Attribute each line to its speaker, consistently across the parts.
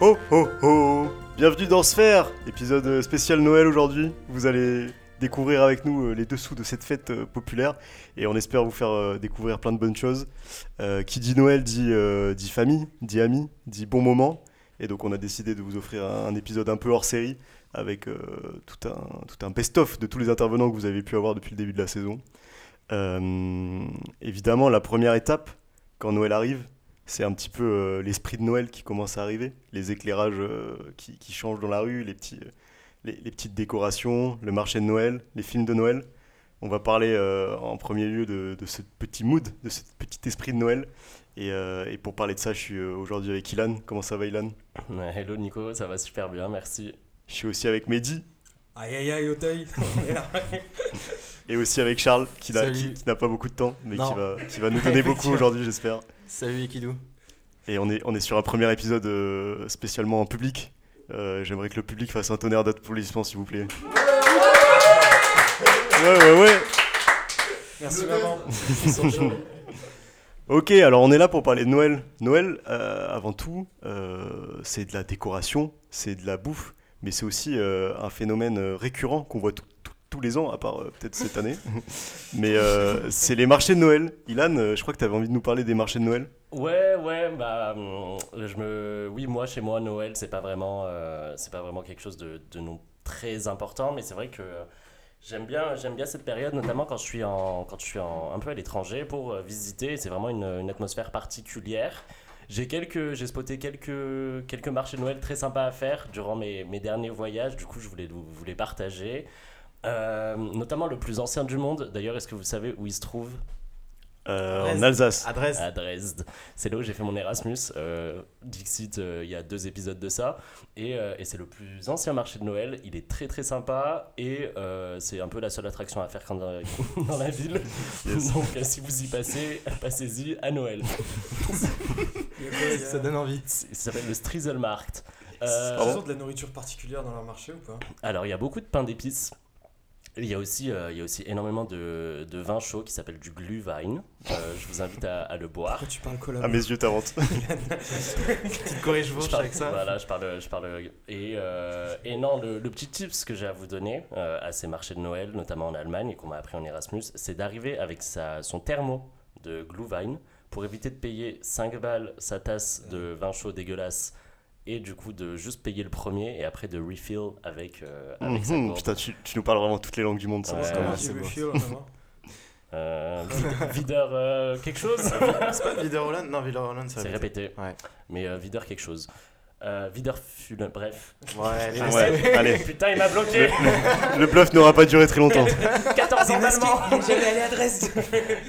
Speaker 1: ho ho ho Bienvenue dans Sphère, épisode spécial Noël aujourd'hui. Vous allez découvrir avec nous euh, les dessous de cette fête euh, populaire et on espère vous faire euh, découvrir plein de bonnes choses. Euh, qui dit Noël dit, euh, dit famille, dit amis, dit bon moment. Et donc on a décidé de vous offrir un, un épisode un peu hors série avec euh, tout un, tout un best-of de tous les intervenants que vous avez pu avoir depuis le début de la saison. Euh, évidemment, la première étape, quand Noël arrive, c'est un petit peu euh, l'esprit de Noël qui commence à arriver, les éclairages euh, qui, qui changent dans la rue, les, petits, euh, les, les petites décorations, le marché de Noël, les films de Noël. On va parler euh, en premier lieu de, de ce petit mood, de ce petit esprit de Noël. Et, euh, et pour parler de ça, je suis euh, aujourd'hui avec Ilan. Comment ça va, Ilan
Speaker 2: Ouais, hello Nico, ça va super bien, merci.
Speaker 1: Je suis aussi avec Mehdi
Speaker 3: Aïe aïe aïe, Auteuil On est là.
Speaker 1: et aussi avec Charles, qui n'a,
Speaker 4: Salut.
Speaker 1: qui- qui n'a pas beaucoup de temps, mais qui
Speaker 4: Non.
Speaker 1: va, qui va nous donner beaucoup aujourd'hui, j'espère.
Speaker 4: Salut Ekidou.
Speaker 1: Et on est, on est sur un premier épisode euh, spécialement en public. Euh, j'aimerais que le public fasse un tonnerre d'applaudissements, s'il vous plaît. Ouais, ouais, ouais.
Speaker 3: Merci maman.
Speaker 1: Ok, alors on est là pour parler de Noël. Noël, euh, avant tout, euh, c'est de la décoration, c'est de la bouffe, mais c'est aussi euh, un phénomène euh, récurrent qu'on voit tout- tout- tous les ans, à part euh, peut-être cette année. mais euh, c'est les marchés de Noël. Ilan, euh, je crois que tu avais envie de nous parler des marchés de Noël.
Speaker 2: Ouais, ouais, bah, hum, je me, oui, moi chez moi Noël, c'est pas vraiment, euh, c'est pas vraiment quelque chose de, de non très important, mais c'est vrai que euh, j'aime bien, j'aime bien cette période, notamment quand je suis en, quand je suis en, un peu à l'étranger pour euh, visiter. C'est vraiment une, une atmosphère particulière. J'ai quelques, j'ai spoté quelques, quelques marchés de Noël très sympas à faire durant mes, mes derniers voyages. Du coup, je voulais vous vous les partager. Euh, notamment le plus ancien du monde. D'ailleurs, est-ce que vous savez où il se trouve
Speaker 1: Euh, en
Speaker 4: Dresde.
Speaker 1: Alsace.
Speaker 4: Adresse.
Speaker 2: à Dresde. C'est là où j'ai fait mon Erasmus, euh, Dixit, euh, il y a deux épisodes de ça. Et, euh, et c'est le plus ancien marché de Noël. Il est très très sympa et euh, c'est un peu la seule attraction à faire quand dans, dans la ville. Donc euh, si vous y passez, passez-y à Noël.
Speaker 3: Il y a quoi, il y a-
Speaker 4: Ça donne envie.
Speaker 2: C'est- Ça s'appelle le Striezelmarkt.
Speaker 3: Ils
Speaker 2: Euh,
Speaker 3: ont de la nourriture particulière dans leur marché ou pas
Speaker 4: Ah.
Speaker 2: Alors, il y a beaucoup de pain d'épices. Il y, a aussi, euh, il y a aussi énormément de, de vin chaud qui s'appelle du Glühwein. Euh, je vous invite à, à le boire.
Speaker 3: Pourquoi tu parles collab
Speaker 4: Ah,
Speaker 1: À mes yeux, t'inventes.
Speaker 4: Petite corrige
Speaker 2: Je
Speaker 4: vauche
Speaker 2: parle-
Speaker 4: avec ça.
Speaker 2: Voilà, je parle, je parle. Et, euh, et non, le, le petit tips que j'ai à vous donner euh, à ces marchés de Noël, notamment en Allemagne et qu'on m'a appris en Erasmus, c'est d'arriver avec sa, son thermo de Glühwein pour éviter de payer 5 balles sa tasse de vin chaud dégueulasse et du coup de juste payer le premier et après de refill avec, euh, avec sa
Speaker 1: Mhm,
Speaker 2: gourde.
Speaker 1: putain, tu, tu nous parles vraiment toutes les langues du monde, ça.
Speaker 2: Ouais.
Speaker 1: c'est pas
Speaker 3: Comment
Speaker 1: mal,
Speaker 2: Ah,
Speaker 3: tu
Speaker 1: c'est
Speaker 3: veux
Speaker 1: beau.
Speaker 3: feel, maman
Speaker 2: Euh, vide- videur euh, quelque chose
Speaker 4: C'est pas Vidor Holland Non, Vidor Holland,
Speaker 2: C'est répété.
Speaker 4: Ouais.
Speaker 2: Mais euh, videur quelque chose. Euh, videur ful... Bref.
Speaker 4: Ouais, allez,
Speaker 1: Ah ouais, allez.
Speaker 2: Putain, il m'a bloqué
Speaker 1: Le bluff n'aura pas duré très longtemps.
Speaker 2: 14 ans d'allemand
Speaker 3: Il est jamais allé à Dresde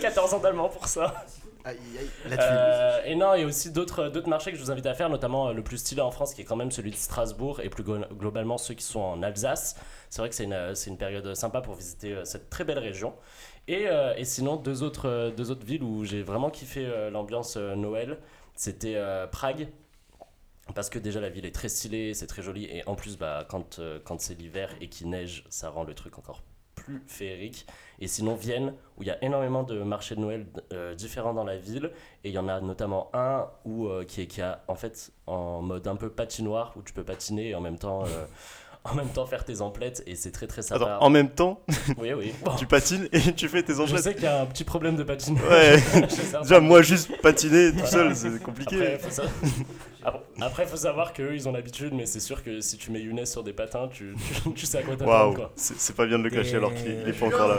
Speaker 2: 14 ans d'allemand pour ça.
Speaker 4: Aïe, aïe, la tuile.
Speaker 2: Euh, et non, il y a aussi d'autres d'autres marchés que je vous invite à faire, notamment euh, le plus stylé en France, qui est quand même celui de Strasbourg, et plus glo- globalement ceux qui sont en Alsace. C'est vrai que c'est une, euh, c'est une période sympa pour visiter euh, cette très belle région. Et, euh, et sinon, deux autres, euh, deux autres villes où j'ai vraiment kiffé euh, l'ambiance euh, Noël, c'était euh, Prague. Parce que déjà la ville est très stylée, c'est très joli, et en plus bah, quand, euh, quand c'est l'hiver et qu'il neige, ça rend le truc encore plus féerique. Et sinon Vienne, où il y a énormément de marchés de Noël euh, différents dans la ville, et il y en a notamment un où, euh, qui, est, qui a en fait en mode un peu patinoire, où tu peux patiner et en même temps, euh, en même temps faire tes emplettes, et c'est très très sympa.
Speaker 1: Attends, en même temps,
Speaker 2: Oui, oui. Bon,
Speaker 1: tu patines et tu fais tes
Speaker 2: je
Speaker 1: enchères.
Speaker 2: sais qu'il y a un petit problème de patinage.
Speaker 1: Ouais.
Speaker 2: Je sais un
Speaker 1: Déjà, moi, juste patiner tout seul, c'est compliqué.
Speaker 2: Après, faut sa- Après- après, faut savoir qu'eux, ils ont l'habitude, mais c'est sûr que si tu mets Younes sur des patins, tu, tu, tu sais à quoi t'attendre,
Speaker 1: Waouh,
Speaker 2: quoi.
Speaker 1: c'est c'est pas bien de le cacher alors qu'il il est pas encore là.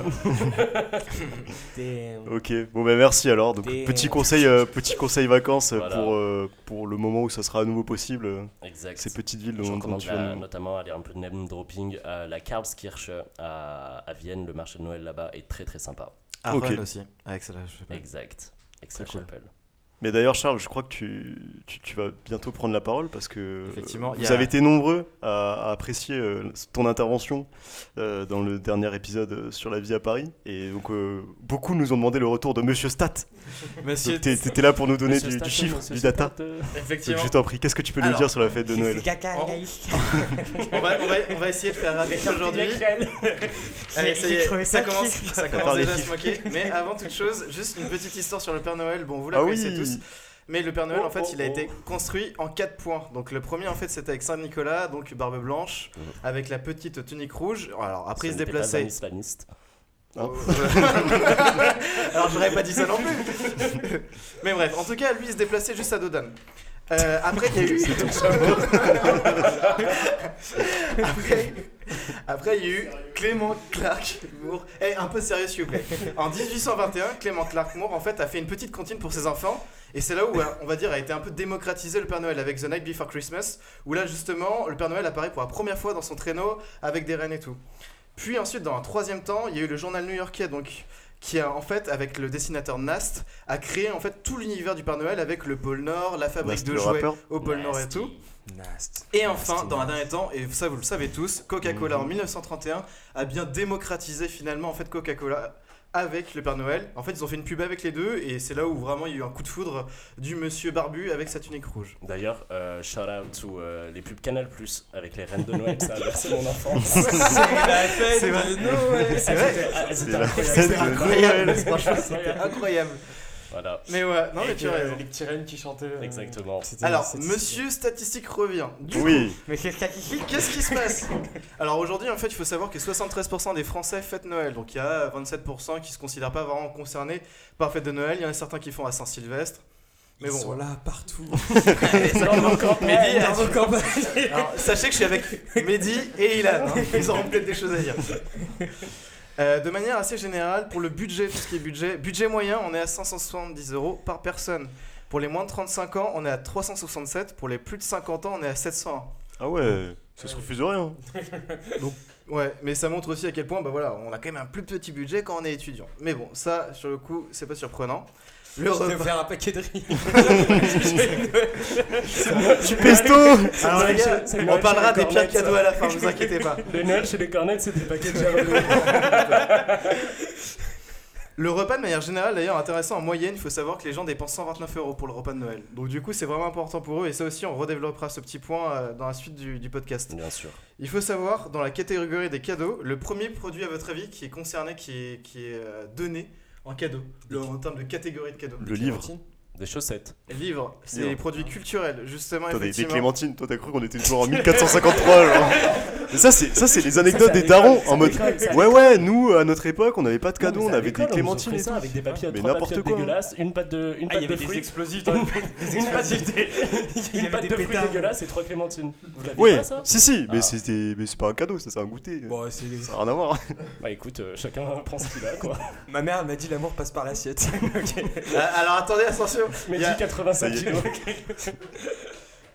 Speaker 3: Damn.
Speaker 1: Ok, bon ben merci alors. Donc
Speaker 3: Des-
Speaker 1: petit conseil, euh, petit conseil vacances euh,
Speaker 2: Voilà.
Speaker 1: pour euh, pour le moment où ça sera à nouveau possible. euh,
Speaker 2: Exact.
Speaker 1: Ces petites villes
Speaker 2: Je
Speaker 1: dont, dont
Speaker 2: recommande
Speaker 1: tu viens
Speaker 2: la-
Speaker 1: de nous-
Speaker 2: notamment aller un peu de name dropping à la Karlskirche à, à Vienne. Le marché de Noël là-bas est très très sympa.
Speaker 4: Ah,
Speaker 1: ok.
Speaker 4: Roll aussi. Avec celle-là, je sais pas.
Speaker 2: Exact. Excellent
Speaker 4: Très cool.
Speaker 2: chapelle.
Speaker 1: Mais d'ailleurs Charles, je crois que tu, tu, tu vas bientôt prendre la parole parce que
Speaker 4: Effectivement, il y
Speaker 1: vous
Speaker 4: a-
Speaker 1: avez été nombreux à, à apprécier euh, ton intervention euh, dans le dernier épisode euh, sur la vie à Paris et donc euh, beaucoup nous ont demandé le retour de Monsieur Stat.
Speaker 4: Monsieur,
Speaker 1: Donc t'es- t'étais là pour nous donner
Speaker 2: Monsieur
Speaker 1: du, du
Speaker 2: Staton,
Speaker 1: chiffre,
Speaker 2: monsieur
Speaker 1: du data.
Speaker 2: Staton, euh,
Speaker 1: Donc,
Speaker 4: effectivement,
Speaker 1: je t'en prie, qu'est-ce que tu peux nous
Speaker 4: Alors,
Speaker 1: dire sur la fête de Noël
Speaker 3: caca,
Speaker 4: Oh. on va, on, va, on va essayer de faire avec aujourd'hui. Allez, ça y
Speaker 3: J'ai
Speaker 4: est,
Speaker 3: crevé
Speaker 4: ça
Speaker 3: ça,
Speaker 4: commence,
Speaker 3: Chris.
Speaker 4: ça
Speaker 1: Attends,
Speaker 4: commence
Speaker 1: les
Speaker 4: déjà à se
Speaker 1: chiffres.
Speaker 4: moquer. Mais avant toute chose, juste une petite histoire sur le Père Noël. Bon, vous la
Speaker 1: Ah
Speaker 4: connaissez
Speaker 1: oui.
Speaker 4: tous. Mais le Père Noël,
Speaker 2: Oh,
Speaker 4: en fait,
Speaker 2: oh,
Speaker 4: il a
Speaker 2: oh.
Speaker 4: été construit en quatre points. Donc le premier, en fait, c'était avec Saint Nicolas, donc barbe blanche,
Speaker 2: Mhm.
Speaker 4: avec la petite tunique rouge. Alors après, il
Speaker 2: Ce
Speaker 4: se
Speaker 2: n'était pas
Speaker 4: déplaçait.
Speaker 2: un islamiste.
Speaker 1: Non.
Speaker 4: Oh. Alors j'aurais pas dit ça non plus. Mais bref, en tout cas, lui, il se déplaçait juste à dos d'âne. Euh, après, il y a eu. après, après, il y a eu Clément Clark Moore. Eh, un peu sérieux, s'il vous plaît. En 1821, Clément Clark Moore, en fait, a fait une petite comptine pour ses enfants. Et c'est là où, euh, on va dire, a été un peu démocratisé le Père Noël avec The Night Before Christmas, où là, justement, le Père Noël apparaît pour la première fois dans son traîneau avec des rennes et tout. Puis ensuite, dans un troisième temps, il y a eu le journal new-yorkais, donc qui a en fait, avec le dessinateur Nast, a créé en fait tout l'univers du Père Noël avec le pôle Nord, la
Speaker 1: Nast,
Speaker 4: fabrique de
Speaker 1: Bah, le
Speaker 4: jouets
Speaker 1: rappeur.
Speaker 4: au pôle Nord et tout.
Speaker 3: Nast.
Speaker 4: Et enfin, dans un dernier temps, et ça vous le savez tous, Coca-Cola en 1931 a bien démocratisé finalement en fait Coca-Cola avec le Père Noël. En fait, ils ont fait une pub avec les deux et c'est là où vraiment il y a eu un coup de foudre du monsieur barbu avec sa tunique rouge.
Speaker 2: D'ailleurs, euh, shout out ou les pubs Canal Plus avec les reines de Noël, ça a bercé mon enfance.
Speaker 4: C'est vrai.
Speaker 2: C'est
Speaker 4: vrai.
Speaker 1: C'est la
Speaker 2: incroyable.
Speaker 1: fête de
Speaker 4: Incroyable,
Speaker 1: Noël.
Speaker 4: franchement, c'était incroyable.
Speaker 2: Voilà,
Speaker 4: Mais ouais, non
Speaker 3: Et
Speaker 4: mais
Speaker 3: euh,
Speaker 4: tu as raison.
Speaker 3: les petits rennes qui chantaient. euh,
Speaker 2: exactement.
Speaker 3: c'était-
Speaker 4: Alors,
Speaker 3: c'était-
Speaker 4: monsieur statistique revient. Du
Speaker 1: Oui,
Speaker 4: Mais qu'est-ce qui Qu'est-ce qui se passe Alors aujourd'hui, en fait, il faut savoir que 73% des Français fêtent Noël. Donc il y a 27% qui se considèrent pas vraiment concernés par la fête de Noël. Il y en a certains qui font à Saint-Sylvestre.
Speaker 3: Ils
Speaker 4: Mais bon.
Speaker 3: sont
Speaker 4: voilà.
Speaker 3: là partout.
Speaker 2: Dans nos campagnes.
Speaker 4: Mehdi,
Speaker 3: Dans nos campagnes.
Speaker 4: Alors, sachez que je suis avec Mehdi et Ilan. hein. Ils auront peut-être des choses à dire. Euh, de manière assez générale, pour le budget, tout ce qui est budget, budget moyen, on est à 570 euros par personne. Pour les moins de 35 ans, on est à 367. Pour les plus de 50 ans, on est à 700.
Speaker 1: ah ouais, ça se refuse de rien.
Speaker 4: Ouais, mais ça montre aussi à quel point, bah voilà, on a quand même un plus petit budget quand on est étudiant. Mais bon, ça, sur le coup, c'est pas surprenant. Le
Speaker 3: Je vais
Speaker 4: repas.
Speaker 3: faire un paquet de riz.
Speaker 1: Tu pesto
Speaker 4: Alors les gars,
Speaker 2: C'est
Speaker 4: Ah on
Speaker 2: Noël
Speaker 4: parlera
Speaker 2: chez les
Speaker 4: des pires
Speaker 2: cornettes, ça.
Speaker 4: cadeaux à la fin, vous inquiétez pas.
Speaker 2: Le Noël chez les cornettes, c'est des paquets de Jarolo.
Speaker 4: Le repas, de manière générale, d'ailleurs, intéressant, en moyenne, il faut savoir que les gens dépensent 129 euros pour le repas de Noël. Donc du coup, c'est vraiment important pour eux, et ça aussi, on redéveloppera ce petit point euh, dans la suite du, du podcast.
Speaker 2: Bien sûr.
Speaker 4: Il faut savoir, dans la catégorie des cadeaux, le premier produit, à votre avis, qui est concerné, qui est, qui est euh, donné en cadeau, le- en termes de catégorie de cadeaux.
Speaker 1: Le livre.
Speaker 2: Des chaussettes.
Speaker 4: Livre, c'est
Speaker 1: Livre.
Speaker 4: les produits culturels, justement,
Speaker 1: Attends, des, des
Speaker 4: effectivement.
Speaker 1: clémentines, toi t'as cru qu'on était toujours en 1453 genre. Mais ça c'est ça c'est les anecdotes des darons en mode ouais ouais nous à notre époque on n'avait pas de cadeaux on avait des clémentines et tout.
Speaker 2: ça avec des papiers
Speaker 1: Mais
Speaker 2: trois
Speaker 1: n'importe
Speaker 2: papillotes
Speaker 1: quoi.
Speaker 2: dégueulasses, une pâte de une
Speaker 3: Ah, il
Speaker 2: pâte de
Speaker 3: y avait des
Speaker 2: fruits,
Speaker 3: explosifs. dans les- Des
Speaker 2: une pâte
Speaker 3: explosifs.
Speaker 2: de-
Speaker 3: Il y
Speaker 2: une
Speaker 3: avait
Speaker 2: pâte
Speaker 3: des
Speaker 2: de fruits
Speaker 3: pétards.
Speaker 2: dégueulasses et trois clémentines. Vous l'aviez
Speaker 1: Ouais,
Speaker 2: pas ça
Speaker 1: si si, mais
Speaker 2: Ah.
Speaker 1: c'était mais c'est pas un cadeau, ça c'est un goûter.
Speaker 3: Bon, c'est-
Speaker 1: Ça a rien à voir.
Speaker 2: Bah écoute, euh, chacun prend ce qu'il a quoi.
Speaker 3: Ma mère elle m'a dit l'amour passe par l'assiette.
Speaker 4: Ah, Alors attendez, attention
Speaker 2: Mais
Speaker 4: Il y a-
Speaker 2: dis 85
Speaker 1: Ça y est.
Speaker 2: kilos.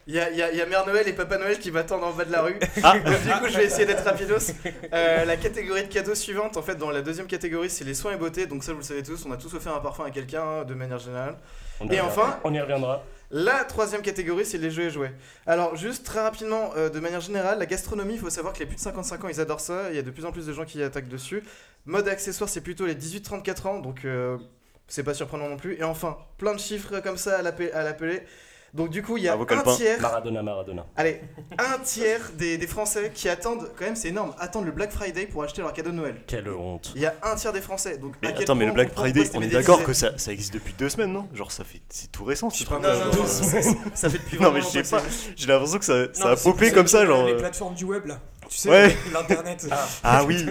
Speaker 4: Il y a, y a- y a Mère Noël et Papa Noël qui m'attendent en bas de la rue.
Speaker 1: Ah.
Speaker 4: Donc, du coup, je vais essayer d'être rapidos. Euh, la catégorie de cadeaux suivante, en fait, dans la deuxième catégorie, c'est les soins et beauté. Donc ça, vous le savez tous, on a tous offert un parfum à quelqu'un hein, de manière générale.
Speaker 2: On y
Speaker 4: Et
Speaker 2: reviendra.
Speaker 4: enfin-
Speaker 2: on y reviendra.
Speaker 4: La troisième catégorie, c'est les jeux et jouets. Alors, juste très rapidement, euh, de manière générale, la gastronomie, il faut savoir que les plus de 55 ans, ils adorent ça. Il y a de plus en plus de gens qui attaquent dessus. Mode accessoire, c'est plutôt les 18-34 ans, donc euh, c'est pas surprenant non plus. Et enfin, plein de chiffres comme ça à l'appe- à l'appeler. Donc du coup, il y a
Speaker 1: Ah, vos
Speaker 4: un
Speaker 1: calepins.
Speaker 4: tiers
Speaker 2: Maradona, Maradona.
Speaker 4: Allez, un tiers des, des Français qui attendent, quand même c'est énorme, attendent le Black Friday pour acheter leur cadeau de Noël.
Speaker 2: Quelle honte.
Speaker 4: Il y a un tiers des Français, donc. à
Speaker 1: Mais
Speaker 4: quel
Speaker 1: attends, mais
Speaker 4: point
Speaker 1: le Black
Speaker 4: on
Speaker 1: Friday,
Speaker 4: propose des
Speaker 1: on est
Speaker 4: médias
Speaker 1: d'accord
Speaker 4: dizaines.
Speaker 1: que ça, ça existe depuis deux semaines, non Genre ça fait c'est tout récent. ce
Speaker 4: Je sais
Speaker 1: truc.
Speaker 4: pas,
Speaker 1: genre.
Speaker 4: non, non, non, ça fait depuis
Speaker 1: Non, mais
Speaker 4: vraiment
Speaker 1: je sais
Speaker 4: longtemps
Speaker 1: pas.
Speaker 4: que c'est-
Speaker 1: J'ai l'impression que ça, ça
Speaker 3: Non,
Speaker 1: a
Speaker 3: c'est-
Speaker 1: popé
Speaker 3: c'est-
Speaker 1: comme ça,
Speaker 3: c'est
Speaker 1: genre.
Speaker 3: Les
Speaker 1: euh,
Speaker 3: plateformes du web là. Tu sais,
Speaker 1: Ouais.
Speaker 3: l'internet.
Speaker 1: Ah oui,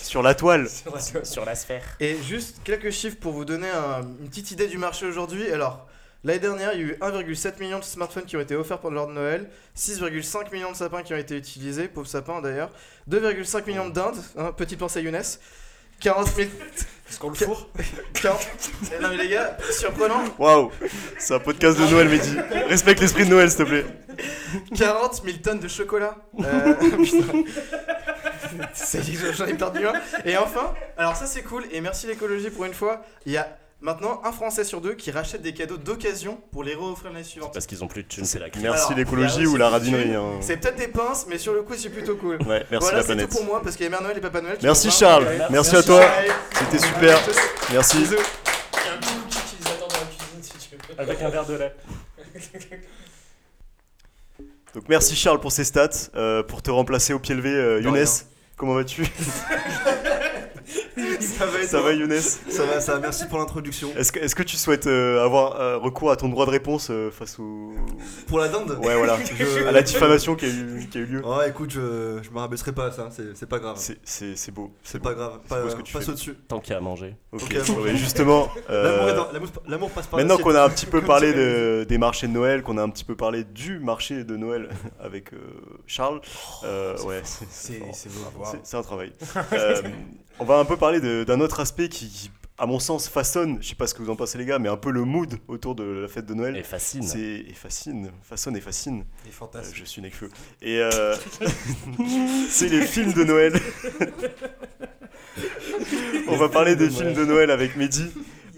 Speaker 1: sur la toile.
Speaker 3: Sur la toile.
Speaker 2: Sur la sphère.
Speaker 4: Et juste quelques chiffres pour vous donner un- une petite idée du marché aujourd'hui. Alors, l'année dernière, il y a eu 1,7 million de smartphones qui ont été offerts pendant l'heure de Noël, 6,5 millions de sapins qui ont été utilisés, pauvres sapins d'ailleurs, 2,5 millions de dindes, hein, petite pensée à Younes, 40 000.
Speaker 3: Parce qu'on le fourre.
Speaker 4: 40... Eh non, mais les gars, surprenant,
Speaker 1: Waouh, c'est un podcast de Noël, Mehdi. Respecte l'esprit de Noël, s'il te plaît.
Speaker 4: 40 000 tonnes de chocolat. Euh, putain. Ça y est, j'en ai perdu un. Et enfin, alors ça c'est cool, et merci l'écologie pour une fois, il y a maintenant un Français sur deux qui rachète des cadeaux d'occasion pour les re-offrir l'année suivante.
Speaker 2: Parce qu'ils ont plus de thunes, c'est la crise.
Speaker 1: Merci
Speaker 4: Alors, il y
Speaker 1: l'écologie
Speaker 4: a
Speaker 1: ou la
Speaker 4: aussi des
Speaker 1: radinerie. hein.
Speaker 4: C'est peut-être des pinces, mais sur le coup c'est plutôt cool.
Speaker 1: Ouais, merci
Speaker 4: voilà,
Speaker 1: la
Speaker 4: c'est tout
Speaker 1: planète.
Speaker 4: pour moi, parce qu'il y a Mère Noël et Papa Noël. qui
Speaker 1: Merci
Speaker 4: sont là.
Speaker 1: Charles,
Speaker 2: Ouais.
Speaker 1: merci, à toi,
Speaker 4: Charles.
Speaker 1: c'était super, merci.
Speaker 4: Bisous.
Speaker 3: Il y a un petit outil qui les attend dans la cuisine si tu veux.
Speaker 2: Avec un verre de lait.
Speaker 1: Donc merci Charles pour ces stats, euh, pour te remplacer au pied levé, euh,
Speaker 4: De
Speaker 1: Younes,
Speaker 4: rien.
Speaker 1: comment vas-tu
Speaker 4: Ça va être
Speaker 1: Ça va Younes
Speaker 5: Ça va, ça va, merci pour l'introduction.
Speaker 1: Est-ce que, est-ce que tu souhaites euh, avoir euh, recours à ton droit de réponse euh, face au...
Speaker 5: Pour la dinde
Speaker 1: Ouais, voilà.
Speaker 5: Je-
Speaker 1: à la diffamation qui a eu, qui a eu lieu
Speaker 5: Oh, écoute, je, je me rabaisserai pas à ça, hein, c'est c'est pas grave.
Speaker 1: C'est- C'est c'est beau.
Speaker 5: C'est
Speaker 1: beau.
Speaker 5: pas grave,
Speaker 1: C'est
Speaker 5: pas,
Speaker 1: beau ce que tu
Speaker 5: passe
Speaker 1: fais.
Speaker 5: au-dessus.
Speaker 2: Tant qu'il y a à manger.
Speaker 1: Ok,
Speaker 5: Ok.
Speaker 1: bon, mais justement,
Speaker 5: L'amour
Speaker 1: euh,
Speaker 5: est dans- L'amour l'amour passe par
Speaker 1: maintenant
Speaker 5: l'assiette.
Speaker 1: qu'on a un petit peu
Speaker 5: Comme
Speaker 1: parlé
Speaker 5: tu
Speaker 1: de- des marchés de Noël, qu'on a un petit peu parlé du marché de Noël avec euh, Charles, euh, ouais, c'est- c'est fort.
Speaker 4: c'est beau.
Speaker 1: C'est- c'est un travail. Euh, on va un peu parler de- d'un autre aspect qui, qui, à mon sens, façonne, je sais pas ce que vous en pensez les gars, mais un peu le mood autour de la fête de
Speaker 2: Et
Speaker 1: Noël.
Speaker 2: fascine.
Speaker 1: C'est et fascine, façonne et fascine.
Speaker 3: Les
Speaker 1: Euh,
Speaker 3: fantasmes.
Speaker 1: je suis Necfeu. Et euh, c'est les films de Noël. On va parler des films de Noël avec Mehdi.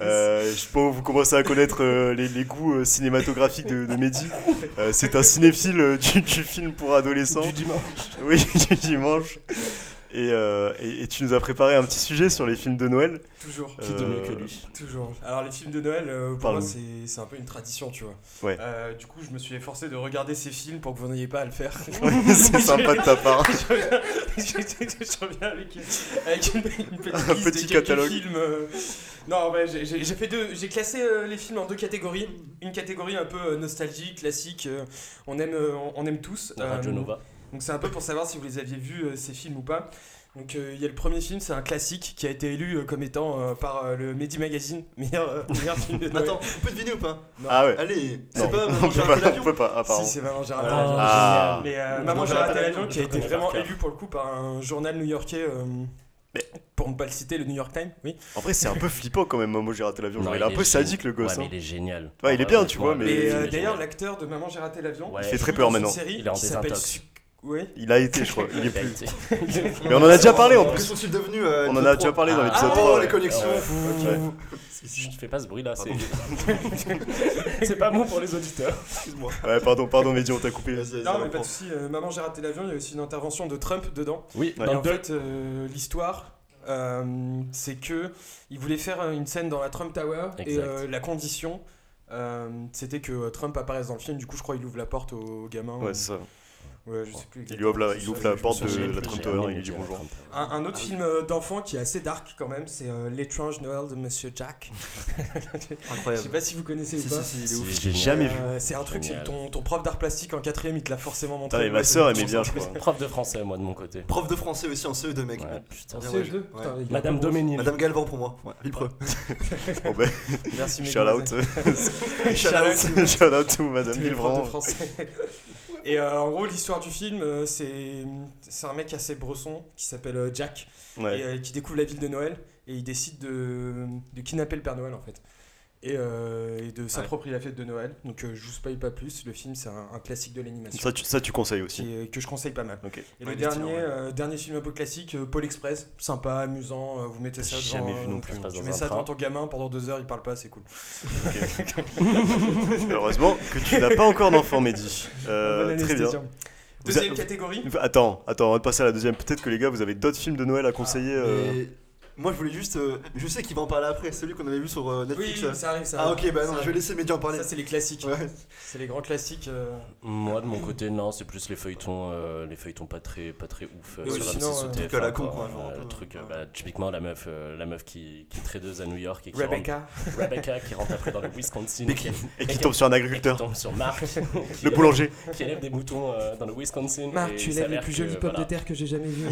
Speaker 1: Euh, je pense que vous commencez à connaître euh, les, les goûts euh, cinématographiques de, de Mehdi. Euh, c'est un cinéphile euh, du, du film pour adolescents. Du dimanche. Oui, du dimanche. Et, euh, et- et tu nous as préparé un petit sujet sur les films de Noël.
Speaker 3: Toujours.
Speaker 2: Qui de mieux que
Speaker 1: Euh,
Speaker 2: lui
Speaker 3: Toujours. Alors les films de Noël, euh, pour
Speaker 1: Pardon.
Speaker 3: moi c'est c'est un peu une tradition, tu vois.
Speaker 1: Ouais.
Speaker 3: Euh, du coup, je me suis efforcé de regarder ces films pour que vous n'ayez pas à le faire.
Speaker 1: c'est sympa de ta part.
Speaker 3: je reviens avec, avec une, une petite
Speaker 1: Un
Speaker 3: liste
Speaker 1: petit
Speaker 3: de quelques
Speaker 1: catalogue.
Speaker 3: films. euh. Non, ouais, j'ai- j'ai j'ai fait deux. J'ai classé euh, les films en deux catégories. Une catégorie un peu euh, nostalgie, classique. euh, on aime, euh, on, on aime tous. Euh,
Speaker 2: Radio Nova.
Speaker 3: Donc c'est un peu pour savoir si vous les aviez vus euh, ces films ou pas. Donc euh, il y a le premier film, c'est un classique qui a été élu euh, comme étant euh, par euh, le Mehdi Magazine meilleur, euh, meilleur film de Noël.
Speaker 5: Attends, on peut deviner ou pas
Speaker 1: Ah ouais.
Speaker 5: Allez,
Speaker 1: Non,
Speaker 5: c'est pas
Speaker 1: on
Speaker 5: maman, j'ai
Speaker 1: peut
Speaker 5: raté
Speaker 1: pas, on
Speaker 5: l'avion.
Speaker 1: peut pas, apparemment.
Speaker 3: Si c'est Maman j'ai raté
Speaker 2: Ah,
Speaker 3: l'avion.
Speaker 1: Ah.
Speaker 3: Mais euh,
Speaker 2: Maman,
Speaker 3: Maman
Speaker 2: j'ai
Speaker 3: j'ai raté
Speaker 2: raté
Speaker 3: l'avion
Speaker 2: l'avion,
Speaker 3: qui a
Speaker 2: je
Speaker 3: été
Speaker 2: connais
Speaker 3: vraiment
Speaker 2: par cœur.
Speaker 3: élu pour le coup par un journal new-yorkais. euh,
Speaker 1: Mais-
Speaker 3: Pour ne pas le citer, le New York Times, oui.
Speaker 1: En vrai, c'est un peu flippant quand même. hein. Moi, j'ai raté l'avion. Genre,
Speaker 2: Non,
Speaker 1: il est un peu
Speaker 2: génial.
Speaker 1: sadique le gosse.
Speaker 2: Ouais, mais
Speaker 1: hein.
Speaker 2: il est génial.
Speaker 1: Ouais, il est bien, tu
Speaker 2: Honnêtement,
Speaker 1: vois, mais-
Speaker 2: il est
Speaker 3: Et euh,
Speaker 2: génial.
Speaker 3: d'ailleurs, l'acteur de Maman j'ai raté l'avion,
Speaker 2: Ouais.
Speaker 1: Il fait très
Speaker 3: joue
Speaker 1: peur
Speaker 3: dans
Speaker 1: maintenant.
Speaker 3: Une série
Speaker 2: Il est en
Speaker 3: qui s'appelle
Speaker 2: désintox.
Speaker 3: Suc- Oui.
Speaker 1: Il a été, je crois. Il est
Speaker 2: Il a
Speaker 1: plus.
Speaker 2: été.
Speaker 1: Mais on en a déjà parlé en
Speaker 5: Que
Speaker 1: plus.
Speaker 5: sont-ils devenus euh,
Speaker 1: On en
Speaker 5: épisode
Speaker 1: a
Speaker 5: trois
Speaker 1: déjà parlé dans
Speaker 2: Ah,
Speaker 1: l'épisode
Speaker 5: oh,
Speaker 1: 3.
Speaker 5: les connexions.
Speaker 1: Ouais.
Speaker 2: Je fais pas ce bruit là, c'est-
Speaker 5: Pardon.
Speaker 2: c'est pas bon pour les auditeurs.
Speaker 5: Excuse-moi.
Speaker 1: Ouais, pardon, pardon, Mehdi, on t'a coupé.
Speaker 5: Vas-y, vas-y,
Speaker 3: Non, mais
Speaker 5: reprends.
Speaker 3: pas de soucis. euh, Maman j'ai raté l'avion, il y a aussi une intervention de Trump dedans.
Speaker 2: Oui,
Speaker 1: Ouais.
Speaker 3: Et
Speaker 2: dans le-
Speaker 3: en fait, euh, l'histoire, euh, c'est que il voulait faire euh, une scène dans la Trump Tower et
Speaker 2: Exact.
Speaker 3: euh, la condition, euh, c'était que Trump apparaisse dans le film. Du coup, je crois qu'il ouvre la porte au gamin.
Speaker 1: Ouais, c'est ça.
Speaker 3: Ouais, je sais plus.
Speaker 1: Il lui ouvre la, il ouvre la
Speaker 3: Je me
Speaker 1: porte
Speaker 3: souviens
Speaker 1: de
Speaker 3: plus.
Speaker 1: la Trump Tower et il lui dit bonjour.
Speaker 3: Un, un
Speaker 1: Ah
Speaker 3: autre film euh, d'enfant qui est assez dark quand même, c'est euh, L'étrange Noël de Monsieur Jack.
Speaker 1: Ah
Speaker 3: Je sais
Speaker 5: Incroyable.
Speaker 3: pas si vous connaissez
Speaker 5: Si,
Speaker 3: ou pas.
Speaker 5: si, si, il est ouf.
Speaker 2: J'ai
Speaker 1: Jamais vu.
Speaker 3: Euh, c'est un truc,
Speaker 2: Génial.
Speaker 3: ton, ton prof d'art plastique en quatrième, il te l'a forcément montré.
Speaker 1: Putain, et ma
Speaker 3: Ouais,
Speaker 1: sœur
Speaker 3: c'est-
Speaker 1: aimait bien, je crois.
Speaker 2: Prof de français, moi, de mon côté.
Speaker 5: Prof de français aussi en CE2, mec.
Speaker 2: Ouais, putain.
Speaker 5: Bien
Speaker 3: CE2,
Speaker 5: ouais, je- ouais.
Speaker 3: putain, il est un
Speaker 2: Madame
Speaker 3: peu bon.
Speaker 2: Doménil.
Speaker 5: Madame Galvan pour moi. Ouais, Vipreux.
Speaker 1: Bon, ben,
Speaker 3: Merci,
Speaker 1: shout
Speaker 3: mesdames.
Speaker 1: out.
Speaker 3: Shout
Speaker 1: Shout out. Shout out to Madame
Speaker 3: Tous les profs
Speaker 1: Milbrand.
Speaker 3: de français. Et euh, en gros, l'histoire du film, euh, c'est c'est un mec assez bresson qui s'appelle euh, Jack et
Speaker 1: Ouais.
Speaker 3: euh, qui découvre la ville de Noël et il décide de, de kidnapper le Père Noël en fait. Et, euh, et de s'approprier la fête de Noël. Donc euh, je vous spoil pas plus, le film c'est un, un classique de l'animation
Speaker 1: Ça, tu, ça, tu conseilles aussi.
Speaker 3: qui est- que je conseille pas mal.
Speaker 1: Ok.
Speaker 3: Et
Speaker 5: Ouais,
Speaker 3: le
Speaker 5: il est stylé,
Speaker 3: dernier,
Speaker 5: ouais.
Speaker 3: euh, dernier film un peu classique, euh, Paul Express, sympa, amusant, euh, vous mettez ça
Speaker 1: J'ai
Speaker 3: devant,
Speaker 1: jamais vu non
Speaker 3: euh,
Speaker 1: plus.
Speaker 2: Ça se passe
Speaker 3: Tu
Speaker 2: dans
Speaker 3: mets
Speaker 2: un
Speaker 3: ça
Speaker 2: train.
Speaker 3: devant ton gamin pendant deux heures, il parle pas, c'est cool.
Speaker 1: Heureusement que tu n'as pas encore d'enfant, Mehdi. Euh,
Speaker 3: Bon
Speaker 1: très bien.
Speaker 3: anesthésien.
Speaker 1: Vous
Speaker 3: hein. Deuxième
Speaker 1: a-
Speaker 3: catégorie
Speaker 1: Attends, attends, on va passer à la deuxième. Peut-être que les gars, vous avez d'autres films de Noël à conseiller.
Speaker 5: Ah,
Speaker 1: euh,
Speaker 5: Et Moi, je voulais juste. euh, Je sais qu'il va en parler après, celui qu'on avait vu sur euh,
Speaker 3: Oui,
Speaker 5: Netflix. là.
Speaker 3: oui, ça arrive, ça
Speaker 5: Ah,
Speaker 3: arrive.
Speaker 5: ok, bah
Speaker 3: Ça
Speaker 5: non, je
Speaker 3: arrive.
Speaker 5: vais laisser Mehdi en parler.
Speaker 3: Ça, c'est les classiques.
Speaker 5: Ouais.
Speaker 3: C'est les grands classiques. euh,
Speaker 2: Moi, de mon côté, non, c'est plus les feuilletons, euh, les feuilletons pas très, pas très ouf. euh,
Speaker 3: Oui,
Speaker 2: sur
Speaker 3: sinon,
Speaker 2: RMC,
Speaker 3: euh,
Speaker 2: sur
Speaker 5: truc à la
Speaker 2: TF1,
Speaker 5: con,
Speaker 2: quoi,
Speaker 5: quoi, genre,
Speaker 2: euh,
Speaker 5: un peu,
Speaker 2: le truc, euh,
Speaker 5: ouais.
Speaker 2: bah, typiquement, la meuf, euh, la meuf qui, qui est tradeuse à New York et qui
Speaker 3: Rebecca.
Speaker 2: rentre- Rebecca, qui rentre après dans le Wisconsin.
Speaker 5: Becky.
Speaker 2: et
Speaker 1: Et qui tombe sur un
Speaker 2: qui
Speaker 1: agriculteur.
Speaker 2: tombe sur Marc. qui
Speaker 1: Le
Speaker 2: élève-
Speaker 1: boulanger.
Speaker 2: Qui élève des moutons euh, dans le Wisconsin. et il s'avère que, voilà.
Speaker 3: terre hein, que j'ai jamais vues.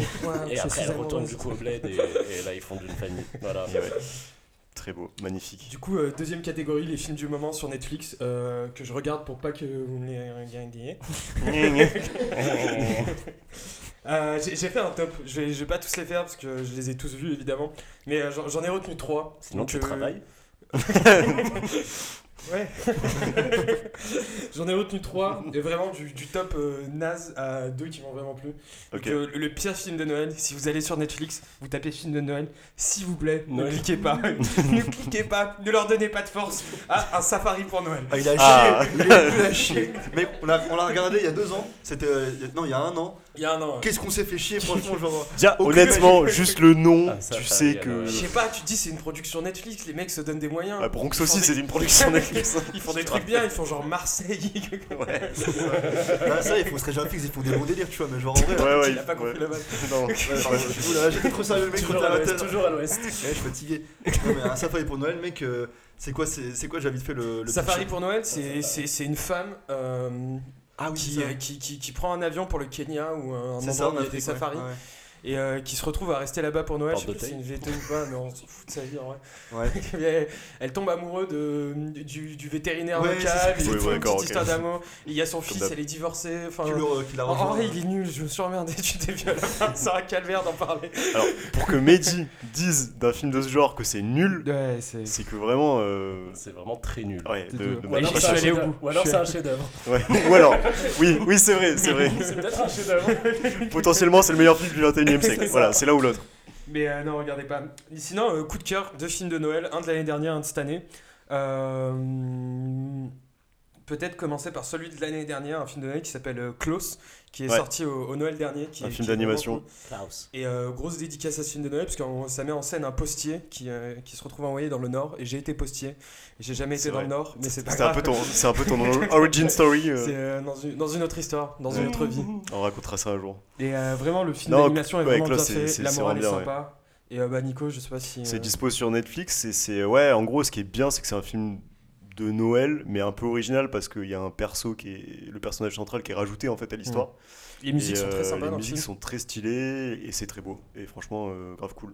Speaker 2: Et après, elle retourne du coup au bled et, et là, ils font d'une famille. Voilà.
Speaker 1: Et ouais. Très beau, magnifique.
Speaker 3: Du coup, euh, deuxième catégorie, les films du moment sur Netflix euh, que je regarde pour pas que vous me les regardiez. Euh, j'ai j'ai fait un top. Je vais, je vais pas tous les faire parce que je les ai tous vus évidemment. Mais euh, j'en j'en ai retenu trois.
Speaker 2: Sinon,
Speaker 3: Donc,
Speaker 2: tu
Speaker 3: euh,
Speaker 2: travailles.
Speaker 3: Ouais. J'en ai retenu trois. Et vraiment du, du top euh, naze à deux qui m'ont vraiment plu. Donc,
Speaker 1: Ok.
Speaker 3: euh, le- le pire film de Noël, si vous allez sur Netflix, vous tapez film de Noël, s'il vous plaît, ne
Speaker 2: Noël.
Speaker 3: cliquez pas. ne cliquez pas, ne leur donnez pas de force. Ah, un safari pour Noël.
Speaker 5: Ah, il a
Speaker 1: Ah.
Speaker 4: Eh,
Speaker 5: chié, il a, il a chié. Mec, on l'a on l'a regardé il y a deux ans. C'était euh, il y a- non, il y a un an.
Speaker 3: Il y a un an. hein.
Speaker 5: Qu'est-ce qu'on s'est fait chier, franchement, genre.
Speaker 1: Tiens,
Speaker 5: Aucune
Speaker 1: honnêtement, juste le nom,
Speaker 2: Ah, ça,
Speaker 1: tu
Speaker 2: ça,
Speaker 1: sais
Speaker 2: oui,
Speaker 1: que.
Speaker 2: alors,
Speaker 3: Je sais pas, tu te dis c'est une production Netflix, les mecs se donnent des moyens.
Speaker 1: Ah, Bronx
Speaker 3: Ils
Speaker 1: aussi,
Speaker 3: font
Speaker 1: c'est
Speaker 3: des-
Speaker 1: une production Netflix.
Speaker 3: Ils font des trucs bien, ils font genre Marseille.
Speaker 1: Ouais,
Speaker 5: Bah, ça, ils font Stranger Things, ils font des bons délires, tu vois, mais genre en vrai.
Speaker 1: ouais, Ah ouais.
Speaker 3: il a pas compris
Speaker 1: ouais.
Speaker 3: la balle.
Speaker 1: Non, ouais,
Speaker 5: genre,
Speaker 1: ouais.
Speaker 5: je- oula, J'étais trop sérieux, le mec, trop
Speaker 2: Toujours
Speaker 5: terre
Speaker 2: à
Speaker 5: à terre.
Speaker 2: l'ouest, toujours à l'ouest.
Speaker 5: Ouais, je suis fatigué. Non, mais un safari pour Noël, mec, euh, c'est quoi, c'est c'est quoi, j'ai vite fait le. le
Speaker 3: Safari
Speaker 5: pitch.
Speaker 3: pour Noël, c'est- c'est c'est une femme euh,
Speaker 5: Ah oui,
Speaker 3: qui,
Speaker 5: c'est ça.
Speaker 3: euh, qui, qui- qui prend un avion pour le Kenya ou un
Speaker 5: C'est
Speaker 3: endroit
Speaker 5: ça,
Speaker 3: où il
Speaker 5: on
Speaker 3: y
Speaker 5: a
Speaker 3: a
Speaker 5: fait
Speaker 3: des safaris et euh, qui se retrouve à rester là-bas pour Noël. Je
Speaker 2: Porte
Speaker 3: sais plus si c'est
Speaker 2: d'Auteuil.
Speaker 3: une véto ou pas, mais on s'en fout de sa vie en vrai.
Speaker 5: Ouais.
Speaker 3: Mais elle, elle tombe amoureuse de, du, du vétérinaire
Speaker 5: Ouais,
Speaker 3: local,
Speaker 5: c'est
Speaker 1: ça.
Speaker 3: ils
Speaker 1: Oui,
Speaker 3: font
Speaker 1: ouais,
Speaker 3: une
Speaker 1: d'accord,
Speaker 3: petite
Speaker 1: ok.
Speaker 3: histoire d'amour. Il y a son fils,
Speaker 1: d'hab.
Speaker 3: elle est divorcée. Enfin,
Speaker 5: Qui le- qui l'a
Speaker 3: en, en
Speaker 5: euh, rejoint.
Speaker 3: vrai, il est nul, je me suis emmerdé, tu t'es vu à la fin, c'est un calvaire d'en parler.
Speaker 1: Alors, pour que Mehdi dise d'un film de ce genre que c'est nul,
Speaker 3: Ouais, c'est.
Speaker 1: c'est que vraiment. euh,
Speaker 2: C'est vraiment très nul.
Speaker 1: Ouais,
Speaker 3: C'est
Speaker 1: de-
Speaker 3: dur.
Speaker 1: de-
Speaker 2: Ou alors
Speaker 3: Je
Speaker 2: c'est
Speaker 3: suis
Speaker 2: un
Speaker 3: allé au
Speaker 2: chef-d'œuvre.
Speaker 3: bout.
Speaker 2: Ou alors
Speaker 3: Je
Speaker 2: c'est
Speaker 3: suis
Speaker 2: un chef-d'œuvre.
Speaker 1: ouais. Ou alors, oui, oui c'est vrai, c'est vrai.
Speaker 2: C'est peut-être un chef-d'œuvre.
Speaker 1: Potentiellement, c'est le meilleur film du 21 e siècle. Voilà, c'est l'un ou l'autre.
Speaker 3: Mais euh, non, regardez pas. Sinon, euh, coup de cœur, deux films de Noël, un de l'année dernière, un de cette année. Euh, Peut-être commencer par celui de l'année dernière, un film de Noël qui s'appelle euh, Close, qui est
Speaker 1: Ouais.
Speaker 3: sorti au, au Noël dernier. Qui
Speaker 1: Un
Speaker 3: est-
Speaker 1: film
Speaker 3: qui est vraiment
Speaker 1: d'animation.
Speaker 3: cool. Et euh, grosse dédicace à ce film de Noël, parce que euh, ça met en scène un postier qui, euh, qui se retrouve envoyé dans le Nord. Et j'ai été postier. Et J'ai jamais
Speaker 1: C'est
Speaker 3: été dans
Speaker 1: vrai.
Speaker 3: le Nord, mais c'est pas
Speaker 1: C'est un
Speaker 3: grave.
Speaker 1: peu ton, c'est un peu ton origin story. euh,
Speaker 3: C'est euh, dans, une, dans une autre histoire, dans une autre vie.
Speaker 1: On racontera ça un jour.
Speaker 3: Et euh, vraiment, le film
Speaker 1: Non,
Speaker 3: d'animation est
Speaker 1: ouais,
Speaker 3: vraiment
Speaker 1: Close,
Speaker 3: bien
Speaker 1: c'est-
Speaker 3: fait.
Speaker 1: c'est-
Speaker 3: La
Speaker 1: c'est
Speaker 3: morale est
Speaker 1: vraiment bien,
Speaker 3: sympa. Et euh, bah, Nico, je sais pas si.
Speaker 1: C'est
Speaker 3: euh,
Speaker 1: dispo sur Netflix et c'est ouais, en gros, ce qui est bien, c'est que c'est un film de Noël, mais un peu original parce qu'il y a un perso qui est le personnage central qui est rajouté en fait à l'histoire.
Speaker 3: Les musiques
Speaker 1: Et,
Speaker 3: sont
Speaker 1: euh,
Speaker 3: très sympas
Speaker 1: Les
Speaker 3: dans le
Speaker 1: musiques
Speaker 3: film.
Speaker 1: sont très stylées et c'est très beau. Et franchement, euh, grave cool.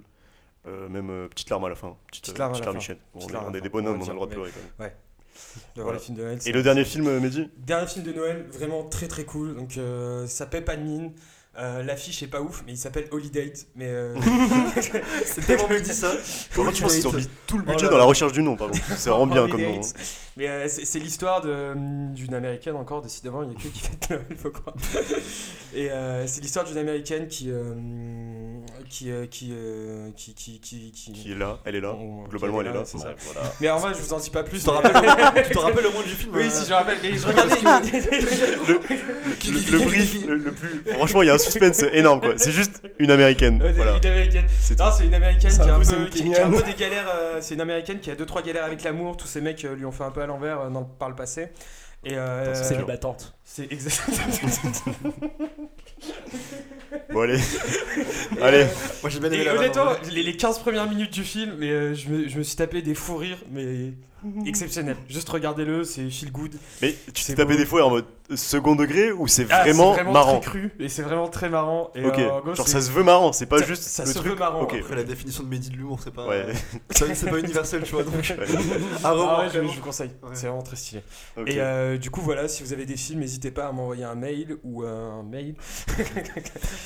Speaker 1: Euh, même euh, petite larme à la fin, petite,
Speaker 3: Petite
Speaker 1: euh,
Speaker 3: larme à
Speaker 1: petite
Speaker 3: la
Speaker 1: larmichette. Bon,
Speaker 3: Petite
Speaker 1: on est-
Speaker 3: larme à
Speaker 1: on
Speaker 3: la
Speaker 1: est des
Speaker 3: fin.
Speaker 1: bonhommes,
Speaker 3: On
Speaker 1: on a
Speaker 3: va dire,
Speaker 1: le droit de
Speaker 3: mais-
Speaker 1: pleurer. quand même.
Speaker 3: De voir
Speaker 1: Voilà.
Speaker 3: les films de Noël.
Speaker 1: Et
Speaker 3: c'est-
Speaker 1: le dernier film, euh, Mehdi
Speaker 3: Dernier film de Noël, vraiment très très cool. Donc euh, ça paie pas de mine. Euh, L'affiche est pas ouf, mais il s'appelle Holiday. Mais euh,
Speaker 5: C'est tellement bien dit ça.
Speaker 1: Comment tu penses qu'ils ont mis tout le
Speaker 3: Oh
Speaker 1: budget
Speaker 3: là Oh,
Speaker 1: dans
Speaker 3: là.
Speaker 1: la recherche du nom, pardon C'est vraiment bien comme nom. hein.
Speaker 3: Holiday. Mais euh, c'est c'est l'histoire de, hum, d'une américaine encore, décidément, il y a que qui fête Noël, faut croire. Et euh, c'est l'histoire d'une américaine qui. euh, qui, euh, qui, euh, qui, qui, qui, qui-
Speaker 1: Qui est là Elle est là.
Speaker 3: Bon,
Speaker 1: Globalement,
Speaker 3: qui
Speaker 1: elle est là.
Speaker 3: c'est ça.
Speaker 2: Ouais, voilà.
Speaker 3: Mais en vrai, je vous en dis pas plus.
Speaker 5: Tu te
Speaker 3: mais-
Speaker 5: rappelles, tu te rappelles le nom du film
Speaker 3: Oui,
Speaker 5: euh,
Speaker 3: si je rappelle, mais je regardais.
Speaker 1: Le, le brief, le, le plus. Franchement, il y a un suspense énorme, quoi. C'est juste une américaine.
Speaker 3: Ouais,
Speaker 1: Voilà.
Speaker 3: Une américaine.
Speaker 1: C'est
Speaker 3: Non, c'est une américaine
Speaker 2: C'est
Speaker 3: qui
Speaker 2: un
Speaker 3: a un
Speaker 2: peu
Speaker 3: peu,
Speaker 2: Sam
Speaker 3: qui- qui a un peu des galères. euh, c'est une américaine qui a deux trois galères avec l'amour. Tous ces mecs euh, lui ont fait un peu à l'envers euh, dans le- par le passé. Et euh,
Speaker 1: Attends,
Speaker 2: C'est battante.
Speaker 3: c'est exactement.
Speaker 1: Bon, allez. allez.
Speaker 5: Moi j'ai bien aimé
Speaker 3: Et
Speaker 5: la vanne, en
Speaker 3: honnêtement,
Speaker 5: vrai.
Speaker 3: les, les 15 premières minutes du film, mais euh, je, me, je me suis tapé des fous rires, mais exceptionnels. Juste regardez-le, c'est feel good.
Speaker 1: Mais tu t'es
Speaker 3: C'est
Speaker 1: tapé
Speaker 3: beau.
Speaker 1: des fois en mode second degré ou c'est
Speaker 3: Ah, c'est
Speaker 1: vraiment, marrant
Speaker 3: très cru et c'est vraiment très marrant. Et,
Speaker 1: Ok,
Speaker 3: euh, en gros,
Speaker 1: genre
Speaker 3: c'est-
Speaker 1: ça se veut marrant, c'est pas
Speaker 3: ça-
Speaker 1: juste
Speaker 3: ça
Speaker 1: le
Speaker 3: se
Speaker 1: truc.
Speaker 3: veut marrant,
Speaker 1: ok,
Speaker 3: après.
Speaker 5: Après la définition de Mehdi de l'humour, c'est pas.
Speaker 1: ouais.
Speaker 5: C'est c'est pas universel, tu vois. Donc.
Speaker 1: ouais.
Speaker 5: À
Speaker 3: Ah
Speaker 5: revoir.
Speaker 3: ouais, je,
Speaker 5: vraiment.
Speaker 3: je vous conseille,
Speaker 5: Ouais.
Speaker 3: c'est vraiment très stylé.
Speaker 1: ok.
Speaker 3: Et euh, du coup, voilà, si vous avez des films, n'hésitez pas à m'envoyer un mail ou un mail.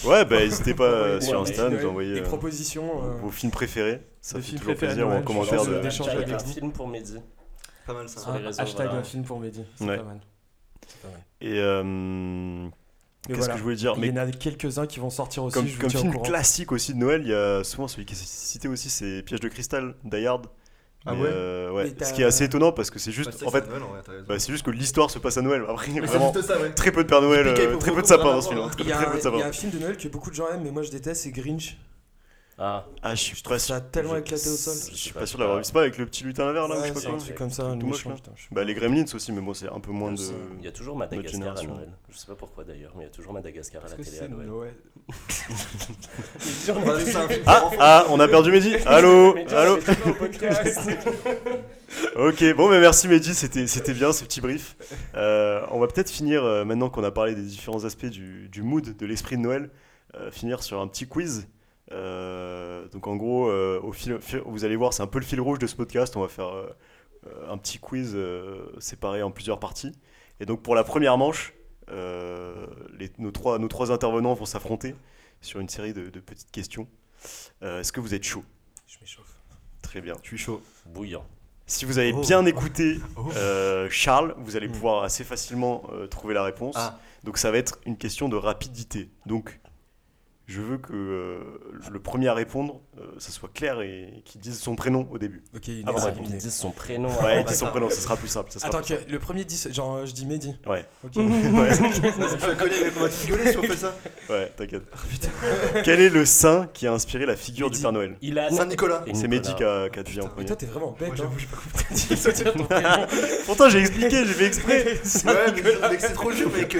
Speaker 1: Ouais, bah n'hésitez pas euh,
Speaker 3: Ou
Speaker 1: sur
Speaker 3: un
Speaker 1: Insta à
Speaker 3: mail,
Speaker 1: nous envoyer
Speaker 3: Des
Speaker 1: euh,
Speaker 3: propositions. euh,
Speaker 1: vos films préférés. Ça
Speaker 3: des
Speaker 1: fait
Speaker 3: films
Speaker 1: toujours
Speaker 3: préférés
Speaker 1: plaisir ou en
Speaker 3: Noël,
Speaker 1: commentaire.
Speaker 3: genre
Speaker 1: De...
Speaker 3: de- d'échange
Speaker 2: Hashtag
Speaker 3: avec
Speaker 2: un
Speaker 3: vous.
Speaker 2: film pour Mehdi.
Speaker 5: Pas mal ça.
Speaker 2: sur les réseaux,
Speaker 3: hashtag
Speaker 2: voilà.
Speaker 3: un film pour Mehdi. C'est
Speaker 1: Ouais.
Speaker 3: pas mal.
Speaker 1: Et euh,
Speaker 3: Mais
Speaker 1: qu'est-ce
Speaker 3: voilà.
Speaker 1: que je voulais dire
Speaker 3: Il
Speaker 1: Mais
Speaker 3: y en a quelques-uns qui vont sortir aussi.
Speaker 1: comme,
Speaker 3: je vous
Speaker 1: comme
Speaker 3: tiens au
Speaker 1: film
Speaker 3: courant.
Speaker 1: classique aussi de Noël, il y a souvent celui qui est cité aussi, c'est Piège de cristal, Die Hard.
Speaker 5: Ah
Speaker 1: Mais,
Speaker 5: ouais
Speaker 1: euh, ouais.
Speaker 3: Mais t'as-
Speaker 1: Ce qui est assez étonnant parce que c'est
Speaker 5: Bah,
Speaker 1: juste,
Speaker 5: c'est
Speaker 1: en
Speaker 5: vrai
Speaker 1: fait,
Speaker 5: que c'est Noël, en vrai, t'as raison.
Speaker 1: bah, c'est juste que l'histoire se passe à Noël. Après, il y a
Speaker 5: Mais
Speaker 1: vraiment
Speaker 5: c'est juste ça, ouais.
Speaker 1: très peu de Père Noël,
Speaker 5: Puis qu'il y a
Speaker 1: euh,
Speaker 5: beaucoup
Speaker 1: très peu de
Speaker 5: de
Speaker 1: sapins dans ce film.
Speaker 5: rapports,
Speaker 1: hein,
Speaker 3: Il y,
Speaker 1: Très très
Speaker 3: a un-
Speaker 1: peu de
Speaker 3: il y a
Speaker 1: sapins.
Speaker 3: un film de Noël que beaucoup de gens aiment, mais moi je déteste, c'est Grinch.
Speaker 2: Ah,
Speaker 1: Ah, je suis
Speaker 3: Je trouve
Speaker 1: pas
Speaker 3: ça
Speaker 1: sûr.
Speaker 3: tellement
Speaker 1: je-
Speaker 3: éclaté au sol.
Speaker 1: Je suis pas sûr d'avoir vu. C'est pas avec le petit lutin à l'envers là ou je sais pas
Speaker 3: c'est un
Speaker 1: quoi.
Speaker 3: truc comme ça,
Speaker 1: Tout
Speaker 3: le
Speaker 1: moche,
Speaker 3: méchant,
Speaker 1: là.
Speaker 3: putain, je sais
Speaker 1: Bah, les Gremlins aussi, mais bon, c'est un peu moins de.
Speaker 2: Il y a toujours Madagascar à
Speaker 1: génération.
Speaker 2: Noël. Je sais pas pourquoi d'ailleurs, mais il y a toujours Madagascar à
Speaker 3: pas
Speaker 2: la
Speaker 3: ce que
Speaker 2: télé à
Speaker 3: c'est
Speaker 2: Noël.
Speaker 3: Noël.
Speaker 5: On va laisser un film
Speaker 1: Ah,
Speaker 5: pour enfants.
Speaker 1: ah, on a perdu Mehdi. Allô,
Speaker 2: Mais tu vois,
Speaker 1: allô.
Speaker 2: c'est toujours au podcast.
Speaker 1: Ok, bon, mais merci Mehdi, c'était c'était bien ce petit brief. Euh, on va peut-être finir, euh, maintenant qu'on a parlé des différents aspects du, du mood, de l'esprit de Noël, euh, finir sur un petit quiz. Euh, donc en gros, euh, au fil, fil- vous allez voir, c'est un peu le fil rouge de ce podcast. On va faire euh, euh, un petit quiz euh, séparé en plusieurs parties. Et donc pour la première manche, euh, les- nos, trois, nos trois intervenants vont s'affronter sur une série de, de petites questions. Euh, Est-ce que vous êtes chaud
Speaker 3: Je m'échauffe.
Speaker 1: Très bien.
Speaker 5: Je suis chaud.
Speaker 2: Bouillant.
Speaker 1: Si vous avez
Speaker 5: Oh.
Speaker 1: bien écouté
Speaker 5: Oh.
Speaker 1: euh, Charles, vous allez
Speaker 3: Mm.
Speaker 1: pouvoir assez facilement euh, trouver la réponse.
Speaker 5: Ah.
Speaker 1: Donc ça va être une question de rapidité. Donc je veux que euh, le premier à répondre, euh, ça soit clair et qu'il dise son prénom au début.
Speaker 3: Ok, il est
Speaker 1: Ah, bon,
Speaker 2: Ils
Speaker 1: ouais.
Speaker 3: éliminé.
Speaker 2: disent son prénom. hein.
Speaker 1: Ouais,
Speaker 2: avant
Speaker 1: qu'il dise son
Speaker 2: d'attendre.
Speaker 1: prénom, ce sera plus simple. ça sera
Speaker 3: Attends,
Speaker 1: plus
Speaker 3: que le premier 10, genre euh, je dis Mehdi.
Speaker 1: simple. Ouais.
Speaker 3: Ok.
Speaker 1: ouais,
Speaker 5: on va te gueuler si on fait ça.
Speaker 1: ouais, t'inquiète. Quel est le saint qui a inspiré la figure du
Speaker 3: Mehdi.
Speaker 1: Père Noël
Speaker 2: Il
Speaker 5: Ah,
Speaker 2: a.
Speaker 5: Saint-Nicolas.
Speaker 2: Et
Speaker 1: C'est
Speaker 2: Nicolas.
Speaker 1: Mehdi qui a, qui a dit en
Speaker 3: Mais
Speaker 1: premier.
Speaker 3: toi, t'es vraiment
Speaker 5: Moi,
Speaker 3: bête. hein.
Speaker 5: j'avoue, j'ai pas compris.
Speaker 1: Pourtant, j'ai expliqué, j'ai fait exprès.
Speaker 5: Ouais, mais- mais que c'est trop dur, mec. euh,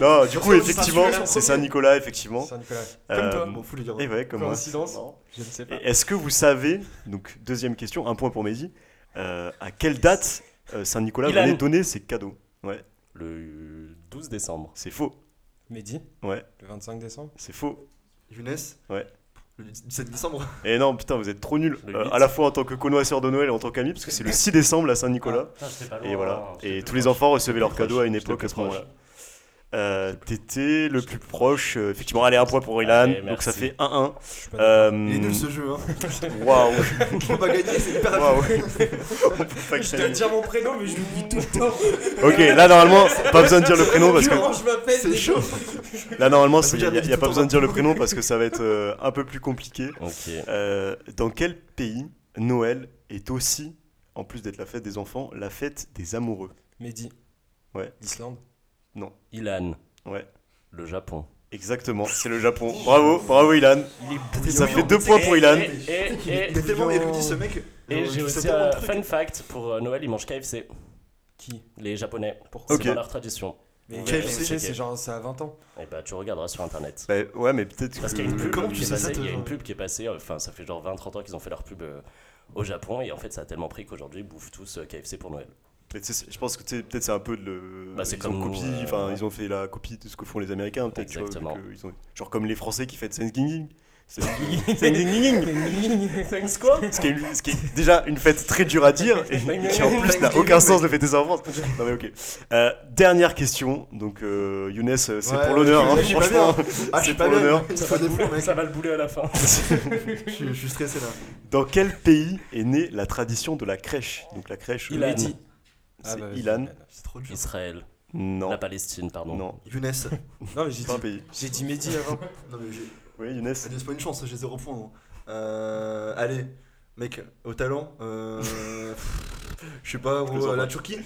Speaker 1: Non, du coup,
Speaker 5: Saint-Nicolas,
Speaker 1: effectivement,
Speaker 5: Saint-Nicolas.
Speaker 1: c'est Saint-Nicolas, effectivement.
Speaker 3: Saint-Nicolas.
Speaker 1: Euh,
Speaker 3: Comme toi.
Speaker 5: je m'en fous, les gars.
Speaker 6: Eh ben,
Speaker 1: Et ouais, comme moi.
Speaker 3: Coïncidence
Speaker 5: Non.
Speaker 3: Je ne sais pas.
Speaker 1: Et Est-ce que vous savez, donc deuxième question, un point pour Mehdi, euh, à quelle date euh, Saint-Nicolas
Speaker 2: Il a-
Speaker 1: venait donner ses cadeaux
Speaker 2: Le 12 décembre.
Speaker 1: C'est faux,
Speaker 3: Mehdi
Speaker 1: Ouais.
Speaker 3: Le 25 décembre
Speaker 1: c'est faux.
Speaker 5: Younes
Speaker 1: Ouais.
Speaker 5: Le 17 décembre.
Speaker 1: Et non, putain, vous êtes trop nuls,
Speaker 2: Le
Speaker 1: euh,
Speaker 2: huit.
Speaker 1: à la fois en tant que connoisseur de Noël et en tant qu'ami, parce que c'est le 6 décembre la Saint-Nicolas.
Speaker 2: Putain, j'étais pas loin,
Speaker 1: et voilà,
Speaker 2: hein, j'étais
Speaker 1: et
Speaker 2: plus
Speaker 1: tous les
Speaker 2: proche.
Speaker 1: enfants recevaient
Speaker 2: J'étais
Speaker 1: leurs
Speaker 2: plus
Speaker 1: cadeaux à
Speaker 2: proche,
Speaker 1: une
Speaker 2: j'étais
Speaker 1: époque
Speaker 2: plus
Speaker 1: à ce moment-là.
Speaker 2: proche.
Speaker 1: Euh, T'étais le plus proche, euh, effectivement, allez, un point pour Ilan,
Speaker 2: Allez,
Speaker 1: donc ça
Speaker 2: merci.
Speaker 1: fait 1-1.
Speaker 3: Je suis pas
Speaker 1: Euh,
Speaker 5: Il est nul ce jeu, hein.
Speaker 1: Waouh,
Speaker 5: On va gagner, c'est hyper
Speaker 1: waouh.
Speaker 5: rapide.
Speaker 1: On peut pas
Speaker 3: Je dois
Speaker 1: gagner.
Speaker 3: dire mon prénom, mais je l'oublie tout le temps.
Speaker 1: Ok, là normalement, pas besoin de dire le prénom parce que
Speaker 3: Comment je m'appelle
Speaker 5: C'est
Speaker 3: déjà
Speaker 5: chaud.
Speaker 1: Là, normalement,
Speaker 5: Ça veut
Speaker 1: il n'y a,
Speaker 5: dire
Speaker 1: y a
Speaker 5: tout
Speaker 1: pas
Speaker 5: le
Speaker 1: besoin de
Speaker 5: temps.
Speaker 1: dire le prénom parce que ça va être euh, un peu plus compliqué.
Speaker 2: Ok.
Speaker 1: Euh, dans quel pays Noël est aussi, en plus d'être la fête des enfants, la fête des amoureux
Speaker 3: Mehdi.
Speaker 1: Ouais.
Speaker 3: L'Islande.
Speaker 2: Ilan.
Speaker 1: Ouais.
Speaker 2: Le Japon.
Speaker 1: Exactement, c'est le Japon. Bravo, bravo Ilan. Ça fait deux points pour Ilan.
Speaker 2: Et, et- et-
Speaker 5: Il est tellement
Speaker 3: Bouillon.
Speaker 5: érudit ce mec.
Speaker 2: et j'ai
Speaker 5: Il sait
Speaker 2: aussi
Speaker 5: tellement de
Speaker 2: un
Speaker 5: trucs.
Speaker 2: fun fact pour euh, Noël, ils mangent KFC.
Speaker 3: Qui
Speaker 2: Les Japonais.
Speaker 3: Pourquoi
Speaker 2: C'est
Speaker 1: Ok.
Speaker 2: dans leur tradition.
Speaker 3: Mais
Speaker 2: Ouais,
Speaker 3: KFC,
Speaker 2: checker.
Speaker 3: c'est genre ça a 20 ans.
Speaker 2: Et bah, tu regarderas sur internet.
Speaker 1: Bah, ouais, mais peut-être
Speaker 2: Parce qu'il y a une
Speaker 1: que.
Speaker 2: pub
Speaker 5: comment
Speaker 2: qui
Speaker 5: tu
Speaker 2: est
Speaker 5: sais ça,
Speaker 2: passée, il y a
Speaker 5: toi
Speaker 2: une pub qui est passée, euh, enfin ça fait genre 20-30 ans qu'ils ont fait leur pub euh, au Japon et en fait ça a tellement pris qu'aujourd'hui ils bouffent tous euh, KFC pour Noël.
Speaker 1: mais tu sais, Je pense que tu sais, peut-être c'est un peu de le.
Speaker 2: Bah, c'est
Speaker 1: ils
Speaker 2: comme
Speaker 1: ont
Speaker 2: nous,
Speaker 1: copié,
Speaker 2: euh,
Speaker 1: enfin,
Speaker 2: ouais.
Speaker 1: ils ont fait la copie de ce que font les Américains, peut-être. tu vois, vu
Speaker 2: Exactement.
Speaker 1: que ils ont- Genre comme les Français qui fêtent Thanksgiving. C'est-
Speaker 2: Thanks quoi
Speaker 1: Ce qui, est, ce qui est déjà une fête très dure à dire et qui en plus n'a aucun sens de fêter ça en France. Non mais ok. Euh, dernière question, donc euh, Younes, euh, c'est
Speaker 5: Ouais,
Speaker 1: pour l'honneur,
Speaker 5: je-
Speaker 1: hein,
Speaker 5: je suis pas
Speaker 1: franchement.
Speaker 5: Ah, je suis
Speaker 1: C'est
Speaker 5: pas
Speaker 1: pour
Speaker 5: bien.
Speaker 1: l'honneur.
Speaker 5: Il
Speaker 2: ça
Speaker 5: faut
Speaker 2: va,
Speaker 5: des
Speaker 2: le
Speaker 5: boules,
Speaker 2: bouler,
Speaker 5: mec.
Speaker 2: ça va le bouler à la fin.
Speaker 5: Je suis- je suis stressé là.
Speaker 1: Dans quel pays est née la tradition de la crèche Donc la crèche, euh,
Speaker 2: Ilan.
Speaker 1: Mehdi,
Speaker 3: Ah,
Speaker 1: c'est
Speaker 3: bah,
Speaker 1: Ilan.
Speaker 5: C'est trop dur.
Speaker 2: Israël,
Speaker 1: Non,
Speaker 2: la Palestine, pardon.
Speaker 1: non,
Speaker 5: Younes.
Speaker 3: Non, mais j'ai
Speaker 1: c'est pas un
Speaker 3: dit,
Speaker 1: pays.
Speaker 3: j'ai dit Mehdi avant.
Speaker 5: Non, mais j'ai-
Speaker 1: Oui, Younes.
Speaker 5: Ça laisse pas une chance, j'ai zéro point. moi. Euh, allez, mec, au talent, euh, je sais pas,
Speaker 1: vous
Speaker 5: gros,
Speaker 1: en
Speaker 5: la
Speaker 1: prie.
Speaker 5: Turquie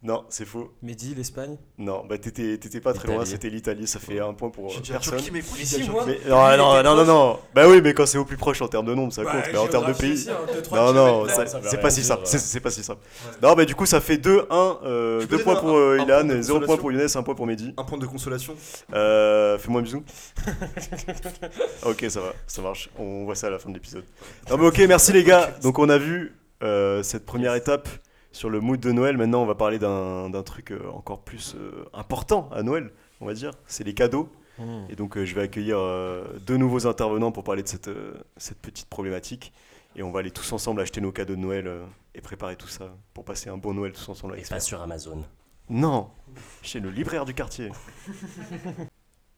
Speaker 1: Non, c'est faux.
Speaker 3: Mehdi, l'Espagne.
Speaker 1: Non, bah t'étais t'étais pas très
Speaker 2: L'Italie.
Speaker 1: loin, c'était l'Italie, ça fait un point pour
Speaker 5: J'ai
Speaker 1: euh,
Speaker 5: dit la
Speaker 1: personne.
Speaker 5: Turquie, mais écoute,
Speaker 3: Mais
Speaker 5: j'ai dit la
Speaker 3: si,
Speaker 5: Turquie.
Speaker 3: moi.
Speaker 1: Mais- non, non,
Speaker 3: était
Speaker 1: non, non,
Speaker 3: proche.
Speaker 1: non. Bah oui, mais quand c'est au plus proche en termes de nombre, ça
Speaker 3: Bah,
Speaker 1: compte, mais en termes de pays.
Speaker 3: hein,
Speaker 1: Non, non,
Speaker 2: kilomètres,
Speaker 1: ça-
Speaker 2: ça veut
Speaker 1: c'est
Speaker 2: rien
Speaker 1: pas si
Speaker 2: dire,
Speaker 1: simple.
Speaker 2: euh.
Speaker 1: c'est- C'est pas si simple.
Speaker 5: Ouais.
Speaker 1: Non, mais du coup, ça fait 2-1. euh,
Speaker 5: Tu peux
Speaker 1: deux points
Speaker 5: donner
Speaker 1: pour
Speaker 5: un-
Speaker 1: euh,
Speaker 5: un point
Speaker 1: Ilan, 0
Speaker 5: de
Speaker 1: point
Speaker 5: consolation
Speaker 1: pour Younes, 1 point pour Mehdi.
Speaker 5: Un point de consolation.
Speaker 1: Euh, Fais-moi un bisou. ok, ça va, ça marche. On voit ça à la fin de l'épisode. Non, mais ok, merci les gars. Donc, on a vu euh, cette première étape sur le mood de Noël. Maintenant, on va parler d'un d'un truc euh, encore plus euh, important à Noël, on va dire. C'est les cadeaux. Et donc, euh, je vais accueillir euh, deux nouveaux intervenants pour parler de cette, euh, cette petite problématique. Et on va aller tous ensemble acheter nos cadeaux de Noël euh, et préparer tout ça pour passer un bon Noël tous ensemble
Speaker 2: Et
Speaker 1: avec ça.
Speaker 2: pas sur Amazon.
Speaker 1: Non, chez le libraire du quartier.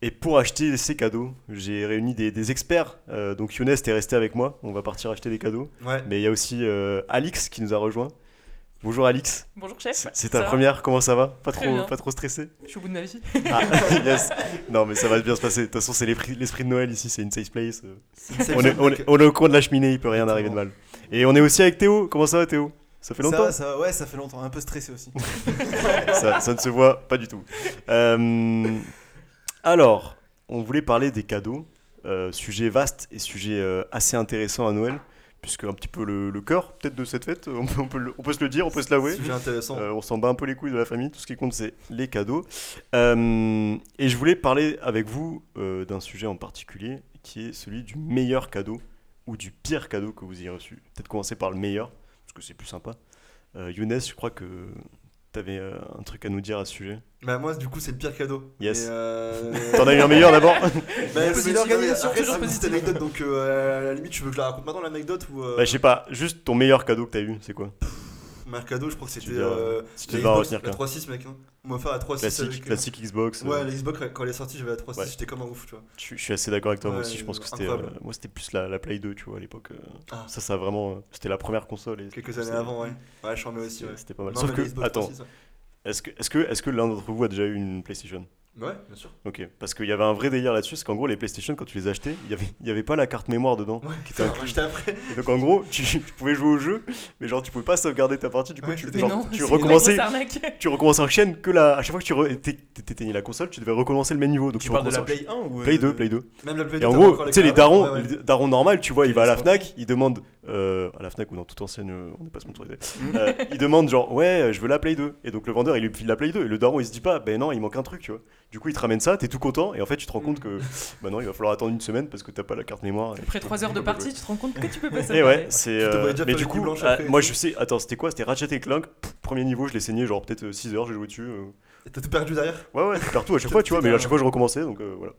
Speaker 1: et pour acheter ces cadeaux, j'ai réuni des, des experts. Euh, donc, Younes, t'es resté avec moi. On va partir acheter des cadeaux.
Speaker 5: Ouais.
Speaker 1: Mais il y a aussi euh, Alix qui nous a rejoint. Bonjour Alix,
Speaker 7: Bonjour chef.
Speaker 1: c'est ta
Speaker 7: Ça va
Speaker 1: première, comment ça va Pas
Speaker 7: Très
Speaker 1: trop,
Speaker 7: bien.
Speaker 1: pas trop stressé
Speaker 7: Je suis au bout de ma vie.
Speaker 1: Ah, yes. Non, mais ça va bien se passer. De toute façon, c'est l'esprit l'esprit de Noël ici, c'est une safe place. Euh,
Speaker 5: C'est
Speaker 1: On est, on est- on est au coin de la cheminée, il peut rien arriver de mal. Et on est aussi avec Théo. Comment ça va, Théo Ça fait longtemps
Speaker 6: Ça, ça, ouais, ça fait longtemps, un peu stressé aussi.
Speaker 1: ça, ça ne se voit pas du tout. Euh, alors, on voulait parler des cadeaux, euh, sujet vaste et sujet euh, assez intéressant à Noël, puisque un petit peu le, le cœur peut-être de cette fête, on peut, on peut le- on peut se le dire, on peut se l'avouer.
Speaker 5: Sujet intéressant.
Speaker 1: Euh, on s'en bat un peu les couilles de la famille, tout ce qui compte c'est les cadeaux. Euh, et je voulais parler avec vous euh, d'un sujet en particulier qui est celui du meilleur cadeau ou du pire cadeau que vous ayez reçu. Peut-être commencer par le meilleur, parce que c'est plus sympa. Euh, Younes, je crois que tu avais un truc à nous dire à ce sujet.
Speaker 5: Bah, moi, du coup, c'est le pire cadeau.
Speaker 1: Yes.
Speaker 5: Et, euh,
Speaker 1: T'en as eu un meilleur d'abord
Speaker 5: Bah,
Speaker 6: Positive,
Speaker 5: mais non, mais
Speaker 6: organisation,
Speaker 5: après,
Speaker 6: toujours
Speaker 5: c'est une petite
Speaker 6: positive.
Speaker 5: anecdote, donc euh, à la limite, tu veux que je la raconte maintenant l'anecdote ou. euh,
Speaker 1: Bah, Je sais pas, juste ton meilleur cadeau que t'as eu, c'est quoi
Speaker 5: Meilleur cadeau, je crois que c'était.
Speaker 1: veux dire,
Speaker 5: euh,
Speaker 1: Si tu
Speaker 5: la
Speaker 1: devais en
Speaker 5: Xbox,
Speaker 1: retenir
Speaker 5: La
Speaker 1: qu'un.
Speaker 5: 3.6, mec. Hein. On m'a offert la 3.6.
Speaker 1: Classique,
Speaker 5: avec, euh,
Speaker 1: classique Xbox. euh,
Speaker 5: Ouais, la Xbox, quand elle est sortie, j'avais la 3.6,
Speaker 1: Ouais.
Speaker 5: j'étais comme un ouf, tu vois.
Speaker 1: Je, je suis assez d'accord avec toi, moi
Speaker 5: Ouais,
Speaker 1: aussi. Je pense que c'était.
Speaker 5: incroyable.
Speaker 1: euh, moi, c'était plus la, la Play 2, tu vois, à l'époque. euh,
Speaker 5: Ah.
Speaker 1: Ça, ça a vraiment. euh, c'était la première console. Et
Speaker 5: Quelques
Speaker 1: c'était-
Speaker 5: années avant, ouais. Ouais, je suis en mets aussi,
Speaker 1: c'était-
Speaker 5: ouais.
Speaker 1: C'était pas mal.
Speaker 5: Non,
Speaker 1: Sauf
Speaker 5: mais
Speaker 1: que,
Speaker 5: la Xbox
Speaker 1: attends,
Speaker 5: 3.6, ouais.
Speaker 1: est-ce que, est-ce que, est-ce que l'un d'entre vous a déjà eu une PlayStation
Speaker 5: Ouais, bien sûr.
Speaker 1: Ok, parce qu'il y avait un vrai délire là-dessus, c'est qu'en gros, les PlayStation, quand tu les achetais, il n'y avait, il y avait pas la carte mémoire dedans.
Speaker 5: Ouais,
Speaker 1: qui
Speaker 5: qui
Speaker 1: était inclus.
Speaker 5: J'étais après.
Speaker 1: Et donc en gros, tu, tu pouvais jouer au jeu, mais genre tu pouvais pas sauvegarder ta partie, du coup
Speaker 5: Ouais,
Speaker 1: tu,
Speaker 5: c'était-
Speaker 1: genre,
Speaker 5: Mais
Speaker 1: tu
Speaker 5: c'est une
Speaker 1: recommençais.
Speaker 2: Grosse arnaque.
Speaker 1: Tu recommences en chaîne que la. À chaque fois que tu re- t'é- t'é- t'éteignais la console, tu devais recommencer le même niveau. Donc
Speaker 6: Tu parles de la
Speaker 1: recommences
Speaker 6: Play
Speaker 1: en-
Speaker 6: 1 ou. euh,
Speaker 1: Play 2, Play 2.
Speaker 5: Même la Play
Speaker 1: Et en
Speaker 5: t'avais
Speaker 1: gros,
Speaker 5: encore
Speaker 1: tu sais, les
Speaker 5: câbles.
Speaker 1: darons,
Speaker 5: Ouais, ouais.
Speaker 1: les darons normal, tu vois, il va à la
Speaker 5: Ils sont-
Speaker 1: Fnac, il demande euh, à la Fnac ou dans toute ancienne, euh, on n'est pas sponsorisé,
Speaker 5: Mmh.
Speaker 1: euh, il demande genre, ouais, euh, je veux la Play 2. Et donc le vendeur, il lui file la Play 2. Et le daron, il se dit pas, ben non, il manque un truc, tu vois. Du coup, il te ramène ça, t'es tout content, et en fait, tu te rends
Speaker 5: Mmh.
Speaker 1: compte que, bah non, il va falloir attendre une semaine parce que t'as pas la carte mémoire. et-
Speaker 7: Après 3 heures de partie, tu te rends compte que tu peux pas
Speaker 1: Et
Speaker 7: savoir.
Speaker 1: ouais, c'est.
Speaker 5: Tu devrais
Speaker 1: euh,
Speaker 5: déjà
Speaker 1: mais
Speaker 5: faire
Speaker 1: du
Speaker 5: les
Speaker 1: coup,
Speaker 5: nuits blanches
Speaker 1: ah,
Speaker 5: après.
Speaker 1: moi je sais, attends, c'était quoi C'était Ratchet et Clank, pff, premier niveau, je l'ai saigné genre peut-être 6 heures, j'ai joué dessus. euh.
Speaker 5: Et T'as tout perdu derrière
Speaker 1: Ouais, ouais, partout à chaque fois, tu vois, mais à chaque fois, je recommençais, donc euh, voilà.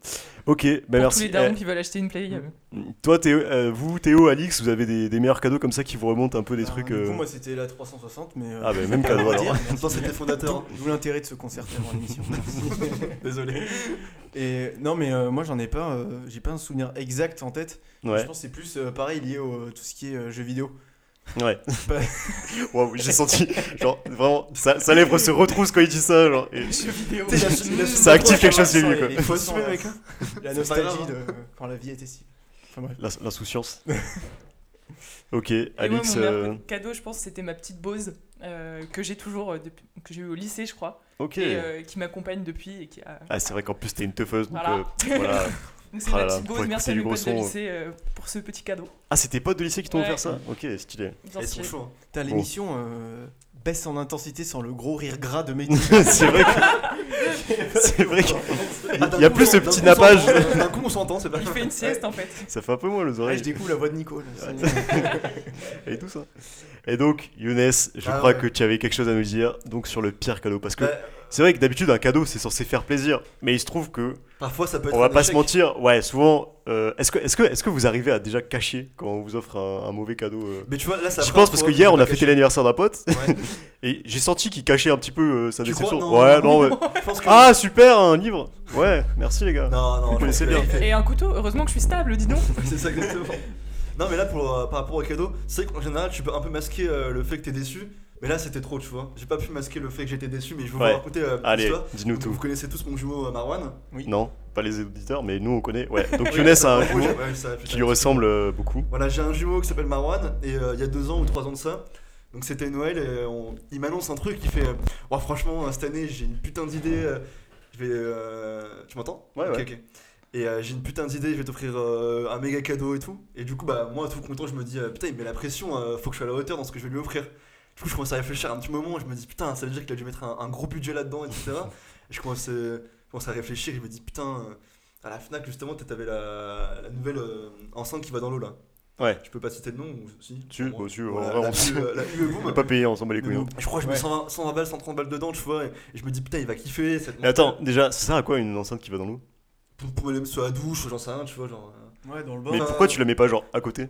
Speaker 1: Ok, ben
Speaker 7: Pour
Speaker 1: merci.
Speaker 7: tous les
Speaker 1: Eh,
Speaker 7: darons qui veulent acheter une Play. euh,
Speaker 1: Toi, Théo, euh, vous, Théo, Alix, vous avez des, des meilleurs cadeaux comme ça qui vous remontent un peu des
Speaker 6: bah,
Speaker 1: trucs.
Speaker 6: Du
Speaker 1: euh,
Speaker 6: coup, moi, c'était la 360, mais. euh,
Speaker 1: Ah, bah, même cadeau alors.
Speaker 5: En même temps, c'était fondateur.
Speaker 6: D'où l'intérêt de se concerter avant l'émission.
Speaker 5: Désolé.
Speaker 6: Et non, mais euh, moi j'en ai pas, euh, j'ai pas un souvenir exact en tête. Je
Speaker 1: Ouais,
Speaker 6: pense que c'est plus euh, pareil lié au tout ce qui est euh, jeux vidéo.
Speaker 1: ouais.
Speaker 6: Bah-
Speaker 1: Waouh, j'ai senti, genre, vraiment, sa, sa lèvre se retrousse quand il dit ça, genre. et- Ça active quelque chose chez lui, quoi.
Speaker 6: Les fausses
Speaker 5: Faut
Speaker 6: mec. La
Speaker 5: C'est pas
Speaker 6: nostalgie
Speaker 5: grave,
Speaker 6: de quand la vie était si. Enfin bref.
Speaker 1: l'ins- L'insouciance. ok,
Speaker 7: Et moi,
Speaker 1: Alix.
Speaker 7: mon meilleur
Speaker 1: euh,
Speaker 7: cadeau, je pense, c'était ma petite Bose euh, que j'ai toujours, euh, depuis- que j'ai eu au lycée, je crois,
Speaker 1: Ok.
Speaker 7: et euh, qui m'accompagne depuis. Et qui a...
Speaker 1: Ah, c'est vrai qu'en plus, t'es une teufeuse, donc
Speaker 7: Voilà.
Speaker 1: euh, voilà.
Speaker 7: Donc, c'est
Speaker 1: Ah
Speaker 7: ma
Speaker 1: là là,
Speaker 7: petite
Speaker 1: pour
Speaker 7: Bose, merci
Speaker 1: écouter
Speaker 7: à
Speaker 1: du
Speaker 7: mes
Speaker 1: gros
Speaker 7: potes de
Speaker 1: son, euh.
Speaker 7: lycée euh, pour ce petit cadeau.
Speaker 1: Ah, c'est tes potes de lycée qui t'ont
Speaker 7: Ouais.
Speaker 1: offert ça Ok, stylé.
Speaker 7: Ils ont
Speaker 5: Elles sont
Speaker 7: tiré.
Speaker 5: chauds.
Speaker 6: Putain,
Speaker 1: Bon.
Speaker 6: l'émission euh, baisse en intensité sans le gros rire gras de Mehdi.
Speaker 1: c'est vrai que. c'est vrai que.
Speaker 5: Il
Speaker 1: y a plus ce petit nappage.
Speaker 5: D'un coup, on s'entend, c'est pas
Speaker 7: Il fait une sieste en fait.
Speaker 1: Ça fait un peu moins les
Speaker 7: Ah,
Speaker 6: Ouais,
Speaker 1: oreilles.
Speaker 6: je découvre la voix de Nico. là, c'est-
Speaker 1: et tout ça. Et donc, Younes, je
Speaker 5: Ah
Speaker 1: crois
Speaker 5: ouais.
Speaker 1: que tu avais quelque chose à nous dire donc sur le pire cadeau. Parce que
Speaker 5: Bah,
Speaker 1: c'est vrai que d'habitude, un cadeau, c'est censé faire plaisir. Mais il se trouve que,
Speaker 5: Parfois, ça peut être.
Speaker 1: on va
Speaker 5: un
Speaker 1: pas se
Speaker 5: échec.
Speaker 1: mentir, ouais, souvent, euh, est-ce que, est que, est que vous arrivez à déjà cacher quand on vous offre un, un mauvais cadeau euh
Speaker 5: Mais tu vois, là, Bah, ça.
Speaker 1: Je pense parce que hier, on a fêté l'anniversaire d'un pote
Speaker 5: Ouais.
Speaker 1: et j'ai senti qu'il cachait un petit peu euh, sa
Speaker 5: Tu
Speaker 1: déception.
Speaker 5: crois
Speaker 1: ouais, non, ouais.
Speaker 5: Je pense que-
Speaker 1: Ah, super, un livre Ouais, merci les gars.
Speaker 5: Non, non,
Speaker 1: Vous
Speaker 5: je pense
Speaker 1: connaissez
Speaker 5: que-
Speaker 1: bien.
Speaker 7: Et un couteau, heureusement que je suis stable, dis donc.
Speaker 5: C'est ça exactement. Non mais là pour, euh, par rapport au cadeau, c'est vrai qu'en général tu peux un peu masquer euh, le fait que t'es déçu, mais là c'était trop tu vois. J'ai pas pu masquer le fait que j'étais déçu mais je vais
Speaker 1: Ouais.
Speaker 5: vous raconter euh,
Speaker 1: Allez,
Speaker 5: l'histoire.
Speaker 1: dis-nous
Speaker 5: Vous,
Speaker 1: tout.
Speaker 5: vous connaissez tous mon jumeau euh, Marwan
Speaker 1: Non, pas les auditeurs, mais nous on connaît. Ouais, donc Younes a Eh, un
Speaker 5: Ouais,
Speaker 1: jumeau
Speaker 5: ouais, ça, putain.
Speaker 1: qui lui ressemble euh, beaucoup.
Speaker 5: Voilà j'ai un jumeau qui s'appelle Marwan et euh, il y a deux ans ou trois ans de ça, donc c'était Noël et on- il m'annonce un truc qui fait euh, Ouah, franchement euh, cette année j'ai une putain d'idée, euh, je vais... euh, Tu m'entends
Speaker 1: Ouais,
Speaker 5: Ok,
Speaker 1: ouais.
Speaker 5: ok. Et euh, j'ai une putain d'idée, je vais t'offrir euh, un méga cadeau et tout. Et du coup, bah, moi, tout content, je me dis, euh, putain, il met la pression, euh, faut que je sois à la hauteur dans ce que je vais lui offrir. Du coup, je commence à réfléchir un petit moment, je me dis, putain, ça veut dire qu'il a dû mettre un, un gros budget là-dedans, etc. et je commence, euh, je commence à réfléchir, je me dis, putain, euh, à la Fnac, justement, peut-être t'avais la, la nouvelle euh, enceinte qui va dans l'eau, là.
Speaker 1: Ouais.
Speaker 5: Je peux pas citer le nom, ou si
Speaker 1: Si, bah, si,
Speaker 5: Voilà,
Speaker 1: en vrai,
Speaker 5: la,
Speaker 1: on sait.
Speaker 5: UE, euh, la UE Boom.
Speaker 1: On est pas payé, on s'en bat les couilles. hein.
Speaker 5: Je crois que je mets
Speaker 6: Ouais.
Speaker 5: 120, 120 balles, 130 balles dedans, tu vois, et, et je me dis, putain, il va kiffer. ça va être
Speaker 1: Mais attends, déjà, ça sert à quoi une enceinte qui va dans l'eau
Speaker 5: pour, pour aller sous la douche, j'en sais rien, tu vois, genre. euh.
Speaker 6: Ouais, dans le
Speaker 1: Mais
Speaker 6: bord.
Speaker 5: Bah,
Speaker 1: pourquoi tu la mets pas genre à côté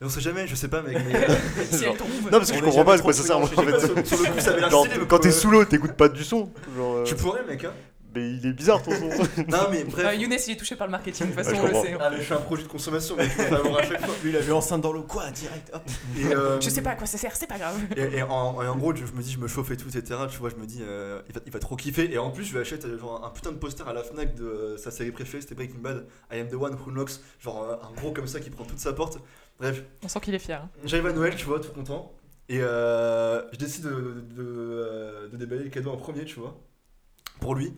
Speaker 5: Mais on sait jamais, je sais pas, mec. Mais, euh,
Speaker 7: Si elle tombe.
Speaker 1: Non, parce que
Speaker 6: on
Speaker 1: je
Speaker 6: est
Speaker 1: comprends pas à
Speaker 6: jamais
Speaker 1: quoi ça
Speaker 6: trop
Speaker 1: sert, moi, en
Speaker 6: prudent,
Speaker 1: fait.
Speaker 5: sur, sur le coup, ça avait l'air
Speaker 1: Genre,
Speaker 5: stylé, mais
Speaker 1: quand t'es
Speaker 5: euh,
Speaker 1: sous l'eau, t'écoutes pas du son. Genre, euh,
Speaker 5: Tu pourrais, mec, hein.
Speaker 1: Mais il est bizarre ton son.
Speaker 5: Non, mais bref.
Speaker 6: Ah,
Speaker 7: Euh, Younes, il est touché par le marketing, de toute façon,
Speaker 1: Ouais, je
Speaker 7: on le
Speaker 1: comprends.
Speaker 7: sait.
Speaker 5: Ah, mais je suis un projet de consommation, mec, je vais avoir à chaque fois.
Speaker 6: Lui, il a vu enceinte dans l'eau. Quoi, direct hop.
Speaker 5: Et, euh,
Speaker 7: Je sais pas à quoi ça sert, c'est pas grave.
Speaker 5: Et, et en, et en gros, je, je me dis, je me chauffe et tout, etc. Tu vois, je me dis, euh, il, va, il va trop kiffer. Et en plus, je lui achète euh, genre, un putain de poster à la Fnac de euh, sa série préférée, c'était Breaking Bad, I Am the One, Chronox. Genre, euh, un gros comme ça qui prend toute sa porte. Bref,
Speaker 7: On sent qu'il est fier. hein.
Speaker 5: J'arrive à Noël, tu vois, tout content. Et euh, je décide de, de- de- euh, de déballer le cadeau en premier, tu vois, pour lui.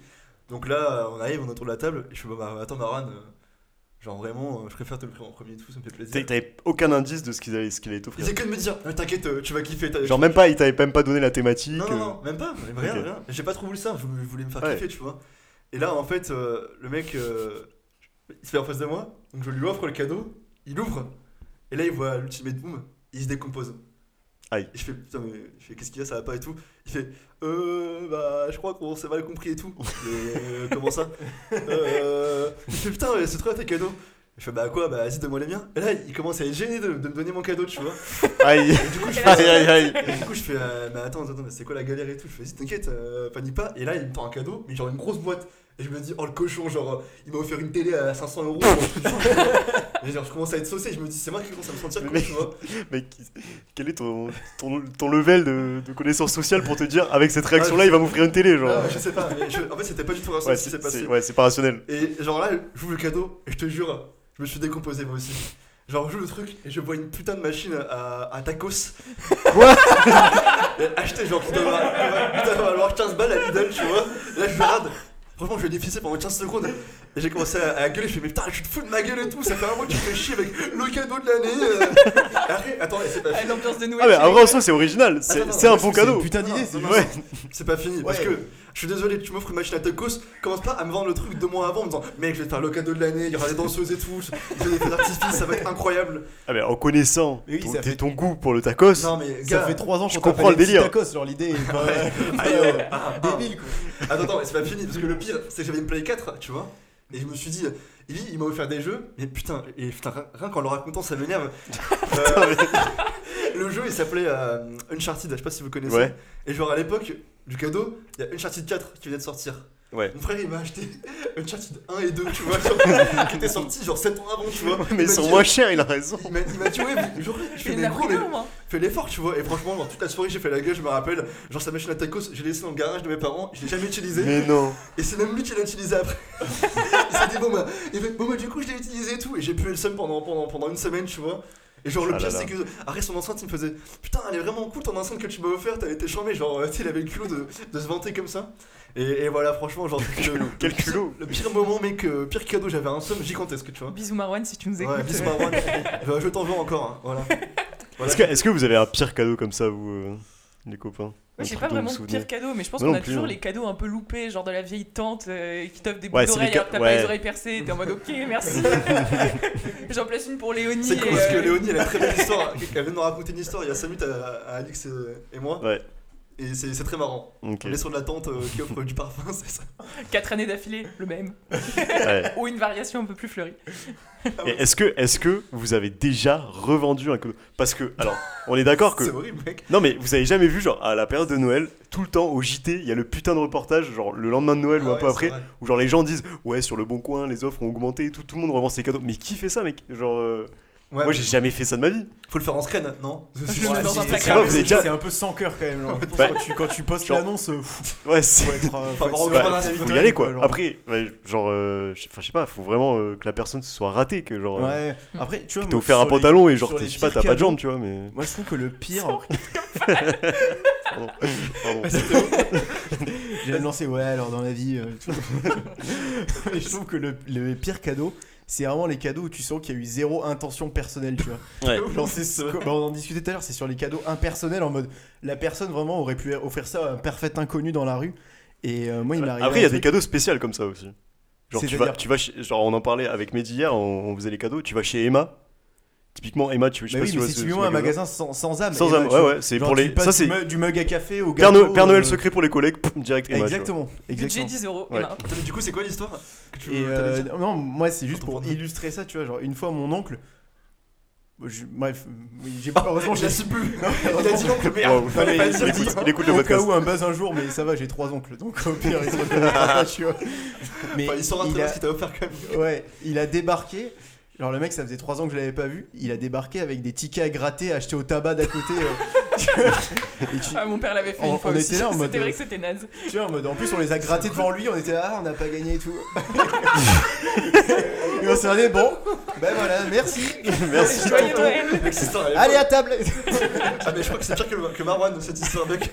Speaker 5: Donc là, euh, on arrive, on est autour de la table. Et je fais, bah, bah, attends, Maran, euh, genre vraiment, euh, je préfère te le faire en premier et tout, ça me fait
Speaker 1: T'avais
Speaker 5: plaisir.
Speaker 1: t'avais aucun indice de ce qu'il allait, ce qu'il allait
Speaker 5: Il
Speaker 1: t'offrir.
Speaker 5: faisait que de me dire, Non, t'inquiète, euh, tu vas kiffer. t'as-
Speaker 1: Genre, même pas, il t'avait même pas donné la thématique.
Speaker 5: non, non,
Speaker 1: euh,
Speaker 5: non, même pas, même rien,
Speaker 1: Ok.
Speaker 5: rien. J'ai pas trop voulu ça, je je voulais me faire
Speaker 1: Ouais.
Speaker 5: kiffer, tu vois. Et là, en fait, euh, le mec, euh, il se fait en face de moi, donc je lui offre le cadeau, il ouvre, et là, il voit l'Ultimate Boom, il se décompose.
Speaker 1: Aïe.
Speaker 5: Et je fais, putain, mais je fais, qu'est-ce qu'il y a, ça va pas et tout. Il fait, euh, bah, je crois qu'on s'est mal compris et tout. Mais euh, comment ça euh, Il fait, putain, mais c'est trop tes cadeaux. Je fais, bah, quoi, bah, vas-y, donne-moi les miens. Et là, il commence à être gêné de, de me donner mon cadeau, tu vois.
Speaker 1: Euh, Aïe,
Speaker 5: Et du coup, je fais,
Speaker 1: aïe, aïe, aïe.
Speaker 5: et du coup, je fais, euh, mais attends, attends, mais c'est quoi la galère et tout Je fais, vas-y, t'inquiète, euh, panique pas. Et là, il me tend un cadeau, mais genre une grosse boîte. Et je me dis, oh le cochon, genre, euh, il m'a offert une télé à 500 euros. ou un truc du genre, tu vois. Et genre, je commence à être saucé, je me dis, c'est moi qui commence à me sentir con,
Speaker 1: Mais-
Speaker 5: tu vois.
Speaker 1: Mec, quel est ton, ton, ton level de, de connaissance sociale pour te dire avec cette réaction-là, il va m'offrir une télé, genre
Speaker 5: Ah, je sais pas, mais je- en fait, c'était pas du tout rationnel
Speaker 1: Ouais,
Speaker 5: ce qui s'est
Speaker 1: c'est
Speaker 5: passé.
Speaker 1: c'est- ouais, c'est pas rationnel.
Speaker 5: Et genre là, j'ouvre le cadeau, et je te jure, je me suis décomposé moi aussi. Genre, j'ouvre le truc, et je vois une putain de machine à, à tacos.
Speaker 1: Quoi
Speaker 5: Et Acheté, genre, qui devra, qui va- qui devra valoir 15 balles à Lidl, tu vois. Et là, je regarde. Franchement, je vais déficiter pendant 15 secondes. Et j'ai commencé à, à gueuler. Je fais, mais putain, je suis fous de ma gueule et tout. Ça fait un mois que tu fais chier avec le cadeau de l'année. euh. Et après, attends, et c'est pas
Speaker 7: Ah,
Speaker 5: fini.
Speaker 7: L'ambiance de
Speaker 1: Ah, mais
Speaker 7: Noël.
Speaker 1: en vrai, en soi, c'est original.
Speaker 5: Attends,
Speaker 1: C'est
Speaker 5: attends,
Speaker 1: c'est un
Speaker 5: parce
Speaker 1: bon
Speaker 5: que c'est
Speaker 1: cadeau.
Speaker 5: une putain d'idée, c'est
Speaker 1: Ouais.
Speaker 5: juste- C'est pas fini. Parce
Speaker 8: Ouais.
Speaker 5: que je suis désolé, tu m'offres une machine à tacos. Commence pas à me vendre le truc deux mois avant en me disant, mec, je vais te faire le cadeau de l'année. Il y aura des danseuses et tout. Je vais des feux d'artifice. Ça va être incroyable.
Speaker 1: Ah, mais en connaissant
Speaker 4: Mais oui,
Speaker 1: ton,
Speaker 4: ça fait-
Speaker 1: ton goût pour le tacos,
Speaker 5: Non, mais
Speaker 4: Ça
Speaker 5: gars,
Speaker 4: fait 3 ans qu'on
Speaker 1: je comprends
Speaker 4: t'appelle
Speaker 1: le
Speaker 4: Petit
Speaker 1: délire.
Speaker 4: Tacos, genre l'idée est pas, pas,
Speaker 5: Aïe,
Speaker 4: euh,
Speaker 1: oh.
Speaker 5: aïe, ah, ah.
Speaker 4: débile quoi.
Speaker 5: Attends, attends, mais c'est pas fini, parce que le pire, c'est que j'avais une Play 4, tu vois. Et je me suis dit, euh, Ellie, il m'a offert des jeux, mais putain, et putain, rien- rien qu'en le racontant, ça m'énerve. Euh, le jeu, il s'appelait euh, Uncharted, je sais pas si vous connaissez.
Speaker 1: Ouais.
Speaker 5: Et genre à l'époque, du cadeau, il y a Uncharted 4 qui venait de sortir.
Speaker 1: Ouais.
Speaker 5: Mon frère, il m'a acheté Uncharted 1 et 2, tu vois, genre, qui était sorti genre 7 ans avant, tu vois.
Speaker 1: mais
Speaker 5: Il
Speaker 1: ils
Speaker 5: m'a
Speaker 1: sont
Speaker 5: dit-
Speaker 1: moins chers, il a raison.
Speaker 5: Il m'a il m'a dit, ouais, mais genre, je fais
Speaker 7: Il
Speaker 5: des
Speaker 7: l'a
Speaker 5: gros,
Speaker 7: pris
Speaker 5: mais
Speaker 7: au moins.
Speaker 5: fais l'effort, tu vois. Et franchement, genre, toute la soirée, j'ai fait la gueule, je me rappelle. Genre, sa machine à tacos, j'ai laissé dans le garage de mes parents, je l'ai jamais utilisée.
Speaker 1: Mais non.
Speaker 5: Et c'est même lui qui l'a utilisé après. il s'est dit, bon bah, il fait, bon bah, du coup, je l'ai utilisé et tout. Et j'ai pu le seum pendant, pendant, pendant une semaine, tu vois. Et genre, le
Speaker 1: Ah
Speaker 5: pire,
Speaker 1: là
Speaker 5: c'est que après son enceinte, il me faisait Putain, elle est vraiment cool ton enceinte que tu m'as offerte, elle était charmée. Genre, euh, tu sais, il avait le culot de, de se vanter comme ça. Et, et voilà, franchement, genre, le, le
Speaker 1: Quel
Speaker 5: pire-
Speaker 1: culot.
Speaker 5: Le pire moment, mec, euh, pire cadeau, j'avais un somme gigantesque, tu vois.
Speaker 7: Bisous Marwan si tu nous écoutes.
Speaker 5: Ouais, bis Marwan. Bah, je t'en veux encore, hein, voilà. Voilà.
Speaker 1: Est-ce que, est-ce que vous avez un pire cadeau comme ça, vous, euh, les copains
Speaker 7: Moi,
Speaker 1: Un
Speaker 7: j'ai
Speaker 1: truc
Speaker 7: pas
Speaker 1: dont vous
Speaker 7: vraiment
Speaker 1: vous
Speaker 7: de
Speaker 1: souvenez
Speaker 7: pire cadeau, mais je pense
Speaker 1: Moi
Speaker 7: qu'on
Speaker 1: non
Speaker 7: a
Speaker 1: plus,
Speaker 7: toujours
Speaker 1: hein.
Speaker 7: les cadeaux un peu loupés, genre de la vieille tante euh, qui t'offre des
Speaker 1: Ouais,
Speaker 7: boucles
Speaker 1: c'est les
Speaker 7: d'oreilles
Speaker 1: ca-
Speaker 7: alors que t'as
Speaker 1: ouais.
Speaker 7: pas les oreilles percées et t'es en mode ok, merci. J'en place une pour Léonie.
Speaker 5: C'est con
Speaker 7: et,
Speaker 5: parce que
Speaker 7: euh,
Speaker 5: Léonie elle a une très belle histoire. Elle vient de nous raconter une histoire il y a 5 minutes à, à Alix euh, et moi.
Speaker 1: Ouais.
Speaker 5: Et c'est c'est très marrant.
Speaker 1: Ok.
Speaker 5: On est sur de la tente euh, qui offre du parfum, c'est ça.
Speaker 7: Quatre années d'affilée, le même.
Speaker 1: Ouais.
Speaker 7: Ou une variation un peu plus fleurie.
Speaker 1: Et Est-ce que, est-ce que vous avez déjà revendu un cadeau Parce que, alors, on est d'accord que
Speaker 5: C'est horrible, mec.
Speaker 1: Non mais vous avez jamais vu genre à la période de Noël, tout le temps au JT, il y a le putain de reportage genre le lendemain de Noël ou un
Speaker 5: Ah
Speaker 1: peu
Speaker 5: ouais,
Speaker 1: après
Speaker 5: c'est vrai.
Speaker 1: où genre les gens disent ouais sur le bon coin les offres ont augmenté et tout tout le monde revend ses cadeaux. Mais qui fait ça mec Genre euh,
Speaker 5: Ouais,
Speaker 1: moi j'ai jamais fait ça de ma vie.
Speaker 5: Faut le faire en screen, hein, non
Speaker 7: Je le mets dans un
Speaker 4: c'est-
Speaker 1: placard.
Speaker 4: c'est- C'est un peu sans cœur quand même. genre.
Speaker 1: Ouais.
Speaker 4: Quand, tu, quand tu postes
Speaker 1: Genre-
Speaker 4: l'annonce, euh, pff,
Speaker 1: Ouais, c'est
Speaker 4: faut être. euh,
Speaker 5: Faut avoir
Speaker 4: être-
Speaker 5: encore
Speaker 4: ouais,
Speaker 5: un avis.
Speaker 1: faut
Speaker 4: faut
Speaker 1: y aller quoi.
Speaker 4: genre.
Speaker 1: Après ouais, genre euh, je enfin, je sais pas, faut vraiment euh, que la personne se soit ratée que genre euh,
Speaker 4: Ouais. Après, tu vois.
Speaker 1: t'as
Speaker 4: moi,
Speaker 1: offert un
Speaker 4: sur les-
Speaker 1: pantalon et genre
Speaker 4: sur
Speaker 1: t'es-
Speaker 4: les
Speaker 1: je sais pas
Speaker 4: pires
Speaker 1: t'as pas de
Speaker 4: cadeaux-
Speaker 1: jambes tu vois mais
Speaker 4: Moi, je trouve que le pire.
Speaker 1: pardon. Pardon.
Speaker 4: J'ai lancé, ouais, alors dans la vie. euh, tout. Mais je trouve que le, le pire cadeau, c'est vraiment les cadeaux où tu sens qu'il y a eu zéro intention personnelle, tu vois.
Speaker 1: Ouais.
Speaker 4: Genre, c'est ce- bah, on en discutait tout à l'heure, c'est sur les cadeaux impersonnels en mode la personne vraiment aurait pu offrir ça à un parfait inconnu dans la rue. Et euh, moi, il m'est arrivé.
Speaker 1: Après il y a
Speaker 4: un
Speaker 1: des
Speaker 4: truc-
Speaker 1: cadeaux spéciaux comme ça aussi. Genre tu vas,
Speaker 4: C'est-à-dire
Speaker 1: tu vas chez- genre on en parlait avec Mehdi hier, on, on faisait les cadeaux, tu vas chez Emma. Typiquement Emma, tu je sais
Speaker 4: Bah
Speaker 1: pas
Speaker 4: oui,
Speaker 1: si tu
Speaker 4: mais
Speaker 1: vois
Speaker 4: c'est
Speaker 1: ce- ce
Speaker 4: typiquement un
Speaker 1: magasin.
Speaker 4: magasin sans, sans âme.
Speaker 1: Sans
Speaker 4: Et
Speaker 1: âme,
Speaker 4: bah,
Speaker 1: ouais,
Speaker 4: tu-
Speaker 1: ouais, c'est
Speaker 4: genre,
Speaker 1: pour
Speaker 4: tu
Speaker 1: les.
Speaker 4: passes
Speaker 1: Ça,
Speaker 4: du
Speaker 1: c'est
Speaker 4: me- du mug à café au
Speaker 1: Père,
Speaker 4: gâteau,
Speaker 1: Noël- Père Noël
Speaker 4: euh,
Speaker 1: secret pour les collègues, poum, direct Emma. tu vois.
Speaker 4: Exactement,
Speaker 7: Budget
Speaker 4: exactement.
Speaker 7: 10 euros. Eh
Speaker 1: Ouais.
Speaker 7: Emma.
Speaker 5: Attends, mais du coup, c'est quoi l'histoire que tu
Speaker 4: Et
Speaker 5: t'avais
Speaker 4: euh,
Speaker 5: dit
Speaker 4: non, moi c'est juste
Speaker 5: Quand on
Speaker 4: pour
Speaker 5: prend-
Speaker 4: illustrer ça, tu vois, genre une fois mon oncle, je- bref, oui, j'ai heureusement
Speaker 5: Je
Speaker 4: j'ai
Speaker 5: la suis plus.
Speaker 4: Non,
Speaker 5: Il a dit non que merde.
Speaker 1: Waouh.
Speaker 5: Fallait pas
Speaker 4: mais-
Speaker 5: dire
Speaker 1: Il
Speaker 4: mais
Speaker 5: dit.
Speaker 1: écoute,
Speaker 4: dis-
Speaker 1: il écoute le
Speaker 4: Au cas
Speaker 1: podcast.
Speaker 4: où un buzz un jour, mais ça va, j'ai trois oncles, donc au pire ils se reconnaîtront pas, tu vois. Mais
Speaker 5: Enfin, il saura très
Speaker 4: il
Speaker 5: bien ce
Speaker 4: a,
Speaker 5: qu'il t'a offert quand même.
Speaker 4: ouais, il a débarqué. Genre le mec, ça faisait trois ans que je l'avais pas vu. Il a débarqué avec des tickets à gratter achetés au tabac d'à côté. euh, tu vois. Et tu-
Speaker 7: Ah, mon père l'avait fait
Speaker 4: On-
Speaker 7: une fois
Speaker 4: on
Speaker 7: aussi.
Speaker 4: était là en mode,
Speaker 7: C'était vrai
Speaker 4: euh,
Speaker 7: que c'était naze.
Speaker 4: tu vois, en mode, en plus, on les a grattés devant lui, on était là, ah, on n'a pas gagné et tout. et on s'est regardé, bon, ben voilà, merci.
Speaker 1: Merci.
Speaker 7: Joyeux Noël.
Speaker 5: Mec, cette histoire, elle est
Speaker 4: Allez
Speaker 5: folle.
Speaker 4: à table
Speaker 5: Ah, mais je crois que c'est pire que, le- que Marwan cette histoire, mec.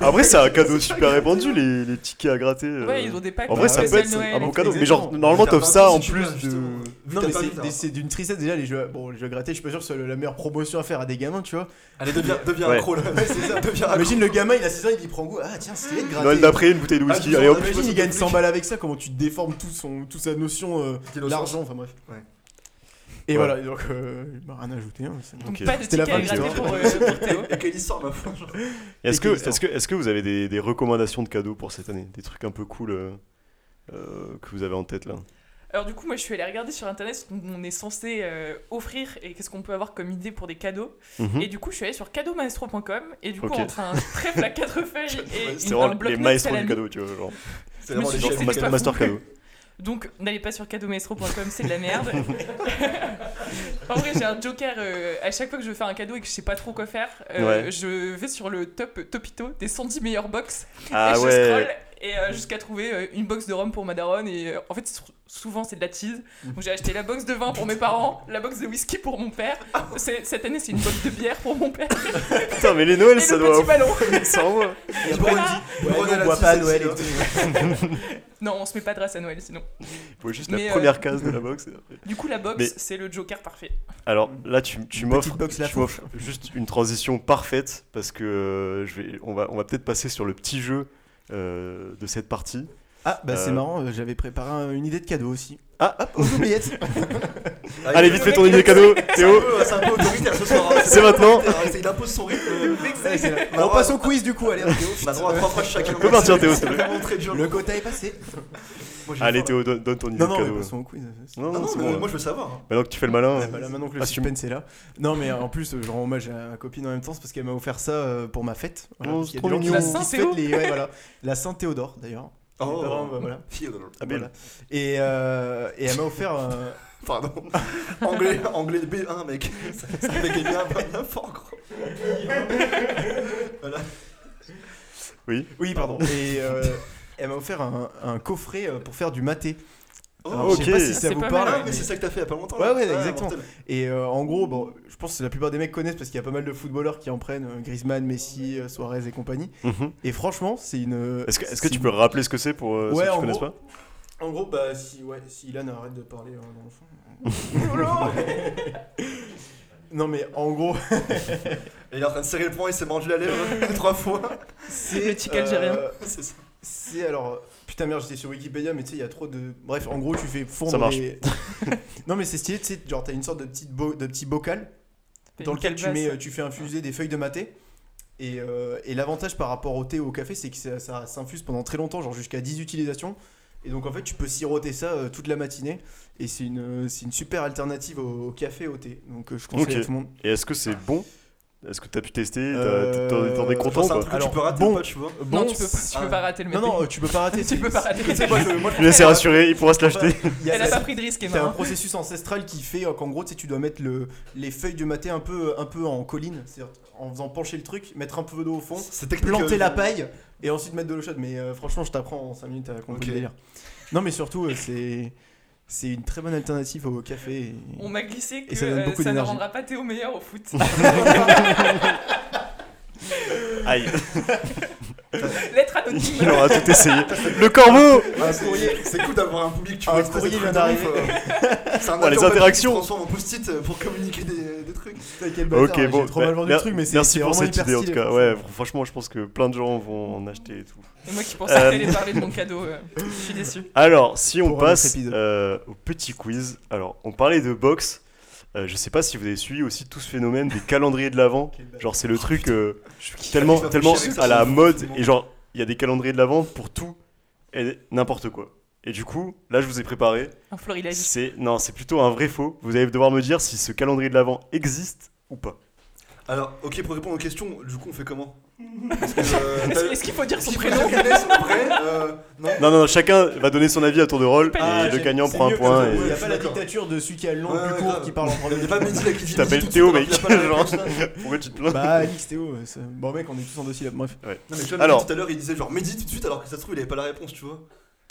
Speaker 1: Après, c'est un cadeau super répandu, les, les tickets à gratter. euh.
Speaker 7: Ouais, ils ont des packs.
Speaker 1: En vrai,
Speaker 4: bah,
Speaker 1: ça
Speaker 4: ouais,
Speaker 1: peut
Speaker 7: spécial
Speaker 1: être
Speaker 7: Noël.
Speaker 1: un bon cadeau. Mais
Speaker 4: Exactement.
Speaker 1: genre, normalement,
Speaker 5: T'as
Speaker 1: t'offres
Speaker 5: pas
Speaker 1: ça
Speaker 5: si
Speaker 1: en
Speaker 5: tu
Speaker 1: plus
Speaker 5: peux, justement.
Speaker 1: de.
Speaker 4: Non,
Speaker 5: T'as
Speaker 4: mais
Speaker 5: pas
Speaker 4: c'est-
Speaker 5: vu,
Speaker 4: des-
Speaker 5: hein.
Speaker 4: c'est d'une tristesse déjà, les jeux. Bon, les jeux grattés, je suis pas sûr que c'est le- la meilleure promotion à faire à des gamins, tu vois.
Speaker 5: Allez, deviens deviens
Speaker 1: Ouais.
Speaker 5: accro là. C'est ça, deviens accro.
Speaker 4: Imagine le gamin, il a 6 ans, il dit prend goût. Ah, tiens, stylé de gratter.
Speaker 1: Noël d'après, une bouteille de whisky.
Speaker 5: Ah,
Speaker 1: Allez hop.
Speaker 5: mais-
Speaker 4: Imagine,
Speaker 5: Ouais,
Speaker 4: il gagne
Speaker 5: c'est
Speaker 4: 100 balles avec ça, comment tu déformes tout, son, toute sa notion euh,
Speaker 5: D'innocence.
Speaker 4: d'argent, enfin bref.
Speaker 5: Ouais.
Speaker 4: Et
Speaker 1: Ouais.
Speaker 4: voilà, donc euh, bah, rien à ajouter. hein, c'est-
Speaker 7: Donc
Speaker 1: Ok.
Speaker 7: pas de
Speaker 4: C'était la
Speaker 7: tickets à
Speaker 4: fin de
Speaker 7: gratter
Speaker 4: l'histoire.
Speaker 7: pour, euh, pour Théo.
Speaker 5: Et quelle histoire, ma foi.
Speaker 1: Est-ce que,
Speaker 4: Excellent.
Speaker 1: est-ce que, est-ce que vous avez des, des recommandations de cadeaux pour cette année Des trucs un peu cool euh, euh, que vous avez en tête là
Speaker 7: Alors du coup, moi, je suis allée regarder sur internet ce qu'on est censé euh, offrir et qu'est-ce qu'on peut avoir comme idée pour des cadeaux.
Speaker 1: Mhm.
Speaker 7: Et du coup, je suis allée sur cadeaumaestro.com et du coup,
Speaker 1: Ok.
Speaker 7: entre un trèfle à quatre feuilles et une,
Speaker 1: C'est
Speaker 7: un
Speaker 1: vraiment les
Speaker 7: bloc-notes
Speaker 1: maestros du
Speaker 7: salami.
Speaker 1: cadeau, tu vois. Genre,
Speaker 7: Je me
Speaker 4: C'est vraiment
Speaker 7: suis
Speaker 4: les
Speaker 7: dit,
Speaker 4: gens
Speaker 7: je
Speaker 4: qui
Speaker 7: sais
Speaker 1: master,
Speaker 7: pas
Speaker 1: master
Speaker 7: vous.
Speaker 1: cadeau.
Speaker 7: Donc, n'allez pas sur cadeaumaestro.com, c'est de la merde. en vrai, j'ai un joker. euh, à chaque fois que je veux faire un cadeau et que je sais pas trop quoi faire, euh,
Speaker 1: Ouais.
Speaker 7: je vais sur le top topito des 110 meilleures box. et
Speaker 1: Ah
Speaker 7: je
Speaker 1: ouais.
Speaker 7: scroll et euh, jusqu'à trouver euh, une box de rhum pour ma daronne. Et euh, en fait, sou- souvent, c'est de la tease.
Speaker 3: Mm.
Speaker 7: Donc, j'ai acheté la box de vin pour mes parents, la box de whisky pour mon père. C'est- Cette année, c'est une box de bière pour mon père.
Speaker 1: Putain, mais les
Speaker 7: et
Speaker 1: Noëls, ça
Speaker 7: le
Speaker 1: doit.
Speaker 7: petit ballon.
Speaker 1: Ça envoie.
Speaker 4: Et après, on dit,
Speaker 3: Ouais,
Speaker 4: Noël
Speaker 3: non, on
Speaker 4: à
Speaker 3: boit
Speaker 4: six,
Speaker 3: pas à
Speaker 4: c'est
Speaker 3: Noël et
Speaker 4: sûr.
Speaker 3: tout.
Speaker 7: Non, on se met pas de race à Noël sinon.
Speaker 1: Il faut juste
Speaker 7: Mais,
Speaker 1: la
Speaker 7: euh,
Speaker 1: première case de la box. et après.
Speaker 7: Du coup, la box,
Speaker 1: Mais-
Speaker 7: c'est le joker parfait.
Speaker 1: Alors là, tu, tu
Speaker 3: Une
Speaker 1: m'offres
Speaker 3: petite box
Speaker 1: tu
Speaker 3: la
Speaker 1: m'offres juste une transition parfaite parce que euh, je vais, on va, on va peut-être passer sur le petit jeu euh, de cette partie.
Speaker 3: Ah, bah c'est
Speaker 1: Euh.
Speaker 3: marrant, euh, j'avais préparé un- une idée de cadeau aussi.
Speaker 1: Ah.
Speaker 3: hop, aux oubliettes
Speaker 4: Ah,
Speaker 1: Allez,
Speaker 4: il-
Speaker 1: vite, fais ton idée cadeau,
Speaker 4: C'est un
Speaker 1: Théo.
Speaker 4: peu- c'est un peu autoritaire ce soir. hein.
Speaker 1: C'est maintenant.
Speaker 4: autoritaire, hein. Il impose son rythme. euh,
Speaker 3: Ouais, c'est là.
Speaker 4: On
Speaker 3: On
Speaker 4: va- Bah,
Speaker 3: passe au quiz du coup, allez.
Speaker 4: On a droit à trois phrases chacun.
Speaker 1: On peut partir, Théo, s'il
Speaker 4: C'est
Speaker 1: te plaît.
Speaker 4: vraiment très dur.
Speaker 3: Le quota est passé.
Speaker 4: Moi, j'ai
Speaker 1: Allez,
Speaker 4: faim, là.
Speaker 1: Théo, donne, donne ton idée
Speaker 3: Non,
Speaker 1: de
Speaker 3: non, mais
Speaker 1: cadeau.
Speaker 3: passons au quiz.
Speaker 1: Non,
Speaker 4: Ah
Speaker 1: non,
Speaker 4: non,
Speaker 1: c'est
Speaker 4: mais
Speaker 1: bon. là.
Speaker 4: moi je veux savoir. hein.
Speaker 1: Maintenant que tu fais le malin.
Speaker 3: Ah bah là maintenant que le
Speaker 1: Assume.
Speaker 3: suspense est là. Non mais euh, en plus euh, je rends hommage à ma copine en même temps c'est parce qu'elle m'a offert ça euh, pour ma fête.
Speaker 1: Oh,
Speaker 3: parce
Speaker 1: c'est
Speaker 3: qu'il y
Speaker 1: trop
Speaker 3: a des gens qui-
Speaker 1: mignon.
Speaker 3: qui se
Speaker 7: La Saint
Speaker 3: fêtent les- ouais, voilà. La Saint Théodore d'ailleurs.
Speaker 4: Oh.
Speaker 3: Mes parents, bah, voilà.
Speaker 4: Theodore.
Speaker 1: Ah, belle.
Speaker 3: Voilà. Et, euh, et elle m'a offert un-
Speaker 4: Pardon. Anglais, anglais de B1, mec. Ça ça fait gagner un bien fort, gros.
Speaker 3: oui pardon et euh, elle m'a offert un, un coffret euh, pour faire du maté. Alors,
Speaker 1: ok.
Speaker 3: Je sais pas si ça
Speaker 7: Oh, C'est
Speaker 3: vous
Speaker 7: pas
Speaker 3: parle.
Speaker 4: Ah,
Speaker 7: mal, hein.
Speaker 4: mais c'est ça que t'as fait il y a pas longtemps.
Speaker 3: Ouais,
Speaker 4: là. Ah,
Speaker 3: ouais, exactement.
Speaker 4: mortel.
Speaker 3: Et euh, en gros, bon, je pense que la plupart des mecs connaissent parce qu'il y a pas mal de footballeurs qui en prennent, euh, Griezmann, Messi, euh, Suarez et compagnie.
Speaker 1: Mhm.
Speaker 3: Et franchement, c'est une.
Speaker 1: Est-ce que, est-ce que
Speaker 3: Euh, c'est
Speaker 1: tu
Speaker 3: une-
Speaker 1: peux rappeler ce que c'est pour euh,
Speaker 3: Ouais,
Speaker 1: ceux qui
Speaker 3: en
Speaker 1: connaissent
Speaker 3: gros.
Speaker 1: pas
Speaker 3: En gros, bah si, ouais, si Ilan arrête de parler euh, dans le fond. non mais en gros,
Speaker 4: Et il est en train de serrer le poing, il s'est mordu la lèvre trois fois.
Speaker 3: c'est euh,
Speaker 7: Le tic algérien.
Speaker 4: C'est ça.
Speaker 3: C'est alors putain merde, j'étais sur Wikipédia, mais tu sais, il y a trop de. Bref, en gros, tu fais fondre.
Speaker 1: Ça marche.
Speaker 3: les- non mais c'est stylé, tu sais, genre t'as une sorte de petite bo- de petit bocal dans lequel tu mets, euh, tu fais infuser des feuilles de maté. Et, euh, et l'avantage par rapport au thé ou au café, c'est que ça, ça s'infuse pendant très longtemps, genre jusqu'à 10 utilisations. Et donc en fait, tu peux siroter ça euh, toute la matinée. Et c'est une, euh, c'est une super alternative au, au café, au thé. Donc euh, je conseille
Speaker 1: Ok.
Speaker 3: à tout le monde.
Speaker 1: Et est-ce que c'est bon Est-ce que t'as pu tester T'as-
Speaker 3: Euh,
Speaker 1: t'en- T'en es
Speaker 4: Enfin,
Speaker 1: content
Speaker 4: c'est un
Speaker 1: quoi
Speaker 4: truc que
Speaker 3: Alors,
Speaker 4: tu peux rater
Speaker 3: bon.
Speaker 4: ou pas, tu vois.
Speaker 3: Euh,
Speaker 7: non,
Speaker 3: bon,
Speaker 7: tu peux, pas- tu
Speaker 4: ah,
Speaker 7: peux pas rater le
Speaker 3: Non,
Speaker 7: maté.
Speaker 3: non, euh, tu peux pas rater.
Speaker 7: tu
Speaker 3: c'est-
Speaker 7: peux pas rater le
Speaker 3: Tu sais,
Speaker 7: maté.
Speaker 3: moi, je- moi, je-
Speaker 1: Je vais laisser rassurer, il pourra se l'acheter.
Speaker 3: il y a
Speaker 7: Elle a
Speaker 3: la-
Speaker 7: pas pris de risque,
Speaker 1: Hein.
Speaker 3: T'as un
Speaker 7: Emma.
Speaker 3: processus ancestral qui fait euh, qu'en gros, tu sais, tu dois mettre le, les feuilles de maté un peu, un peu en colline, c'est-à-dire en faisant pencher le truc, mettre un peu d'eau au fond,
Speaker 4: C'est technique.
Speaker 3: planter
Speaker 4: euh,
Speaker 3: la paille et ensuite mettre de l'eau chaude. Mais euh, franchement, je t'apprends en 5 minutes à compris
Speaker 4: Ok.
Speaker 3: le délire. Non, mais surtout, euh, c'est c'est une très bonne alternative au café. et-
Speaker 7: On m'a glissé que
Speaker 3: Et ça donne
Speaker 7: euh,
Speaker 3: beaucoup
Speaker 7: ça ne
Speaker 3: d'énergie.
Speaker 7: rendra pas Théo meilleur au foot.
Speaker 1: Aïe,
Speaker 7: Lettre
Speaker 1: il
Speaker 7: anonyme.
Speaker 1: aura tout essayé. Le corbeau
Speaker 4: Ah, c'est- C'est cool d'avoir Ah, un public, tu
Speaker 3: Un
Speaker 4: vois. qui passe
Speaker 3: courrier
Speaker 4: des
Speaker 3: vient
Speaker 4: trucs de ouf,
Speaker 3: d'arriver.
Speaker 4: euh, C'est un
Speaker 1: Ouais, les
Speaker 4: avion papier qui se
Speaker 1: interactions.
Speaker 4: transforme en post-it euh, pour communiquer des des trucs.
Speaker 3: Putain, quel bâtard,
Speaker 1: Ok,
Speaker 4: hein,
Speaker 3: j'ai
Speaker 1: bon.
Speaker 3: trop
Speaker 1: bah,
Speaker 3: mal vendu
Speaker 1: mer-
Speaker 3: le truc, mais c'est
Speaker 1: Merci
Speaker 3: c'est
Speaker 1: pour
Speaker 3: vraiment
Speaker 1: cette
Speaker 3: hyper
Speaker 1: idée en tout
Speaker 3: stylé,
Speaker 1: cas.
Speaker 3: franchement.
Speaker 1: Ouais, franchement, je pense que plein de gens vont en acheter et tout.
Speaker 7: Et moi qui pensais
Speaker 1: Euh.
Speaker 7: que t'allais parler de mon cadeau, euh, je suis déçu.
Speaker 1: Alors, si on
Speaker 3: Pour un
Speaker 1: passe
Speaker 3: autre épisode.
Speaker 1: euh, au petit quiz, alors on parlait de boxe. Euh, je sais pas si vous avez suivi aussi tout ce phénomène des calendriers de l'avant. Genre, c'est le truc euh, tellement,
Speaker 4: Je vais
Speaker 1: tellement
Speaker 4: afficher avec ça,
Speaker 1: à la
Speaker 4: c'est
Speaker 1: mode.
Speaker 4: vraiment-
Speaker 1: Et genre, il y a des calendriers de l'avant pour tout et n'importe quoi. Et du coup, là, je vous ai préparé.
Speaker 7: Un florilège.
Speaker 1: C'est non, c'est plutôt un vrai faux. Vous allez devoir me dire si ce calendrier de l'avant existe ou pas.
Speaker 4: Alors, ok, pour répondre aux questions, du coup, on fait comment Parce que, euh,
Speaker 7: Est-ce
Speaker 4: t'as-
Speaker 7: est-ce qu'il faut dire son
Speaker 4: si
Speaker 7: prénom
Speaker 4: vous avez son prénom, euh, non.
Speaker 1: Non, non, non, chacun va donner son avis à tour de rôle
Speaker 3: Ah,
Speaker 1: et le
Speaker 3: j'ai-
Speaker 1: gagnant
Speaker 3: c'est
Speaker 1: prend un
Speaker 3: mieux
Speaker 1: point.
Speaker 3: comme ça,
Speaker 1: et-
Speaker 3: Il n'y a
Speaker 4: Je
Speaker 3: pas
Speaker 4: suis
Speaker 3: la
Speaker 4: d'accord.
Speaker 3: dictature de celui qui a le long,
Speaker 4: Ouais,
Speaker 3: le
Speaker 4: ouais,
Speaker 3: plus court,
Speaker 4: grave.
Speaker 3: qui parle en
Speaker 4: Il y
Speaker 3: premier.
Speaker 4: a pas Mehdi là qui dit
Speaker 1: Je t'appelle
Speaker 4: tout de
Speaker 1: Théo,
Speaker 4: suite,
Speaker 1: mec.
Speaker 4: alors qu'il a pas la
Speaker 1: Genre.
Speaker 4: réponse, là.
Speaker 1: Pourquoi tu te plains
Speaker 3: Bah, Alix, Théo, euh, ça- bon mec, on est tous en dossier là. Bref.
Speaker 4: Non, mais tu vois,
Speaker 1: Alors.
Speaker 4: Mehdi, tout à l'heure, il disait genre Mehdi tout de suite, alors que ça se trouve, il avait pas la réponse, tu vois.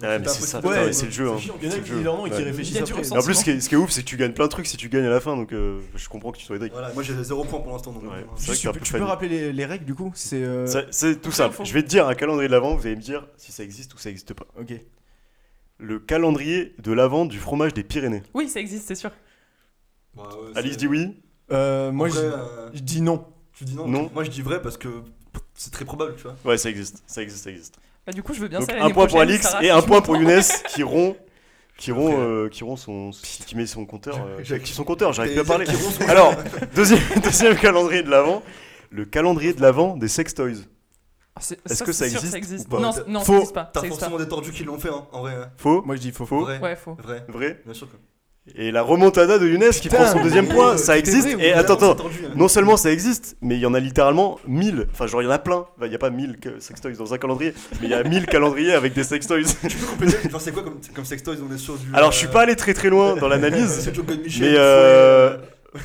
Speaker 1: Ouais, mais
Speaker 4: pas
Speaker 1: c'est ça.
Speaker 4: possible.
Speaker 1: putain,
Speaker 3: Ouais,
Speaker 1: mais c'est le jeu. hein.
Speaker 4: chiant.
Speaker 3: Il y en a
Speaker 1: C'est le
Speaker 3: qui
Speaker 1: jeu.
Speaker 3: disent leur nom et qui
Speaker 1: Ouais.
Speaker 3: réfléchissent
Speaker 7: Il y a du
Speaker 3: après.
Speaker 1: Et en plus, ce qui est, ce qui est ouf, c'est que tu gagnes plein de trucs si tu gagnes à la fin, donc euh, je comprends que tu sois deg.
Speaker 4: Voilà, moi j'ai zéro point pour l'instant, donc.
Speaker 1: Ouais,
Speaker 4: euh,
Speaker 1: c'est vrai que
Speaker 3: Tu
Speaker 1: t'es un
Speaker 3: peux-
Speaker 1: peu
Speaker 3: tu peux
Speaker 1: fan.
Speaker 3: rappeler les, les règles du coup C'est. euh,
Speaker 1: Ça- C'est tout simple.
Speaker 7: faut-
Speaker 1: Je vais te dire un calendrier de l'avant, vous allez me dire si ça existe ou ça existe pas.
Speaker 3: Ok.
Speaker 1: Le calendrier de l'avant du fromage des Pyrénées.
Speaker 7: Oui, ça existe, c'est sûr.
Speaker 4: bah, ouais, c'est-
Speaker 1: Alice dit oui.
Speaker 3: Euh, moi,
Speaker 4: Après,
Speaker 3: je-
Speaker 4: euh,
Speaker 3: je dis non.
Speaker 4: Tu dis non,
Speaker 1: Non.
Speaker 4: Moi je dis vrai parce que c'est très probable, tu vois.
Speaker 1: Ouais, ça existe, ça existe, ça existe.
Speaker 7: Bah, du coup, je veux bien
Speaker 1: Donc
Speaker 7: ça
Speaker 1: un
Speaker 7: l'année
Speaker 1: point pour
Speaker 7: prochaine,
Speaker 1: Alix
Speaker 7: Sarah,
Speaker 1: et
Speaker 7: si
Speaker 1: un
Speaker 7: tu
Speaker 1: point pour
Speaker 7: m'entends.
Speaker 1: Younes qui rompt, qui rompt,
Speaker 4: Ok.
Speaker 1: euh, qui rompt son, qui met son compteur, euh,
Speaker 4: J'ai-
Speaker 1: qui son compteur. J'arrive plus à
Speaker 4: Et-
Speaker 1: parler.
Speaker 4: qui ronfle.
Speaker 1: Alors deuxième, deuxième calendrier de l'avant, le calendrier de l'avant des sex toys. Est-ce que ça existe
Speaker 7: ça
Speaker 1: ou
Speaker 7: existe.
Speaker 1: pas
Speaker 7: Non, c- non, ça
Speaker 1: Faux.
Speaker 7: existe pas.
Speaker 5: T'as
Speaker 7: ça existe pas.
Speaker 5: forcément des tordus qui l'ont fait, hein, en vrai. hein.
Speaker 1: Faux
Speaker 6: Moi je dis faux.
Speaker 1: Faux
Speaker 5: Vrai.
Speaker 7: Ouais, faux.
Speaker 5: Vrai.
Speaker 1: Vrai
Speaker 5: Bien sûr que.
Speaker 1: Et la remontada de Younes qui
Speaker 6: Putain,
Speaker 1: prend son
Speaker 6: mais
Speaker 1: deuxième
Speaker 6: oui,
Speaker 1: point,
Speaker 6: euh,
Speaker 1: ça
Speaker 6: c'est
Speaker 1: existe.
Speaker 6: vrai,
Speaker 1: Et
Speaker 5: Évidemment,
Speaker 1: attends,
Speaker 5: c'est
Speaker 1: attends.
Speaker 5: tordu, hein.
Speaker 1: Non seulement ça existe, mais il y en a littéralement 1000. Enfin, genre, il y en a plein. Enfin, Il n'y a pas 1000 que- sextoys dans un calendrier, mais il y a 1000 calendriers avec des sextoys.
Speaker 5: Tu peux compléter, genre, c'est quoi comme, comme sextoys On est sur du.
Speaker 1: Alors, je suis
Speaker 5: euh,
Speaker 1: pas allé très très loin dans l'analyse,
Speaker 5: C'est Joe Michel.
Speaker 1: mais euh,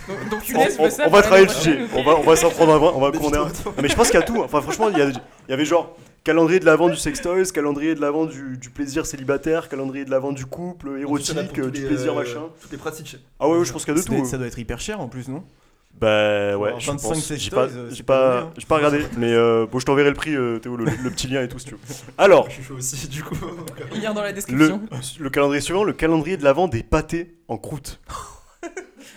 Speaker 7: Donc, donc tu
Speaker 1: on,
Speaker 7: laisses
Speaker 1: on-
Speaker 7: ça
Speaker 1: on va
Speaker 7: pour l'année
Speaker 1: travailler le sujet. On va, on va s'en prendre un vrai. On va qu'on ait un- Non, mais je pense qu'il y a tout. hein. Enfin, franchement, il y, a- il y avait genre calendrier de l'avant du sextoys, calendrier de l'avant du, du plaisir célibataire, calendrier de l'avant du couple
Speaker 5: euh,
Speaker 1: érotique, du plaisir
Speaker 4: euh,
Speaker 1: machin.
Speaker 5: Toutes les pratiques.
Speaker 1: Ah ouais, ouais, je pense qu'il y a de
Speaker 6: Ça doit,
Speaker 1: tout.
Speaker 6: être, ça doit être hyper cher en plus, non
Speaker 1: Bah ouais,
Speaker 6: Genre
Speaker 1: je
Speaker 6: 25
Speaker 1: pense.
Speaker 6: sextoys,
Speaker 1: J'ai pas,
Speaker 6: euh,
Speaker 1: j'ai
Speaker 6: c'est
Speaker 1: pas,
Speaker 6: pas donné, hein.
Speaker 1: j'ai pas regardé, mais euh, bon, je t'enverrai le prix, euh, Théo, le, le petit lien et tout si tu veux. Alors,
Speaker 5: Je suis chaud aussi, du coup.
Speaker 7: Lien dans la
Speaker 1: le,
Speaker 7: description.
Speaker 1: le calendrier suivant, le calendrier de l'avant des pâtés en croûte.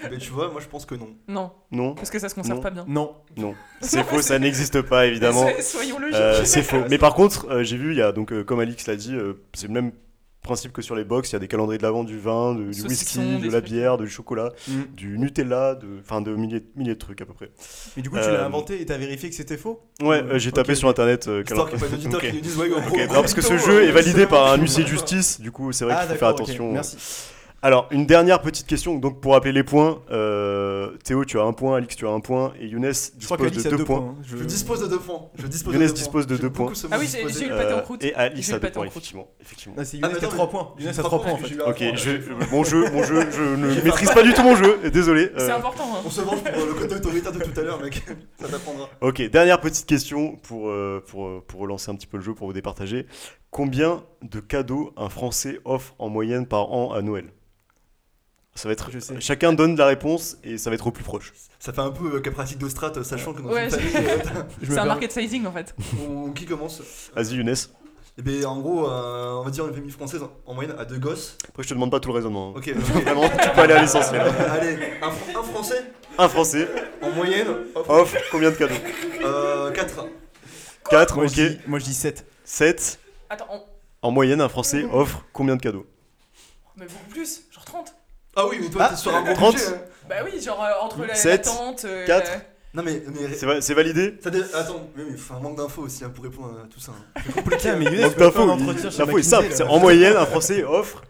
Speaker 5: Mais tu vois, moi je pense que non.
Speaker 7: Non,
Speaker 1: Non,
Speaker 7: parce que ça se conserve
Speaker 1: Non.
Speaker 7: pas bien.
Speaker 6: Non.
Speaker 1: non, c'est faux, ça n'existe pas évidemment.
Speaker 7: So- Soyons logiques.
Speaker 1: Euh, c'est faux. Mais par contre, euh, j'ai vu, il y a donc, euh, comme Alix l'a dit, euh, c'est le même principe que sur les box. Il y a des calendriers de l'avant du vin, de- du
Speaker 7: Saucisson,
Speaker 1: whisky, de
Speaker 7: des
Speaker 1: la
Speaker 7: trucs.
Speaker 1: bière, du chocolat,
Speaker 6: Mm.
Speaker 1: du Nutella, de, enfin de milliers, milliers de trucs à peu près.
Speaker 6: Mais du coup, tu
Speaker 1: Euh,
Speaker 6: l'as inventé et t'as vérifié que c'était faux
Speaker 1: Ouais, euh, j'ai
Speaker 6: Ok.
Speaker 1: tapé sur internet euh,
Speaker 5: Histoire qu'il
Speaker 1: calendrier.
Speaker 5: n'y ait pas d'auditeurs
Speaker 1: Ok.
Speaker 5: qui nous disent, ouais, en gros.
Speaker 1: Ok, non, parce que ce jeu est validé par un huissier de justice, du coup c'est vrai
Speaker 6: Ah,
Speaker 1: qu'il faut faire
Speaker 6: d'accord, ok,
Speaker 1: attention. euh,
Speaker 6: Merci.
Speaker 1: Alors, une dernière petite question, donc pour rappeler les points, euh, Théo tu as un point, Alix tu as un point, et Younes
Speaker 6: Je crois
Speaker 1: dispose
Speaker 6: qu'Alix
Speaker 1: de
Speaker 6: a
Speaker 1: deux points.
Speaker 6: hein. Je-
Speaker 5: Je dispose de deux points. Je dispose
Speaker 1: Younes
Speaker 5: de deux
Speaker 1: dispose de
Speaker 5: J'aime
Speaker 1: deux
Speaker 5: beaucoup
Speaker 1: points. Euh,
Speaker 5: ce mot
Speaker 7: Ah oui, j'ai
Speaker 5: disposer.
Speaker 7: j'ai eu le pâté en croûte.
Speaker 1: et Alix
Speaker 7: J'ai
Speaker 1: a
Speaker 7: le pâté
Speaker 1: deux
Speaker 7: en
Speaker 1: points,
Speaker 7: croûte.
Speaker 1: effectivement. effectivement.
Speaker 6: Ah, c'est
Speaker 5: Ah,
Speaker 6: Younes
Speaker 5: mais
Speaker 6: qui a
Speaker 5: attends,
Speaker 6: 3 points.
Speaker 5: j'ai
Speaker 6: Younes a
Speaker 5: trois
Speaker 6: 3 poins en
Speaker 5: parce que
Speaker 6: fait.
Speaker 5: j'ai eu un
Speaker 1: Ok,
Speaker 5: point,
Speaker 1: je,
Speaker 5: ouais.
Speaker 1: euh, mon jeu, mon jeu, je ne maîtrise pas du tout mon jeu, désolé. euh,
Speaker 7: C'est important. hein.
Speaker 5: On se venge pour le côté autoritaire de tout à l'heure, mec. Ça t'apprendra.
Speaker 1: ok, dernière petite question pour, euh, pour, euh, pour relancer un petit peu le jeu, pour vous départager. Combien de cadeaux un Français offre en moyenne par an à Noël ça va être,
Speaker 6: Je sais.
Speaker 1: Chacun donne la réponse et ça va être au plus proche.
Speaker 5: Ça fait un peu euh, cas pratique de strat, euh, sachant que dans
Speaker 7: Ouais,
Speaker 5: une
Speaker 7: j'ai-
Speaker 5: famille,
Speaker 6: Je me
Speaker 7: C'est un
Speaker 6: permets.
Speaker 7: market sizing en fait.
Speaker 5: euh, on- qui commence
Speaker 1: Vas-y, Younes.
Speaker 5: Eh bien, en gros, euh, on va dire une famille française en moyenne à deux gosses.
Speaker 1: Après, je te demande pas tout le raisonnement. hein.
Speaker 5: Ok,
Speaker 1: Vraiment, tu peux aller à l'essentiel.
Speaker 5: Euh, allez, un, Fr- un français
Speaker 1: Un Français
Speaker 5: en moyenne, hop,
Speaker 1: offre combien de cadeaux
Speaker 5: euh, 4.
Speaker 1: 4,
Speaker 6: Moi, je
Speaker 1: ok.
Speaker 6: dis- moi je dis 7.
Speaker 1: 7.
Speaker 7: Attends, on-
Speaker 1: En moyenne, un Français offre combien de cadeaux
Speaker 7: mais beaucoup plus, genre 30.
Speaker 5: Ah oui, mais toi, t'es sur un gros
Speaker 1: 30.
Speaker 5: budget, hein.
Speaker 7: Bah oui, genre euh, entre la,
Speaker 1: Sept,
Speaker 7: la tente. euh,
Speaker 1: quatre.
Speaker 7: la-
Speaker 5: Non, mais. mais
Speaker 1: C'est va- c'est validé
Speaker 5: ça dé- Attends, mais, mais enfin, manque d'infos aussi hein, pour répondre à tout ça. hein.
Speaker 6: Putain, mais Younes,
Speaker 1: Donc
Speaker 6: tu vas faire
Speaker 1: l'info
Speaker 6: un
Speaker 1: il-
Speaker 6: entretien chez
Speaker 1: l'info est
Speaker 6: McKinsey,
Speaker 1: simple.
Speaker 6: là.
Speaker 1: c'est en moyenne, un Français offre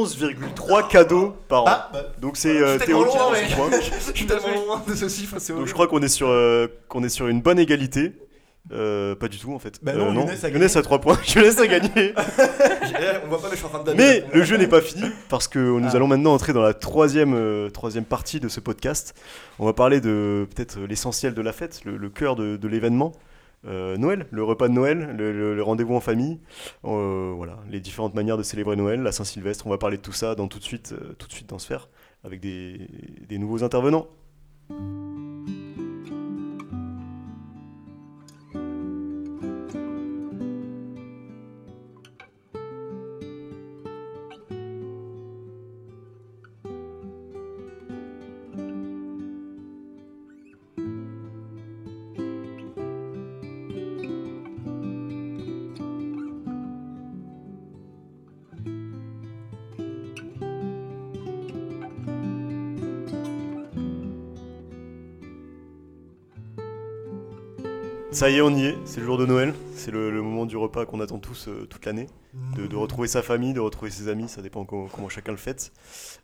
Speaker 1: 11,3 cadeaux par an.
Speaker 6: Ah,
Speaker 1: Donc c'est euh,
Speaker 5: C'était
Speaker 1: Théo
Speaker 5: grand
Speaker 1: qui
Speaker 5: loin,
Speaker 1: prend
Speaker 5: ouais.
Speaker 1: son point.
Speaker 5: Je suis tellement loin de ce chiffre, c'est
Speaker 1: Donc je
Speaker 5: horrible.
Speaker 1: crois qu'on est, sur, euh, qu'on est sur une bonne égalité. Euh, pas du tout en fait.
Speaker 6: Bah
Speaker 1: Euh,
Speaker 6: non, Younes a gagné.
Speaker 1: Younes a 3 points. Younes a gagné.
Speaker 5: Eh, on voit pas, mais je suis en train de damer,
Speaker 1: Mais
Speaker 5: là.
Speaker 1: le jeu n'est pas fini parce que nous
Speaker 6: Ah.
Speaker 1: allons maintenant entrer dans la troisième, euh, troisième partie de ce podcast. On va parler de peut-être euh, l'essentiel de la fête, le, le cœur de, de l'événement. Euh, Noël, le repas de Noël, le, le- le rendez-vous en famille, Euh, voilà, les différentes manières de célébrer Noël, la Saint-Sylvestre, on va parler de tout ça dans tout de suite, euh, tout de suite dans ce faire avec des, des nouveaux intervenants. Ça y est, on y est, c'est le jour de Noël, c'est le, le moment du repas qu'on attend tous euh, toute l'année, de, de retrouver sa famille, de retrouver ses amis, ça dépend comment, comment chacun le fête,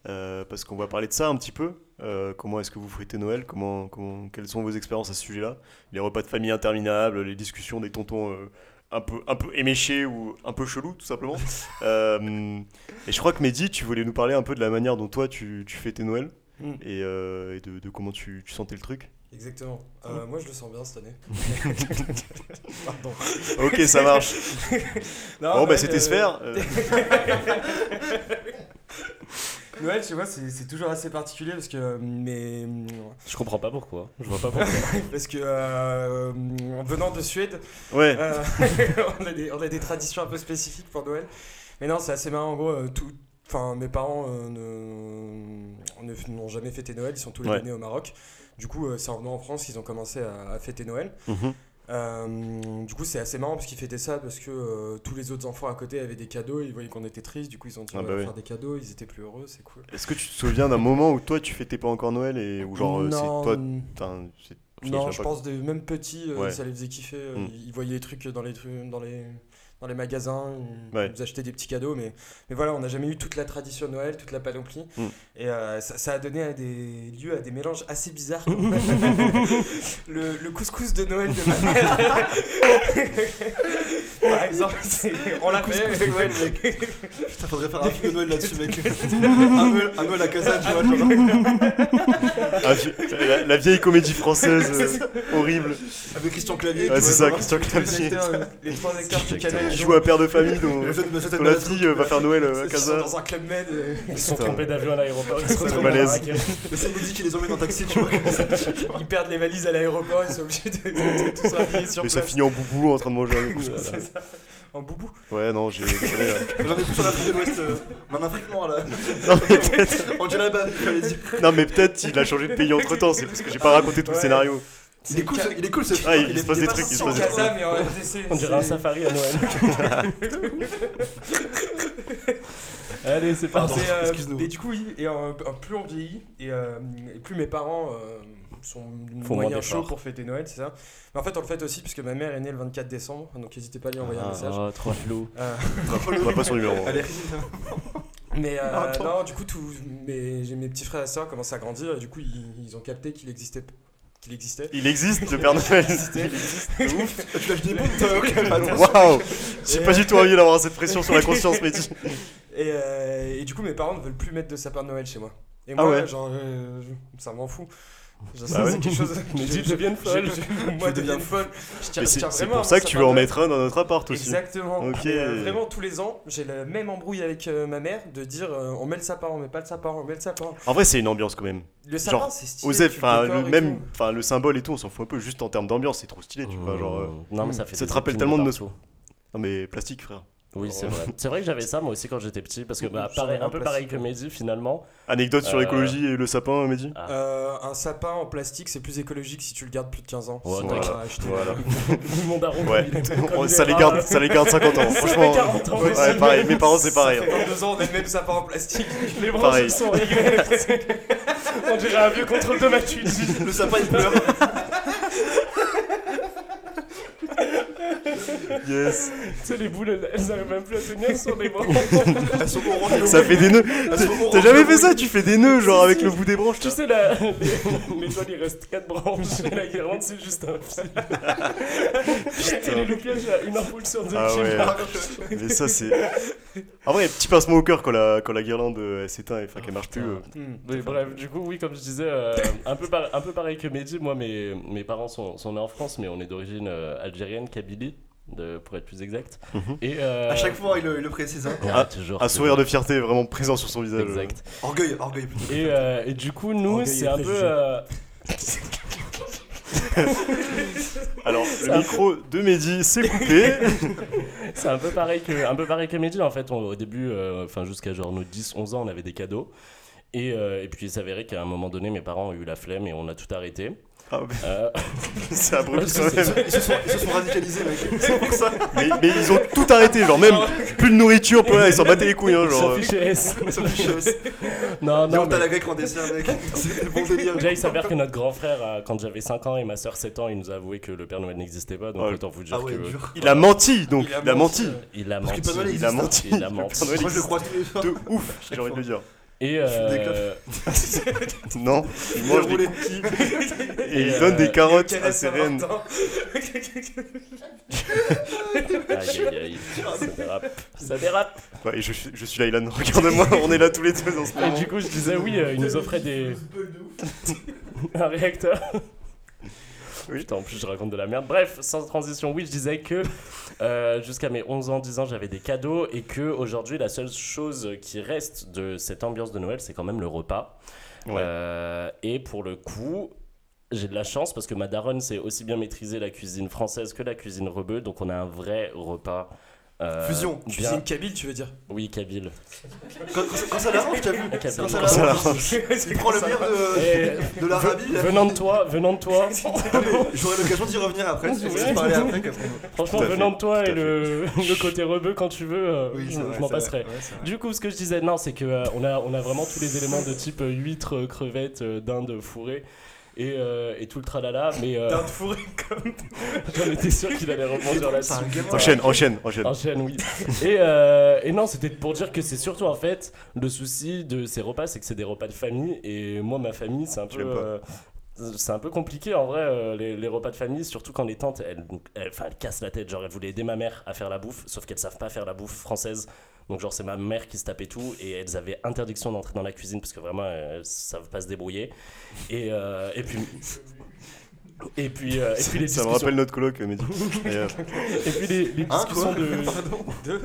Speaker 1: Euh, parce qu'on va parler de ça un petit peu, Euh, comment est-ce que vous fêtez Noël, comment, comment, quelles sont vos expériences à ce sujet-là, les repas de famille interminables, les discussions des tontons euh, un, peu, un peu éméchés ou un peu chelous tout simplement, Euh, et je crois que Mehdi, tu voulais nous parler un peu de la manière dont toi tu, tu fêtais Noël,
Speaker 3: Mm.
Speaker 1: et, euh, et de, de comment tu, tu sentais le truc.
Speaker 3: Exactement. Euh, Moi, je le sens bien cette année. Pardon.
Speaker 1: Ok, ça marche.
Speaker 3: Non,
Speaker 6: Oh,
Speaker 1: Bon, bah
Speaker 3: Noël,
Speaker 1: c'était
Speaker 3: euh,
Speaker 1: Sphère. euh,
Speaker 3: euh, Noël, tu vois, c'est c'est toujours assez particulier parce que. euh, Mais. euh,
Speaker 2: Je comprends pas pourquoi. Je vois pas pourquoi.
Speaker 3: Parce que. euh, en venant de Suède,
Speaker 1: Ouais.
Speaker 3: euh, on, a des, on a des traditions un peu spécifiques pour Noël. Mais non, c'est assez marrant. En gros, euh, tout. Enfin, mes parents euh, ne- ne- n'ont jamais fêté Noël, ils sont tous les
Speaker 1: Ouais.
Speaker 3: années au Maroc. Du coup, euh, c'est en venant en France qu'ils ont commencé à- à fêter Noël.
Speaker 1: Mhm.
Speaker 3: Euh, du coup, c'est assez marrant parce qu'ils fêtaient ça parce que euh, tous les autres enfants à côté avaient des cadeaux, ils voyaient qu'on était tristes, du coup ils ont dit
Speaker 1: Ah
Speaker 3: on
Speaker 1: bah
Speaker 3: va
Speaker 1: oui.
Speaker 3: faire des cadeaux, ils étaient plus heureux, c'est cool.
Speaker 1: Est-ce que tu te souviens d'un moment où toi tu fêtais pas encore Noël et où genre euh, c'est toi,
Speaker 3: Non,
Speaker 1: t'as un- c'est Enfin,
Speaker 3: non,
Speaker 1: sais
Speaker 3: je
Speaker 1: pas.
Speaker 3: pense des même petits, euh,
Speaker 1: Ouais.
Speaker 3: ça les faisait kiffer. euh,
Speaker 1: Mm.
Speaker 3: Ils voyaient les trucs dans les trucs, dans les dans les magasins, ils,
Speaker 1: Ouais.
Speaker 3: ils achetaient des petits cadeaux, mais mais voilà, on n'a jamais eu toute la tradition de Noël, toute la panoplie,
Speaker 1: Mm.
Speaker 3: et euh, ça, ça a donné à des lieux à des mélanges assez bizarres. le, le couscous de Noël de ma mère, par exemple, c'est- on l'a fait. ouais, mais-
Speaker 5: Putain, faudrait faire un film de Noël là-dessus, mec. un Noël un Noël à Casa, tu vois. genre,
Speaker 1: Ah, vi- la, la vieille comédie française euh, horrible.
Speaker 5: avec Christian Clavier.
Speaker 1: Ouais,
Speaker 5: tu
Speaker 1: c'est ça,
Speaker 5: vois,
Speaker 1: Christian
Speaker 3: les,
Speaker 1: Clavier.
Speaker 3: acteurs, euh, les trois acteurs qui canalisent.
Speaker 1: Qui joue à père de famille dont,
Speaker 5: Le fait de me sauter
Speaker 1: dont
Speaker 5: de
Speaker 1: la
Speaker 5: la
Speaker 1: fille euh, va faire Noël euh, à
Speaker 3: Ils sont
Speaker 1: Casa.
Speaker 3: dans un club med. euh,
Speaker 2: Ils se sont trompés d'avion à l'aéroport. Ils se retrouvent dans la
Speaker 1: malaise.
Speaker 2: raquette.
Speaker 5: Mais c'est une musique qui les emmène en taxi, tu vois. comme ça.
Speaker 3: Ils perdent les valises à l'aéroport, ils sont obligés de, de, de- de tous rhabiller sur
Speaker 1: Mais
Speaker 3: place.
Speaker 1: ça finit en boubou en train de manger un couscous.
Speaker 3: C'est ça. En boubou.
Speaker 1: Ouais, non, j'ai.
Speaker 5: J'en ai plus sur l'Afrique de l'Ouest. euh, mais en Afrique noire, là.
Speaker 1: Non, mais peut-être
Speaker 5: Angela Babb, il fallait dire.
Speaker 1: non, mais peut-être il a changé de pays entre temps, c'est parce que j'ai pas raconté tout le
Speaker 3: Ouais.
Speaker 1: scénario.
Speaker 5: Il est cool, ce- il est cool ce
Speaker 1: Ah, il se passe des
Speaker 5: pas
Speaker 1: trucs, il se
Speaker 5: sorti
Speaker 1: passe des
Speaker 5: encore.
Speaker 3: Casa, mais en RDC.
Speaker 2: On dirait un
Speaker 3: c'est-
Speaker 2: safari à Noël. Allez, c'est
Speaker 3: Enfin,
Speaker 2: parti.
Speaker 3: c'est, euh,
Speaker 5: excuse-nous.
Speaker 3: mais du coup, oui, et euh, plus on vieillit, et, euh, et plus mes parents euh, sont
Speaker 2: Font moins
Speaker 3: moyen
Speaker 2: d'efforts.
Speaker 3: chauds pour fêter Noël, c'est ça. Mais en fait, on le fête aussi, puisque ma mère est née le 24 décembre, donc n'hésitez pas à lui envoyer
Speaker 1: Ah,
Speaker 3: un message.
Speaker 2: Oh, trop flou.
Speaker 3: Euh,
Speaker 1: On a pas son numéro. hein.
Speaker 5: Allez,
Speaker 3: Mais euh,
Speaker 5: Attends.
Speaker 3: non, du coup, tous mes, j'ai mes petits frères et sœurs commencent à grandir et du coup, ils, ils ont capté qu'il existait. Qu'il existait.
Speaker 1: Il existe, le Père Noël.
Speaker 5: Ah, tu lâches des bombes, toi, ok, pardon.
Speaker 1: Waouh J'ai pas du tout envie d'avoir cette pression sur la conscience, mais dis-
Speaker 3: Et, euh, et du coup, mes parents ne veulent plus mettre de sapin de Noël chez moi. Et
Speaker 1: Ah
Speaker 3: moi,
Speaker 1: ouais.
Speaker 3: genre, euh, je- ça m'en fout.
Speaker 1: Bah
Speaker 3: Genre, ça,
Speaker 1: ouais.
Speaker 3: c'est quelque chose.
Speaker 2: Mais
Speaker 3: je-
Speaker 2: tu
Speaker 3: je-
Speaker 2: deviens folle.
Speaker 3: je- je- Moi,
Speaker 5: Tu
Speaker 3: je
Speaker 5: deviens
Speaker 3: deviens folle. Je tiens-
Speaker 1: Mais
Speaker 3: je
Speaker 1: c'est
Speaker 3: tiens
Speaker 1: c'est
Speaker 3: vraiment
Speaker 1: pour
Speaker 3: un
Speaker 1: ça que tu
Speaker 3: sapin
Speaker 1: veux en
Speaker 3: de Noël.
Speaker 1: mettre un dans notre appart aussi.
Speaker 3: Exactement.
Speaker 1: Ok.
Speaker 3: Mais, euh, vraiment, tous les ans, j'ai la même embrouille avec euh, ma mère de dire euh, on met le sapin, on met pas le sapin, on met le sapin.
Speaker 1: En vrai, c'est une ambiance quand même.
Speaker 3: Le sapin,
Speaker 1: Genre,
Speaker 3: c'est stylé.
Speaker 1: Osef,
Speaker 3: tu le
Speaker 1: enfin,
Speaker 3: décores
Speaker 1: le
Speaker 3: et
Speaker 1: même,
Speaker 3: tout.
Speaker 1: enfin, le symbole et tout, on s'en fout un peu. Juste en termes d'ambiance, c'est trop stylé, tu vois. Genre, euh,
Speaker 2: non, mais ça fait
Speaker 1: ça te
Speaker 2: des
Speaker 1: rappelle
Speaker 2: épines
Speaker 1: tellement de nos- Oh.
Speaker 2: partout.
Speaker 1: non mais plastique, frère.
Speaker 2: Oui, c'est vrai. C'est vrai que j'avais ça moi aussi quand j'étais petit, parce que bah, pareil- un peu pareil que Mehdi finalement.
Speaker 1: Anecdote sur
Speaker 2: Euh,
Speaker 1: l'écologie et le sapin, Mehdi.
Speaker 3: Euh, un sapin en plastique, c'est plus écologique si tu le gardes plus de 15 ans.
Speaker 2: Ouais,
Speaker 3: Sinon,
Speaker 2: t'inquiète.
Speaker 3: on va acheter-
Speaker 1: Voilà.
Speaker 2: Mon daron,
Speaker 1: Ouais.
Speaker 2: il est- comme
Speaker 1: On-
Speaker 2: il
Speaker 1: ça
Speaker 2: est
Speaker 1: les
Speaker 2: rare,
Speaker 1: garde, ça les garde 50 ans. Franchement,
Speaker 2: fait 40 ans
Speaker 1: ouais,
Speaker 2: aussi.
Speaker 1: pareil. Mes parents, c'est
Speaker 3: Ça
Speaker 1: pareil. hein.
Speaker 3: fait 22 ans, on a le même sapin en plastique.
Speaker 2: Les branches
Speaker 1: Pareil.
Speaker 2: elles sont rayées. On dirait un vieux contrôle de Mathieu.
Speaker 5: Le sapin, il pleure.
Speaker 1: Yes.
Speaker 2: Tu sais, les boules, elles- elles arrivent même plus à tenir sur les branches.
Speaker 5: Elles sont oranges.
Speaker 1: Ça fait des nœuds.
Speaker 5: Elles sont oranges.
Speaker 1: T'as jamais fait ça Tu fais des nœuds genre
Speaker 2: Si,
Speaker 1: avec
Speaker 2: si.
Speaker 1: le bout des branches.
Speaker 2: Tu sais, la... les- l'étoile, il reste 4 branches et la guirlande, c'est juste un fil. et les loupiages, il y a une ampoule sur deux
Speaker 1: Ah
Speaker 2: qui
Speaker 1: ouais.
Speaker 2: marche.
Speaker 1: Mais ça c'est. En vrai, petit pincement au cœur quand la quand la guirlande euh, elle s'éteint, et, enfin qu'elle marche plus. euh.
Speaker 2: Mais bref, du coup, oui, comme je disais, euh, un, peu par- un peu pareil que Mehdi, moi, mes, mes parents sont, sont nés en France, mais on est d'origine euh, algérienne, kabylie, de- pour être plus exact.
Speaker 1: Mhm.
Speaker 2: Et, euh,
Speaker 5: À chaque fois, il le il le précise. hein.
Speaker 2: ouais,
Speaker 1: Ah,
Speaker 2: toujours,
Speaker 1: Un sourire
Speaker 2: toujours.
Speaker 1: de fierté vraiment présent sur son visage. euh.
Speaker 2: Exact.
Speaker 5: Orgueil, orgueil plutôt.
Speaker 2: Et, euh, et du coup, nous,
Speaker 3: Orgueil et
Speaker 2: c'est un peu.
Speaker 3: préjugé.
Speaker 2: euh,
Speaker 1: Alors le micro de Mehdi s'est coupé.
Speaker 2: C'est un peu pareil que un peu pareil que Mehdi en fait on- au début euh, enfin jusqu'à genre nos 10 11 ans on avait des cadeaux et, euh, et puis il s'avérait qu'à un moment donné mes parents ont eu la flemme et on a tout arrêté.
Speaker 1: Ah, mais
Speaker 2: Euh,
Speaker 1: c'est abrupt
Speaker 2: c'est-
Speaker 1: quand même.
Speaker 5: Ils se sont, ils se sont radicalisés, mec. C'est pour ça.
Speaker 1: Mais, mais ils ont tout arrêté, genre même plus de nourriture, plus rien, ils s'en battaient les couilles, hein, genre.
Speaker 2: Sophie Chess.
Speaker 5: oh Ça me fait chier.
Speaker 2: non
Speaker 5: Dis,
Speaker 2: non
Speaker 5: on t'a
Speaker 2: mais-
Speaker 5: la grecque en dessert, mec. C'est le bon délire.
Speaker 2: Déjà, il s'avère que notre grand frère, euh, quand j'avais 5 ans et ma soeur 7 ans, il nous a avoué que le Père Noël n'existait pas. Donc,
Speaker 1: Ouais.
Speaker 2: autant vous dire
Speaker 5: Ah ouais,
Speaker 2: que.
Speaker 5: dur.
Speaker 1: Il a menti, donc il a, menti.
Speaker 2: Il a
Speaker 5: Parce
Speaker 2: menti.
Speaker 5: que Père Noël
Speaker 1: Il a
Speaker 5: existe, hein.
Speaker 1: menti.
Speaker 2: Il a menti.
Speaker 1: Le Père
Speaker 5: Moi, je
Speaker 1: Noël
Speaker 5: le crois tous les jours.
Speaker 1: de ouf, j'ai envie de le dire.
Speaker 2: Et,
Speaker 5: fume des
Speaker 2: euh,
Speaker 1: Non, il mange des
Speaker 5: roulé.
Speaker 1: cookies et
Speaker 2: Et,
Speaker 1: il
Speaker 2: euh,
Speaker 1: donne des carottes
Speaker 3: Quel
Speaker 1: à ses reines.
Speaker 3: Saint-Martin.
Speaker 2: aïe, aïe, aïe. Ça dérape. Ça dérape.
Speaker 1: Ouais, et je, je suis là, Ilan, regarde-moi, on est là tous les deux dans ce
Speaker 2: Et
Speaker 1: moment.
Speaker 2: du coup, je disais oui, euh, il nous offrait des. un réacteur.
Speaker 1: Oui.
Speaker 2: Putain, en plus, je raconte de la merde. Bref, sans transition, oui, je disais que euh, jusqu'à mes 11 ans, 10 ans, j'avais des cadeaux et que aujourd'hui, la seule chose qui reste de cette ambiance de Noël, c'est quand même le repas.
Speaker 1: Ouais.
Speaker 2: Euh, et pour le coup. J'ai de la chance parce que ma daronne sait aussi bien maîtriser la cuisine française que la cuisine rebeu, donc on a un vrai repas. euh,
Speaker 5: Fusion.
Speaker 2: bien-
Speaker 3: Cuisine Kabyle, tu veux dire
Speaker 2: Oui, kabyle.
Speaker 5: Quand, quand- quand ça l'arrange, t'as vu
Speaker 2: Kabyle.
Speaker 5: Quand ça
Speaker 1: Quand ça
Speaker 5: l'arrange.
Speaker 1: l'arrange.
Speaker 5: Il prend le meilleur de, de l'Arabie. là.
Speaker 2: Venant de toi, venant de toi.
Speaker 5: Non, mais J'aurai l'occasion d'y revenir après.
Speaker 2: Oui.
Speaker 5: On va se parler après. comme ça.
Speaker 2: Franchement,
Speaker 1: Tout à fait,
Speaker 2: venant de toi
Speaker 1: tout
Speaker 2: et
Speaker 1: à
Speaker 2: le, le côté rebeu quand tu veux, euh,
Speaker 5: Oui,
Speaker 2: je,
Speaker 5: c'est
Speaker 2: je
Speaker 5: vrai,
Speaker 2: m'en
Speaker 5: c'est
Speaker 2: passerai.
Speaker 5: vrai, ouais, c'est vrai.
Speaker 2: Du coup, ce que je disais, non, c'est que euh, on, a, on a vraiment tous les éléments de type euh, huîtres, euh, crevettes, euh, dinde fourrée. et, euh, et tout le tralala. Mais euh,
Speaker 3: D'un fourré comme.
Speaker 2: j'en étais sûr qu'il allait rebondir là-dessus.
Speaker 1: Enchaîne, enchaîne, enchaîne.
Speaker 2: Enchaîne, oui. et, euh, et non, c'était pour dire que c'est surtout en fait le souci de ces repas, c'est que c'est des repas de famille. Et moi, ma famille, c'est un peu.
Speaker 1: l'aimes pas.
Speaker 2: euh, c'est un peu compliqué en vrai, euh, les, les repas de famille, surtout quand les tantes, elles, elles- enfin, elles cassent la tête. Genre, elles voulaient aider ma mère à faire la bouffe, sauf qu'elles savent pas faire la bouffe française. Donc, genre, c'est ma mère qui se tapait tout et elles avaient interdiction d'entrer dans la cuisine parce que vraiment, elles savent pas se débrouiller. Et, euh, et puis. Et puis, euh, et puis les
Speaker 1: Ça me
Speaker 2: discussions-
Speaker 1: rappelle notre colloque, Mehdi. Et, euh,
Speaker 2: et puis les, les
Speaker 5: Hein,
Speaker 2: discussions
Speaker 5: quoi
Speaker 2: de...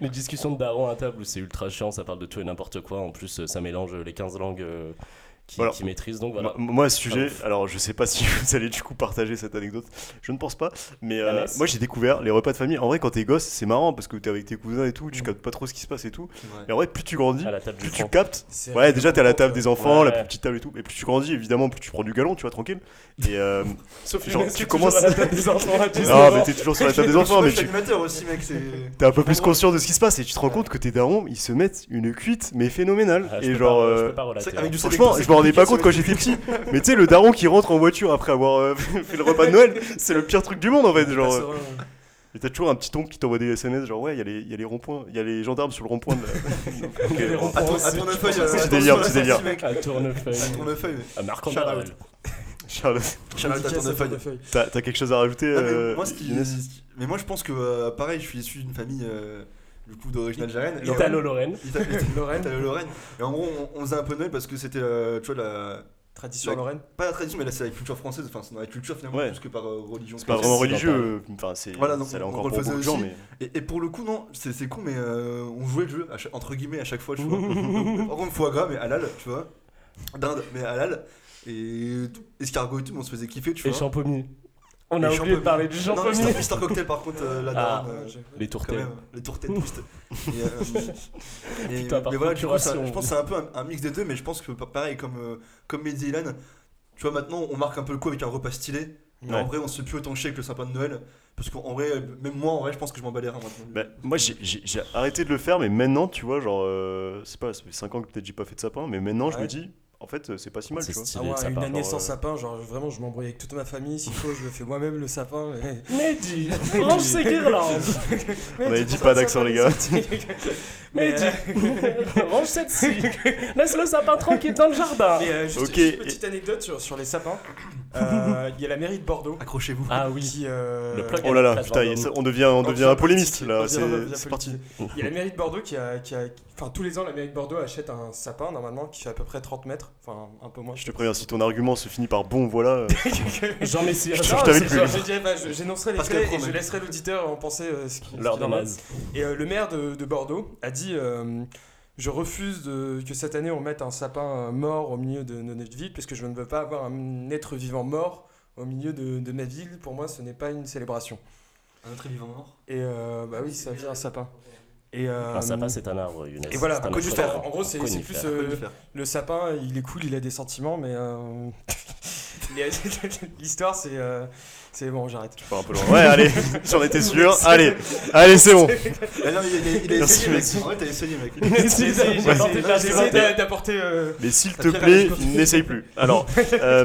Speaker 2: les discussions de daron à table où c'est ultra chiant, ça parle de tout et n'importe quoi. En plus, euh, ça mélange les 15 langues euh, qui,
Speaker 1: Voilà.
Speaker 2: qui maîtrisent. Donc voilà.
Speaker 1: Moi- Moi, à ce sujet,
Speaker 2: Ah, ouf.
Speaker 1: alors je sais pas si vous allez du coup partager cette anecdote, je ne pense pas, mais
Speaker 2: La
Speaker 1: euh,
Speaker 2: messe.
Speaker 1: moi j'ai découvert les repas de famille. En vrai, quand t'es gosse, c'est marrant parce que t'es avec tes cousins et
Speaker 2: Mm.
Speaker 1: tout, tu captes pas trop ce qui se passe et tout. Mais en vrai, plus tu grandis,
Speaker 2: à la table du
Speaker 1: plus tu
Speaker 2: front.
Speaker 1: captes. Ouais, déjà t'es à la table des enfants, la
Speaker 2: Ouais.
Speaker 1: plus petite table et tout, mais plus tu grandis, évidemment, plus tu prends du galon, tu vois, tranquille. Et euh,
Speaker 2: Sauf
Speaker 1: genre, tu commences-
Speaker 2: à la table des enfants à 19
Speaker 1: non,
Speaker 2: ans.
Speaker 1: mais t'es toujours sur la table des enfants, mais tu
Speaker 5: animateur aussi, mec, c'est.
Speaker 1: t'es un peu plus conscient de ce qui se passe et tu te rends compte que tes darons, ils se mettent une cuite, mais phénoménale.
Speaker 2: Ah, je
Speaker 1: et
Speaker 2: peux
Speaker 1: genre.
Speaker 2: pas- je
Speaker 1: euh,
Speaker 2: peux pas relater,
Speaker 5: c'est avec
Speaker 2: hein.
Speaker 5: du
Speaker 1: Franchement, je me rendais pas compte quand j'étais petit. Mais tu sais, le daron qui rentre en voiture après avoir euh, fait le repas de Noël, c'est le pire truc du monde en fait. Genre, euh, et t'as toujours un petit oncle qui t'envoie des SMS, genre ouais, il y a les- il y a les ronds-points, il y a les gendarmes sur le rond-point. de la- Ok,
Speaker 2: les
Speaker 1: bon.
Speaker 2: ronds-points.
Speaker 5: Attends, attends, notre feuille.
Speaker 1: Petit
Speaker 5: Petit
Speaker 1: délire, petit délire.
Speaker 2: À tournefeuille.
Speaker 5: Attends, notre feuille.
Speaker 2: À marc
Speaker 5: Shout out.
Speaker 2: André.
Speaker 1: Charles,
Speaker 5: Charles, attends, notre feuille.
Speaker 1: t'as t'as quelque chose à rajouter
Speaker 5: Ah, mais
Speaker 1: euh,
Speaker 5: moi, ce qui-
Speaker 1: Younes
Speaker 5: Mais moi, je pense que, euh, pareil, je suis issu d'une famille, euh, du coup, d'origine algérienne. Et en-
Speaker 2: Italo-Lorraine.
Speaker 5: Ita- Ita-
Speaker 3: Lorraine.
Speaker 5: Italo-Lorraine. Et en gros, on- on faisait un peu de Noël parce que c'était, euh, tu vois, la.
Speaker 3: Tradition Lorraine.
Speaker 5: Pas la tradition, mais là, c'est la culture française. Enfin, c'est dans la culture finalement,
Speaker 1: Ouais.
Speaker 5: plus que par euh, religion.
Speaker 1: C'est pas
Speaker 2: Parce que
Speaker 1: vraiment
Speaker 2: c'est
Speaker 1: religieux,
Speaker 2: sympa.
Speaker 1: euh, enfin c'est
Speaker 5: Voilà, donc,
Speaker 1: ça l'est
Speaker 5: on-
Speaker 1: encore
Speaker 5: on
Speaker 1: pour
Speaker 5: le
Speaker 1: beaucoup
Speaker 5: faisait
Speaker 1: de gens,
Speaker 5: aussi.
Speaker 1: mais
Speaker 5: Et, et pour le coup, non, c'est c'est con, mais euh, on jouait le jeu, à chaque- entre guillemets, à chaque fois, tu vois. Par contre, foie gras, mais halal, tu vois. Dinde, mais halal. Et tout- escargot et tout, mais on se faisait kiffer, tu
Speaker 2: Et
Speaker 5: vois.
Speaker 2: champomis. On a
Speaker 5: Et
Speaker 2: oublié de
Speaker 5: champomis.
Speaker 2: parler du
Speaker 5: Non, mais
Speaker 2: champomis.
Speaker 5: Star- Star Cocktail, par contre, euh, la
Speaker 2: Ah.
Speaker 5: dinde, euh,
Speaker 2: Les
Speaker 5: quand
Speaker 2: tourtelles.
Speaker 5: même, les tourtelles twistes. Et, euh, et-
Speaker 2: Putain, par
Speaker 5: mais voilà, du coup, ça-
Speaker 2: procuration.
Speaker 5: je pense que c'est un peu un, un mix des deux, mais je pense que pareil, comme, euh, comme Mehdi et Ilan, tu vois, maintenant on marque un peu le coup avec un repas stylé. Mais
Speaker 1: Ouais.
Speaker 5: En vrai, on se fait plus autant chier que le sapin de Noël. Parce qu'en vrai, euh, même moi, en vrai, je pense que je m'en bats les reins maintenant.
Speaker 1: Bah, moi j'ai- j'ai j'ai arrêté de le faire, mais maintenant tu vois, genre, euh, c'est pas, ça fait 5 ans que peut-être j'ai pas fait de sapin, mais maintenant je me
Speaker 3: Ouais.
Speaker 1: dis, en fait, euh, c'est pas si mal, tu
Speaker 2: C'est
Speaker 1: vois.
Speaker 3: Ah
Speaker 2: stylé,
Speaker 3: ouais,
Speaker 2: ça
Speaker 3: une
Speaker 2: part,
Speaker 3: année
Speaker 2: genre,
Speaker 3: sans
Speaker 2: euh,
Speaker 3: sapin, genre vraiment je m'embrouille avec toute ma famille, s'il faut je le fais moi-même le sapin. mais-
Speaker 2: Mais dis, range ses guirlandes.
Speaker 3: Mais
Speaker 1: On avait
Speaker 3: tu
Speaker 1: dit
Speaker 3: prends
Speaker 1: pas
Speaker 3: le
Speaker 1: d'accent,
Speaker 3: sapin,
Speaker 1: les gars.
Speaker 2: Mais
Speaker 3: Mais, euh,
Speaker 2: dis, range cette scie. Laisse le sapin tranquille dans le jardin.
Speaker 3: Mais euh, juste,
Speaker 1: Ok,
Speaker 3: juste une petite anecdote sur, sur les sapins. Euh, Il y a la mairie de Bordeaux
Speaker 5: Accrochez-vous.
Speaker 2: Ah oui.
Speaker 3: qui. euh,
Speaker 2: Le plug.
Speaker 1: Oh là là,
Speaker 2: Place
Speaker 1: putain,
Speaker 2: Vendôme.
Speaker 1: ça- on devient, on
Speaker 3: Enfin,
Speaker 1: devient un
Speaker 3: politique,
Speaker 1: polémiste
Speaker 3: on
Speaker 1: là,
Speaker 3: devient- on devient
Speaker 1: c'est c'est parti.
Speaker 3: politique. Il y a la mairie de Bordeaux qui a, qui a- qui- Enfin, tous les ans, la mairie de Bordeaux achète un sapin, normalement, qui fait à peu près 30 mètres. Enfin, un peu moins.
Speaker 1: Je te préviens, hein, si ton argument se finit par bon, voilà, euh,
Speaker 2: Jean Messia.
Speaker 1: Je
Speaker 3: Non,
Speaker 1: t'avais
Speaker 3: c'est
Speaker 1: plus.
Speaker 3: genre, je dirais, bah, je- J'énoncerai les
Speaker 5: Parce
Speaker 3: faits
Speaker 5: qu'elle
Speaker 3: et je
Speaker 5: promet.
Speaker 3: laisserai l'auditeur en penser euh, ce qui- ce qu'il
Speaker 2: L'heure des
Speaker 3: en a.
Speaker 2: nazes.
Speaker 3: Et euh, le maire de, de Bordeaux a dit euh, Je refuse de- que cette année on mette un sapin euh, mort au milieu de, de notre ville, parce que je ne veux pas avoir un être vivant mort au milieu de, de ma ville. Pour moi, ce n'est pas une célébration.
Speaker 5: Un autre vivant mort.
Speaker 3: Et euh, bah oui, ça vient un sapin. Et, euh,
Speaker 2: Un sapin, Ah, c'est un arbre, Younes.
Speaker 3: et voilà,
Speaker 2: C'est un
Speaker 3: bah, conifère.
Speaker 2: arbre.
Speaker 3: En gros, c'est c'est
Speaker 2: Conifère.
Speaker 3: plus euh, le sapin, il est cool, il a des sentiments, mais euh, il est- l'histoire, c'est euh, c'est bon, j'arrête.
Speaker 1: tu pars un peu loin. Ouais, allez, j'en étais sûr, allez, allez, c'est bon.
Speaker 5: Ah non, il, il- il a
Speaker 1: Merci,
Speaker 5: essayé,
Speaker 1: mec.
Speaker 5: mec. En vrai, t'as essayé, mec.
Speaker 2: Essayez,
Speaker 3: J'ai
Speaker 2: j'ai tenté de faire
Speaker 3: essayé
Speaker 2: du raté.
Speaker 3: d'a- d'apporter. euh,
Speaker 1: Mais s'il te
Speaker 5: Après,
Speaker 1: plaît,
Speaker 5: la vie
Speaker 1: n'essaye plus. Alors, euh,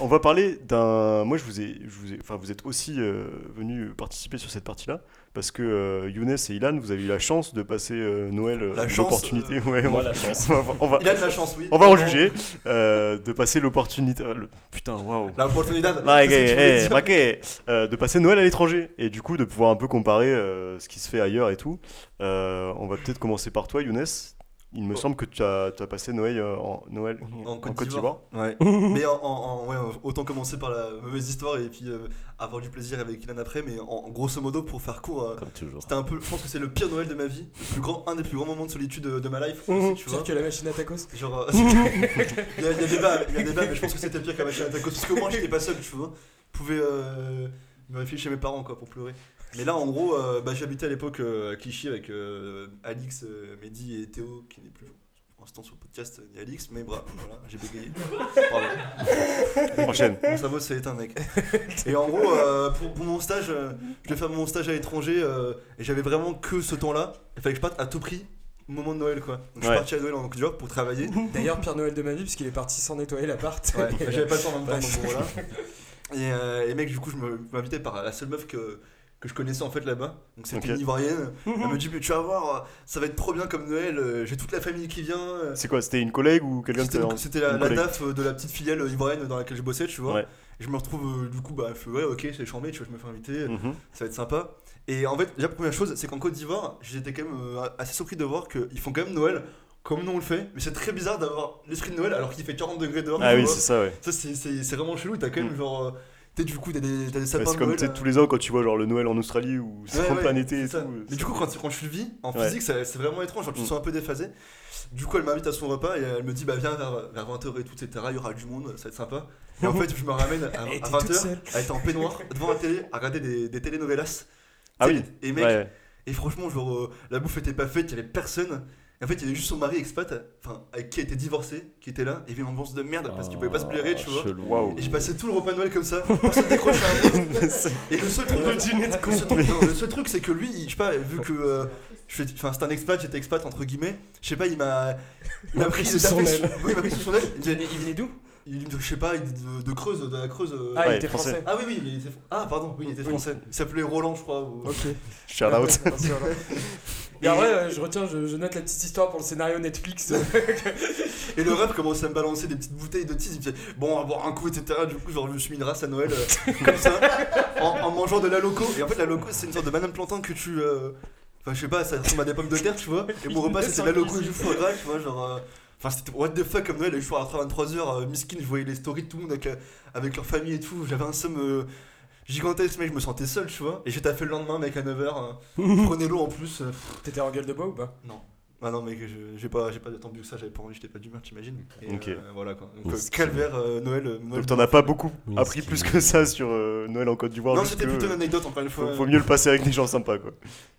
Speaker 1: on va parler d'un. Moi, je vous ai, je vous ai- enfin, vous êtes aussi euh, venus participer sur cette partie-là parce que euh, Younes et Ilan, vous avez eu la chance de passer euh, Noël, euh,
Speaker 5: La chance,
Speaker 1: l'opportunité. Ouais,
Speaker 2: Moi,
Speaker 1: on-
Speaker 2: la chance.
Speaker 1: on va, on va,
Speaker 5: Il a de la chance, oui.
Speaker 1: on va en juger euh, de passer l'opportunité. le- Putain, waouh.
Speaker 5: La opportunité.
Speaker 1: Like,
Speaker 5: c'est ce que tu voulais
Speaker 1: eh,
Speaker 5: dire.
Speaker 1: ok. Euh, de passer Noël à l'étranger et du coup de pouvoir un peu comparer euh, ce qui se fait ailleurs et tout. Euh, on va peut-être commencer par toi, Younes. Il me
Speaker 5: Oh.
Speaker 1: semble que tu as, tu as passé Noël euh, en, Noël,
Speaker 5: En Côte d'Ivoire. Ouais. mais en, en- en- ouais, euh, autant commencer par la mauvaise histoire et puis euh, avoir du plaisir avec Ilan après. Mais en, en grosso modo, pour faire court, euh,
Speaker 2: Comme toujours.
Speaker 5: c'était un peu. Je pense que c'est le pire Noël de ma vie. Le plus grand, un des plus grands moments de solitude de, de ma life.
Speaker 1: Mhm.
Speaker 5: aussi, tu
Speaker 3: Pire
Speaker 5: vois.
Speaker 3: que la machine à tacos.
Speaker 5: Genre, euh, il y, a- il y a débat, il y a débat, mais je pense que c'était pire qu'à machine à tacos parce qu'au moins j'étais pas seul, tu vois. Je pouvais euh, me réfugier chez mes parents quoi pour pleurer. Mais là, en gros, euh, bah, j'habitais à l'époque euh, à Clichy avec euh, Alix, euh, Mehdi et Théo, qui n'est plus pour l'instant sur le podcast, euh, ni Alix, mais bravo, voilà, j'ai bégayé. Pardon.
Speaker 1: Enchaîne.
Speaker 5: Mon cerveau s'est éteint, mec. Et en gros, euh, pour, pour mon stage, euh, je devais faire mon stage à l'étranger euh, et j'avais vraiment que ce temps-là. Il fallait que je parte à tout prix moment de Noël quoi. Donc je
Speaker 1: Ouais.
Speaker 5: suis parti à Noël en job pour travailler.
Speaker 3: D'ailleurs, Père Noël de ma vie, parce qu'il est parti sans nettoyer l'appart.
Speaker 5: Ouais, bah, j'avais pas le temps en même temps,
Speaker 3: Ouais.
Speaker 5: donc bon, voilà. Et, euh, et mec, du coup, je me- je m'invitais par la seule meuf que, que je connaissais en fait là-bas. Donc c'était
Speaker 1: Ok.
Speaker 5: une Ivoirienne. Elle me dit, mais tu vas voir, ça va être trop bien comme Noël, euh, j'ai toute la famille qui vient. euh.
Speaker 1: C'est quoi C'était une collègue ou quelqu'un
Speaker 5: C'était
Speaker 1: de
Speaker 5: une- C'était la,
Speaker 1: une
Speaker 5: la
Speaker 1: collègue.
Speaker 5: DAF de la petite filiale ivoirienne dans laquelle je bossais, tu vois.
Speaker 1: Ouais.
Speaker 5: Et je me retrouve, euh, du coup, bah, je fais, ouais, ok, c'est chambé, tu vois, je me fais inviter,
Speaker 1: Mhm.
Speaker 5: ça va être sympa. Et en fait, déjà, première chose, c'est qu'en Côte d'Ivoire, j'étais quand même euh, assez surpris de voir qu'ils font quand même Noël comme nous on le fait. Mais c'est très bizarre d'avoir l'esprit de Noël alors qu'il fait 40 degrés dehors.
Speaker 1: Ah
Speaker 5: tu
Speaker 1: oui,
Speaker 5: vois.
Speaker 1: c'est ça, ouais.
Speaker 5: Ça, c'est- c'est c'est vraiment chelou. T'as quand même
Speaker 1: Mm.
Speaker 5: genre. euh, T'es du coup, t'as des, t'as des
Speaker 1: Ouais,
Speaker 5: sapins
Speaker 1: c'est
Speaker 5: de
Speaker 1: comme
Speaker 5: Noël,
Speaker 1: tu sais,
Speaker 5: euh,
Speaker 1: tous les ans quand tu vois genre le Noël en Australie ou c'est
Speaker 5: Ouais,
Speaker 1: en
Speaker 5: ouais,
Speaker 1: plein été et
Speaker 5: c'est ça.
Speaker 1: tout. euh,
Speaker 5: Mais du coup, quand, tu- quand je le vis, en
Speaker 1: Ouais.
Speaker 5: physique, ça- c'est vraiment étrange. Genre, tu te
Speaker 1: Mm.
Speaker 5: sens un peu déphasé. Du coup, elle m'invite à son repas et elle me dit, bah viens vers, 20h et tout, etc. Il y aura du monde, ça va être sympa. Et en fait, je me ramène à,
Speaker 3: Elle était toute
Speaker 5: 20h.
Speaker 3: seule.
Speaker 5: Elle était en peignoir devant la télé à regarder des, des telenovelas.
Speaker 1: Ah
Speaker 5: T'sais,
Speaker 1: oui.
Speaker 5: Et
Speaker 1: Ouais,
Speaker 5: mec,
Speaker 1: ouais.
Speaker 5: et franchement, genre, euh, la bouffe était pas faite, il y avait personne. Et en fait, il y avait juste son mari expat, enfin, avec qui était divorcé, qui était là, et il y avait une ambiance de merde parce qu'il pouvait pas se blairer, tu vois.
Speaker 2: Chelou.
Speaker 1: Waouh.
Speaker 5: Et j'ai passé tout le repas de Noël comme ça. Personne décrochait un mot. Et le seul truc, le seul truc- non, le seul truc, c'est que lui, il- je sais pas, vu que euh, je suis- enfin, c'est un expat, j'étais expat entre guillemets, je sais pas, il m'a, il m'a pris,
Speaker 3: pris sous
Speaker 5: il a
Speaker 3: son
Speaker 5: fait-
Speaker 3: aile.
Speaker 5: Oui, il m'a pris sous son aile. Il,
Speaker 3: Il venait d'où
Speaker 5: il- je sais pas, il est de, de Creuse, de la Creuse. euh,
Speaker 3: Ah,
Speaker 1: Ouais,
Speaker 3: il était
Speaker 1: français.
Speaker 3: français.
Speaker 5: Ah oui, oui, il était, ah pardon, oui, il était français. Il s'appelait Roland, je crois. ou-
Speaker 3: Ok.
Speaker 1: Shout out.
Speaker 3: Ouais, merci, Roland. Et en vrai, euh, je retiens, je, je note la petite histoire pour le scénario Netflix.
Speaker 5: Et le ref commençait à me balancer des petites bouteilles de tease. Il me disait, bon, on va boire un coup, etc. Du coup, genre, je me suis mis une race à Noël, euh, comme ça, en, en mangeant de la loco. Et en fait, la loco, c'est une sorte de banane plantain que tu. euh, Enfin, je sais pas, ça ressemble à des pommes de terre, tu vois. Et mon repas, c'était de la loco et du foie gras, tu vois. Genre. euh, Enfin, c'était what the fuck comme Noël. Et je suis rentré à 23h, euh, miskin, je voyais les stories de tout le monde avec, euh, avec leur famille et tout. J'avais un somme. euh, Gigantesque, mec, je me sentais seul, tu vois. Et j'ai taffé le lendemain, mec, à 9h. prenez l'eau en plus. euh,
Speaker 3: T'étais en gueule de bois ou pas
Speaker 5: ah non mec, je- j'ai pas, j'ai pas attendu que ça, j'avais pas envie, j'étais pas d'humeur, t'imagines Et,
Speaker 1: Ok.
Speaker 5: euh, voilà quoi. Donc euh,
Speaker 2: Miskin.
Speaker 5: calvaire, euh, Noël, euh,
Speaker 1: Donc
Speaker 5: Noël.
Speaker 1: t'en as pas beaucoup
Speaker 2: Oui,
Speaker 1: appris
Speaker 2: ce
Speaker 1: plus
Speaker 2: qui-
Speaker 1: que ça sur euh, Noël en Côte d'Ivoire.
Speaker 5: Non,
Speaker 1: juste
Speaker 5: c'était
Speaker 1: que,
Speaker 5: plutôt
Speaker 1: euh,
Speaker 5: une anecdote encore une fois.
Speaker 1: Faut, faut mieux le passer avec des gens sympas quoi.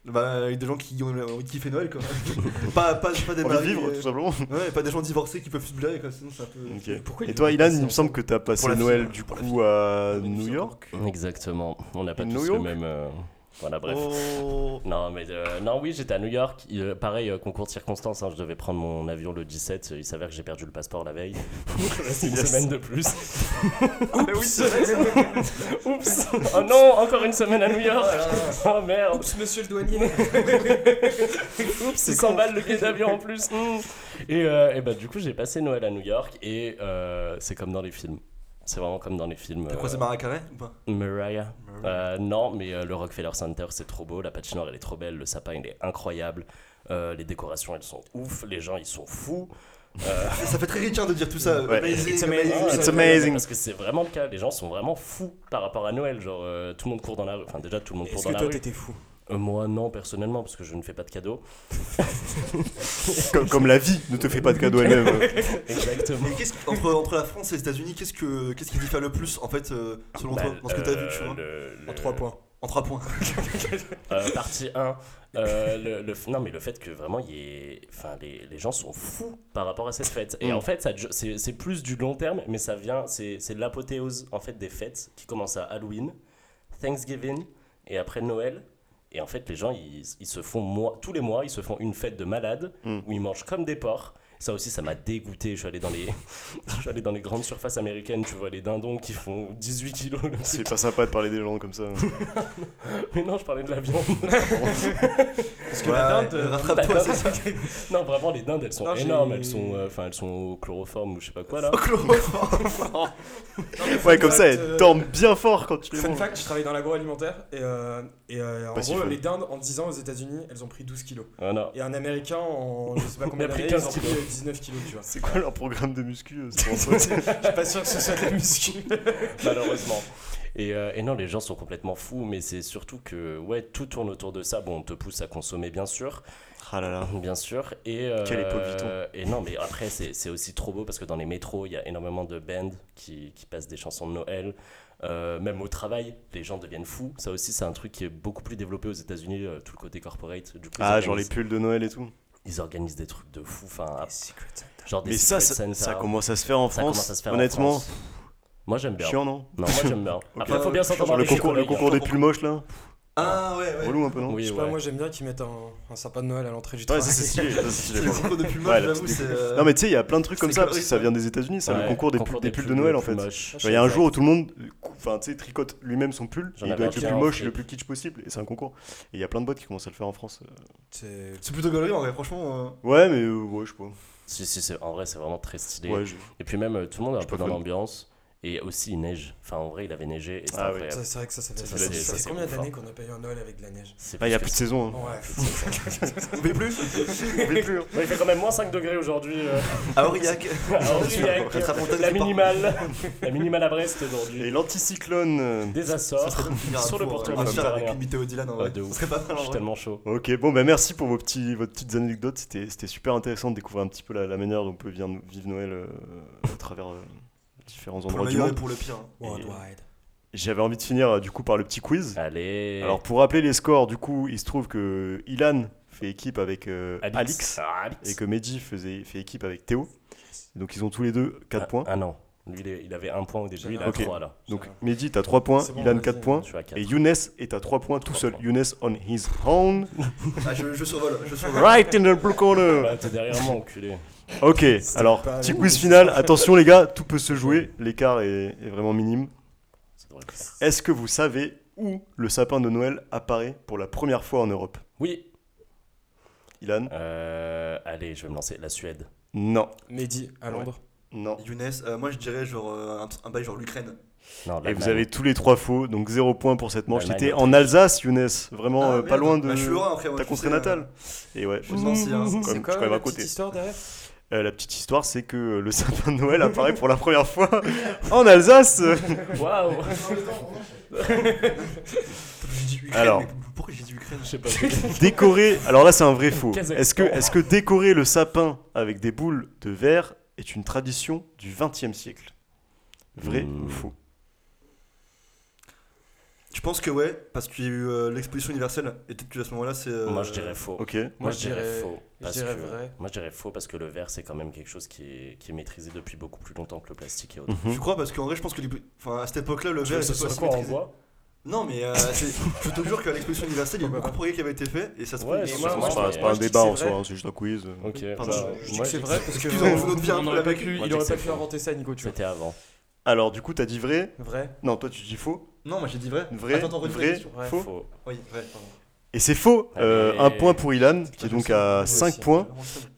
Speaker 5: Bah, avec des gens qui ont envie de kiffer Noël quoi. pas, pas, pas des
Speaker 1: Envie de
Speaker 5: mariés,
Speaker 1: vivre
Speaker 5: euh,
Speaker 1: tout simplement.
Speaker 5: Ouais, pas des gens divorcés qui peuvent se blairer quoi, sinon c'est un peu.
Speaker 1: Ok.
Speaker 3: Pourquoi
Speaker 1: Et
Speaker 3: il-
Speaker 1: toi, Ilan, il me semble que t'as passé
Speaker 5: Pour la
Speaker 1: Noël
Speaker 5: fille,
Speaker 1: du
Speaker 5: pour la
Speaker 1: coup à
Speaker 5: Il me
Speaker 1: New
Speaker 5: semble.
Speaker 1: York.
Speaker 2: Exactement. On n'a pas
Speaker 1: New
Speaker 2: tous le
Speaker 1: York
Speaker 2: même. euh, Voilà, bref.
Speaker 1: Oh.
Speaker 2: Non, mais euh, non, oui, j'étais à New York. Il- euh, pareil, euh, concours de circonstances. hein, je devais prendre mon avion le 17. euh, Il s'avère que j'ai perdu le passeport la veille. C'est une
Speaker 1: Yes.
Speaker 2: semaine de plus.
Speaker 3: Ah oui, c'est vrai.
Speaker 2: Oups. Oh non, encore une semaine à New York. Oh merde.
Speaker 3: Oups, monsieur le douanier.
Speaker 2: Oups, 100 balles le billet d'avion en plus. Mm. Et, euh, et bah, du coup, j'ai passé Noël à New York et euh, c'est comme dans les films. C'est vraiment comme dans les films.
Speaker 5: T'as croisé
Speaker 2: euh,
Speaker 5: Mara Carré ou pas
Speaker 2: Mariah. Euh, non, mais euh, le Rockefeller Center, c'est trop beau. La patinoire, elle est trop belle. Le sapin, il est incroyable. Euh, les décorations, elles sont ouf. Les gens, ils sont fous. Euh,
Speaker 5: Ça fait très ricain de dire tout ça.
Speaker 1: Ouais.
Speaker 5: Amazing,
Speaker 3: It's
Speaker 5: amazing.
Speaker 3: amazing.
Speaker 1: It's amazing.
Speaker 2: Parce que Ah, c'est vraiment le cas. Les gens sont vraiment fous par rapport à Noël. Genre, euh, tout le monde court dans la rue. Enfin, déjà, tout le monde court
Speaker 3: Est-ce
Speaker 2: dans
Speaker 3: que
Speaker 2: la
Speaker 3: toi,
Speaker 2: rue.
Speaker 3: t'étais fou
Speaker 2: Euh, moi, non, personnellement, parce que je ne fais pas de cadeaux.
Speaker 1: Comme, comme la vie ne te fait pas de cadeau elle-même.
Speaker 2: Exactement.
Speaker 5: Mais qu'est-ce que- entre, entre la France et les États-Unis, qu'est-ce que qu'est-ce qui diffère le plus en fait euh, selon
Speaker 2: Bah,
Speaker 5: toi dans ce que t'as vu, tu
Speaker 2: euh,
Speaker 5: vois
Speaker 2: le- le-
Speaker 3: En 3 points.
Speaker 5: En 3 points.
Speaker 2: Euh, partie 1. euh, le, le f- non, mais le fait que vraiment, il y ait- enfin, les, les gens sont fous par rapport à cette fête. Et
Speaker 1: Mm.
Speaker 2: en fait, ça ju- c'est c'est plus du long terme, mais ça vient, c'est c'est l'apothéose en fait des fêtes qui commencent à Halloween, Thanksgiving et après Noël. Et en fait, les gens, ils, ils se font, mois, tous les mois, ils se font une fête de malade
Speaker 1: Mm.
Speaker 2: où ils mangent comme des porcs. Ça aussi, ça m'a dégoûté. Je suis allé dans les, je suis allé dans les grandes surfaces américaines. Tu vois les dindons qui font 18 kilos. le petit
Speaker 1: c'est pas sympa de parler des gens comme ça.
Speaker 2: Mais non, je parlais de la viande.
Speaker 5: Parce
Speaker 3: que la dinde, euh,
Speaker 5: rattrape-toi,
Speaker 2: la
Speaker 5: c'est ça.
Speaker 2: non, vraiment, les dindes, elles sont
Speaker 3: Non, j'ai-
Speaker 2: énormes. Elles sont, euh, enfin, elles sont au chloroforme ou je sais pas quoi là.
Speaker 1: Ouais, comme ça,
Speaker 3: fact,
Speaker 1: elle
Speaker 3: euh,
Speaker 1: dorment bien fort quand tu les
Speaker 3: Fun
Speaker 1: manges.
Speaker 3: fact, je travaille dans l'agroalimentaire et, euh, et euh, en
Speaker 1: Pas si
Speaker 3: gros,
Speaker 1: fun.
Speaker 3: les dindes en 10 ans aux États-Unis, elles ont pris 12 kilos.
Speaker 2: Ah non.
Speaker 3: Et un américain en je sais pas combien
Speaker 2: Il a pris
Speaker 3: d'années, ils ont
Speaker 2: 15
Speaker 3: pris
Speaker 2: kilos.
Speaker 3: 19 kilos, tu vois.
Speaker 1: C'est quoi leur programme de muscu euh, c'est pour ça
Speaker 3: Je suis pas sûr que ce soit de la muscu.
Speaker 2: malheureusement. Et, euh, et non, les gens sont complètement fous, mais c'est surtout que ouais, tout tourne autour de ça. Bon, on te pousse à consommer, bien sûr,
Speaker 1: Ah là là.
Speaker 2: bien sûr. Et euh,
Speaker 1: Quelle époque vit-on
Speaker 2: Et non, mais après, c'est c'est aussi trop beau parce que dans les métros, il y a énormément de bands qui, qui passent des chansons de Noël. Euh, même au travail, les gens deviennent fous. Ça aussi, c'est un truc qui est beaucoup plus développé aux États-Unis, euh, tout le côté corporate. Du coup, ils
Speaker 1: Ah, genre les
Speaker 2: organisent-
Speaker 1: pulls de Noël et tout.
Speaker 2: ils organisent des trucs de fous. Enfin, genre des
Speaker 1: Mais ça,
Speaker 2: Secret
Speaker 1: ça,
Speaker 2: Santa.
Speaker 1: ça commence à se faire en
Speaker 2: Ça
Speaker 1: France.
Speaker 2: commence à se faire en
Speaker 1: Honnêtement,
Speaker 2: France. Moi, j'aime bien.
Speaker 1: chiant, non
Speaker 2: Non, moi j'aime bien. Après, faut bien s'entendre
Speaker 1: Genre le
Speaker 2: avec les
Speaker 1: concours, hein. le
Speaker 2: collègues, hein.
Speaker 1: concours des pulls moches là.
Speaker 5: Ah ouais, ouais.
Speaker 1: Relou un peu, non
Speaker 2: Oui,
Speaker 3: Je sais
Speaker 2: ouais.
Speaker 3: pas, moi j'aime bien qu'ils mettent un, un sapin de Noël à l'entrée du
Speaker 1: Ouais,
Speaker 3: travail.
Speaker 1: ça, c'est stylé. ça, c'est stylé.
Speaker 5: Les concours de Puma,
Speaker 1: Ouais, la
Speaker 5: j'avoue,
Speaker 1: petite
Speaker 5: c'est. euh,
Speaker 1: Non mais tu sais, il y a plein de trucs comme
Speaker 5: C'est
Speaker 1: ça parce que
Speaker 5: coloriste,
Speaker 1: ça
Speaker 5: ouais.
Speaker 1: vient des États-Unis, c'est
Speaker 2: Ouais,
Speaker 1: le concours des, pulls- des pulls de Noël en fait.
Speaker 2: plus
Speaker 1: Genre,
Speaker 2: moches.
Speaker 1: Il y a un jour où tout le monde, euh, cou- enfin tu sais, tricote lui-même son pull,
Speaker 2: J'en
Speaker 1: et il
Speaker 2: avais
Speaker 1: doit
Speaker 2: un
Speaker 1: être le
Speaker 2: qui
Speaker 1: plus
Speaker 2: en
Speaker 1: moche et
Speaker 2: fait.
Speaker 1: le plus kitsch possible, et c'est un concours. Et il y a plein de boîtes qui commencent à le faire en France. euh.
Speaker 3: C'est-
Speaker 5: C'est plutôt galerie en vrai, franchement. euh,
Speaker 1: Ouais, mais euh, ouais, je sais pas.
Speaker 2: Si, si, c'est- en vrai, c'est vraiment très stylé.
Speaker 1: Ouais, je-
Speaker 2: Et puis même, euh, tout le monde est un
Speaker 1: Je
Speaker 2: peu
Speaker 1: peux
Speaker 2: dans
Speaker 1: faire-
Speaker 2: l'ambiance. Et aussi, il neige. Enfin, en vrai, il avait neigé et c'était
Speaker 1: Ah oui.
Speaker 2: incroyable.
Speaker 3: ça, C'est vrai que ça, ça fait,
Speaker 2: Ça,
Speaker 3: ça,
Speaker 2: c'est-
Speaker 3: fait-
Speaker 2: ça,
Speaker 3: ça fait
Speaker 2: c'est
Speaker 3: combien
Speaker 2: fort.
Speaker 3: d'années qu'on a pas eu un Noël avec de la neige
Speaker 2: C'est
Speaker 1: Bah, il y a plus de
Speaker 2: parce
Speaker 1: saison. hein.
Speaker 3: Ouais.
Speaker 5: Vous pouvez plus
Speaker 1: On peut plus, hein.
Speaker 2: que- Ouais, il fait quand même moins 5 degrés aujourd'hui. euh,
Speaker 5: À Aurillac.
Speaker 2: à Aurillac.
Speaker 5: Rattrapons ta
Speaker 2: la
Speaker 5: distance.
Speaker 2: minimale. la minimale à Brest
Speaker 1: Et
Speaker 2: aujourd'hui.
Speaker 1: l'anticyclone. euh,
Speaker 2: Des Açores. sur le porteur
Speaker 5: On va euh, faire
Speaker 2: méditerranéen.
Speaker 5: avec une météo Dylan en
Speaker 2: Ouais,
Speaker 5: vrai.
Speaker 2: de
Speaker 5: Ce
Speaker 2: ouf.
Speaker 5: serait pas mal
Speaker 2: Je
Speaker 5: en
Speaker 2: suis
Speaker 5: vrai.
Speaker 2: tellement chaud.
Speaker 1: Ok, bon, bah merci pour vos, petits, vos petites anecdotes. C'était c'était super intéressant de découvrir un petit peu la, la manière dont on peut vivre, vivre Noël euh, à travers euh, différents
Speaker 5: Pour le
Speaker 1: endroits du
Speaker 5: meilleur et
Speaker 1: monde.
Speaker 5: pour le pire. hein.
Speaker 3: Worldwide.
Speaker 1: J'avais envie de finir euh, du coup par le petit quiz.
Speaker 2: Allez.
Speaker 1: Alors pour rappeler les scores, du coup, il se trouve que Ilan fait équipe avec euh, Alix.
Speaker 2: Ah, Alix.
Speaker 1: et que Mehdi faisait, fait équipe avec Théo. Donc ils ont tous les deux 4
Speaker 2: Ah,
Speaker 1: points.
Speaker 2: Ah non. Lui, il, est- il avait 1 point au début, il a
Speaker 1: Ok.
Speaker 2: 3 là.
Speaker 1: Donc Mehdi, t'as 3 points,
Speaker 3: C'est bon,
Speaker 1: Ilan
Speaker 3: vas-y.
Speaker 1: 4 points.
Speaker 2: Je suis à 4.
Speaker 1: Et Younes est à 3 points tout
Speaker 2: Trois
Speaker 1: seul.
Speaker 2: points.
Speaker 1: Younes on his own.
Speaker 5: Ah, je, je survole, je survole.
Speaker 1: Right in the blue corner.
Speaker 2: Ah, bah, T'es derrière moi, enculé.
Speaker 1: Ok, alors,
Speaker 3: pas
Speaker 1: petit
Speaker 3: lui.
Speaker 1: quiz final. Attention, les gars, tout peut se jouer. L'écart est, est vraiment minime.
Speaker 2: Ça devrait le faire.
Speaker 1: Est-ce que vous savez où le sapin de Noël apparaît pour la première fois en Europe
Speaker 2: Oui.
Speaker 1: Ilan
Speaker 2: Euh, allez, je vais me lancer. La Suède.
Speaker 1: Non.
Speaker 3: Mehdi à Londres.
Speaker 1: Non.
Speaker 5: Younes, euh, moi je dirais genre euh, un, un bail genre l'Ukraine.
Speaker 2: Non,
Speaker 1: Et
Speaker 2: l'Allemagne.
Speaker 1: vous avez tous les trois faux, donc zéro point pour cette manche.
Speaker 2: L'Allemagne,
Speaker 1: C'était en Alsace, Younes, vraiment
Speaker 5: Ah,
Speaker 1: euh, pas
Speaker 5: merde.
Speaker 1: loin de
Speaker 5: Bah, je suis lorrain, après, moi,
Speaker 1: ta
Speaker 5: tu
Speaker 1: contrée
Speaker 5: sais, euh,
Speaker 1: natale. Et ouais,
Speaker 5: Je pense qu'il y a un-
Speaker 1: quand
Speaker 3: C'est
Speaker 1: même- je suis
Speaker 3: quoi
Speaker 1: quand même
Speaker 3: la
Speaker 1: à
Speaker 3: petite
Speaker 1: côté.
Speaker 3: histoire derrière
Speaker 1: Euh, la petite histoire, c'est que euh, le sapin de Noël apparaît pour la première fois en Alsace.
Speaker 2: Waouh
Speaker 5: J'ai dit Ukraine,
Speaker 1: Alors.
Speaker 5: mais pourquoi j'ai dit Ukraine
Speaker 2: Je sais pas.
Speaker 1: Décorer, alors là c'est un vrai faux.
Speaker 2: Kazakhstan.
Speaker 1: Est-ce que, est que décorer le sapin avec des boules de verre est une tradition du XXe siècle Vrai
Speaker 2: Hmm.
Speaker 1: ou faux
Speaker 5: Je pense que ouais, parce qu'il y a eu euh, l'exposition universelle, et peut-être qu'à ce moment-là c'est. euh,
Speaker 2: Moi, je dirais faux.
Speaker 1: Ok.
Speaker 2: Moi, je dirais faux.
Speaker 3: je
Speaker 2: parce
Speaker 3: dirais
Speaker 2: que-
Speaker 3: vrai.
Speaker 2: Moi, je dirais faux parce que le verre, c'est quand même quelque chose qui est, qui est maîtrisé depuis beaucoup plus longtemps que le plastique et autres.
Speaker 1: Mhm.
Speaker 5: Je crois parce qu'en vrai, je pense que les- enfin, à cette époque-là, le
Speaker 2: Tu veux
Speaker 5: verre
Speaker 2: que ce
Speaker 5: était
Speaker 2: soit
Speaker 5: aussi
Speaker 2: quoi en
Speaker 5: maîtrisé.
Speaker 2: bois
Speaker 5: Non, mais euh, c'est- je te jure qu'à l'exposition universelle, il y a eu beaucoup de progrès qui avaient été faits et ça se
Speaker 2: Ouais,
Speaker 5: trouve.
Speaker 2: c'est
Speaker 5: ils
Speaker 2: ça,
Speaker 5: sont-
Speaker 1: C'est
Speaker 2: moi,
Speaker 1: pas, c'est
Speaker 2: je dis-
Speaker 1: pas
Speaker 2: moi,
Speaker 1: un
Speaker 2: je dis
Speaker 1: débat
Speaker 2: c'est
Speaker 1: en soi,
Speaker 2: vrai.
Speaker 1: hein, c'est juste un quiz.
Speaker 2: Ok,
Speaker 5: Pardon,
Speaker 2: bah,
Speaker 5: je-
Speaker 3: Je dis
Speaker 2: moi,
Speaker 3: que c'est vrai parce que
Speaker 5: Excusez-moi,
Speaker 3: euh,
Speaker 5: vous notre vie, hein,
Speaker 3: on
Speaker 5: on
Speaker 3: aurait
Speaker 5: l'a
Speaker 3: pas
Speaker 5: pas
Speaker 3: pu,
Speaker 2: cru.
Speaker 3: il
Speaker 2: Moi,
Speaker 3: aurait
Speaker 2: je
Speaker 3: pas
Speaker 2: dis
Speaker 3: pu inventer ça, Nico. Tu vois.
Speaker 2: C'était avant.
Speaker 1: Alors du coup t'as dit vrai
Speaker 3: Vrai.
Speaker 1: Non, toi tu dis faux.
Speaker 5: Non, moi j'ai dit vrai.
Speaker 1: Vrai,
Speaker 5: Attends, attends, redis la
Speaker 1: vrai,
Speaker 5: question.
Speaker 3: Ouais.
Speaker 1: faux.
Speaker 2: Faux.
Speaker 5: Oui, vrai, pardon.
Speaker 1: Et c'est faux. Euh,
Speaker 2: Allez.
Speaker 1: un point pour Ilan, qui est donc à
Speaker 3: Moi
Speaker 1: 5
Speaker 3: aussi.
Speaker 1: points.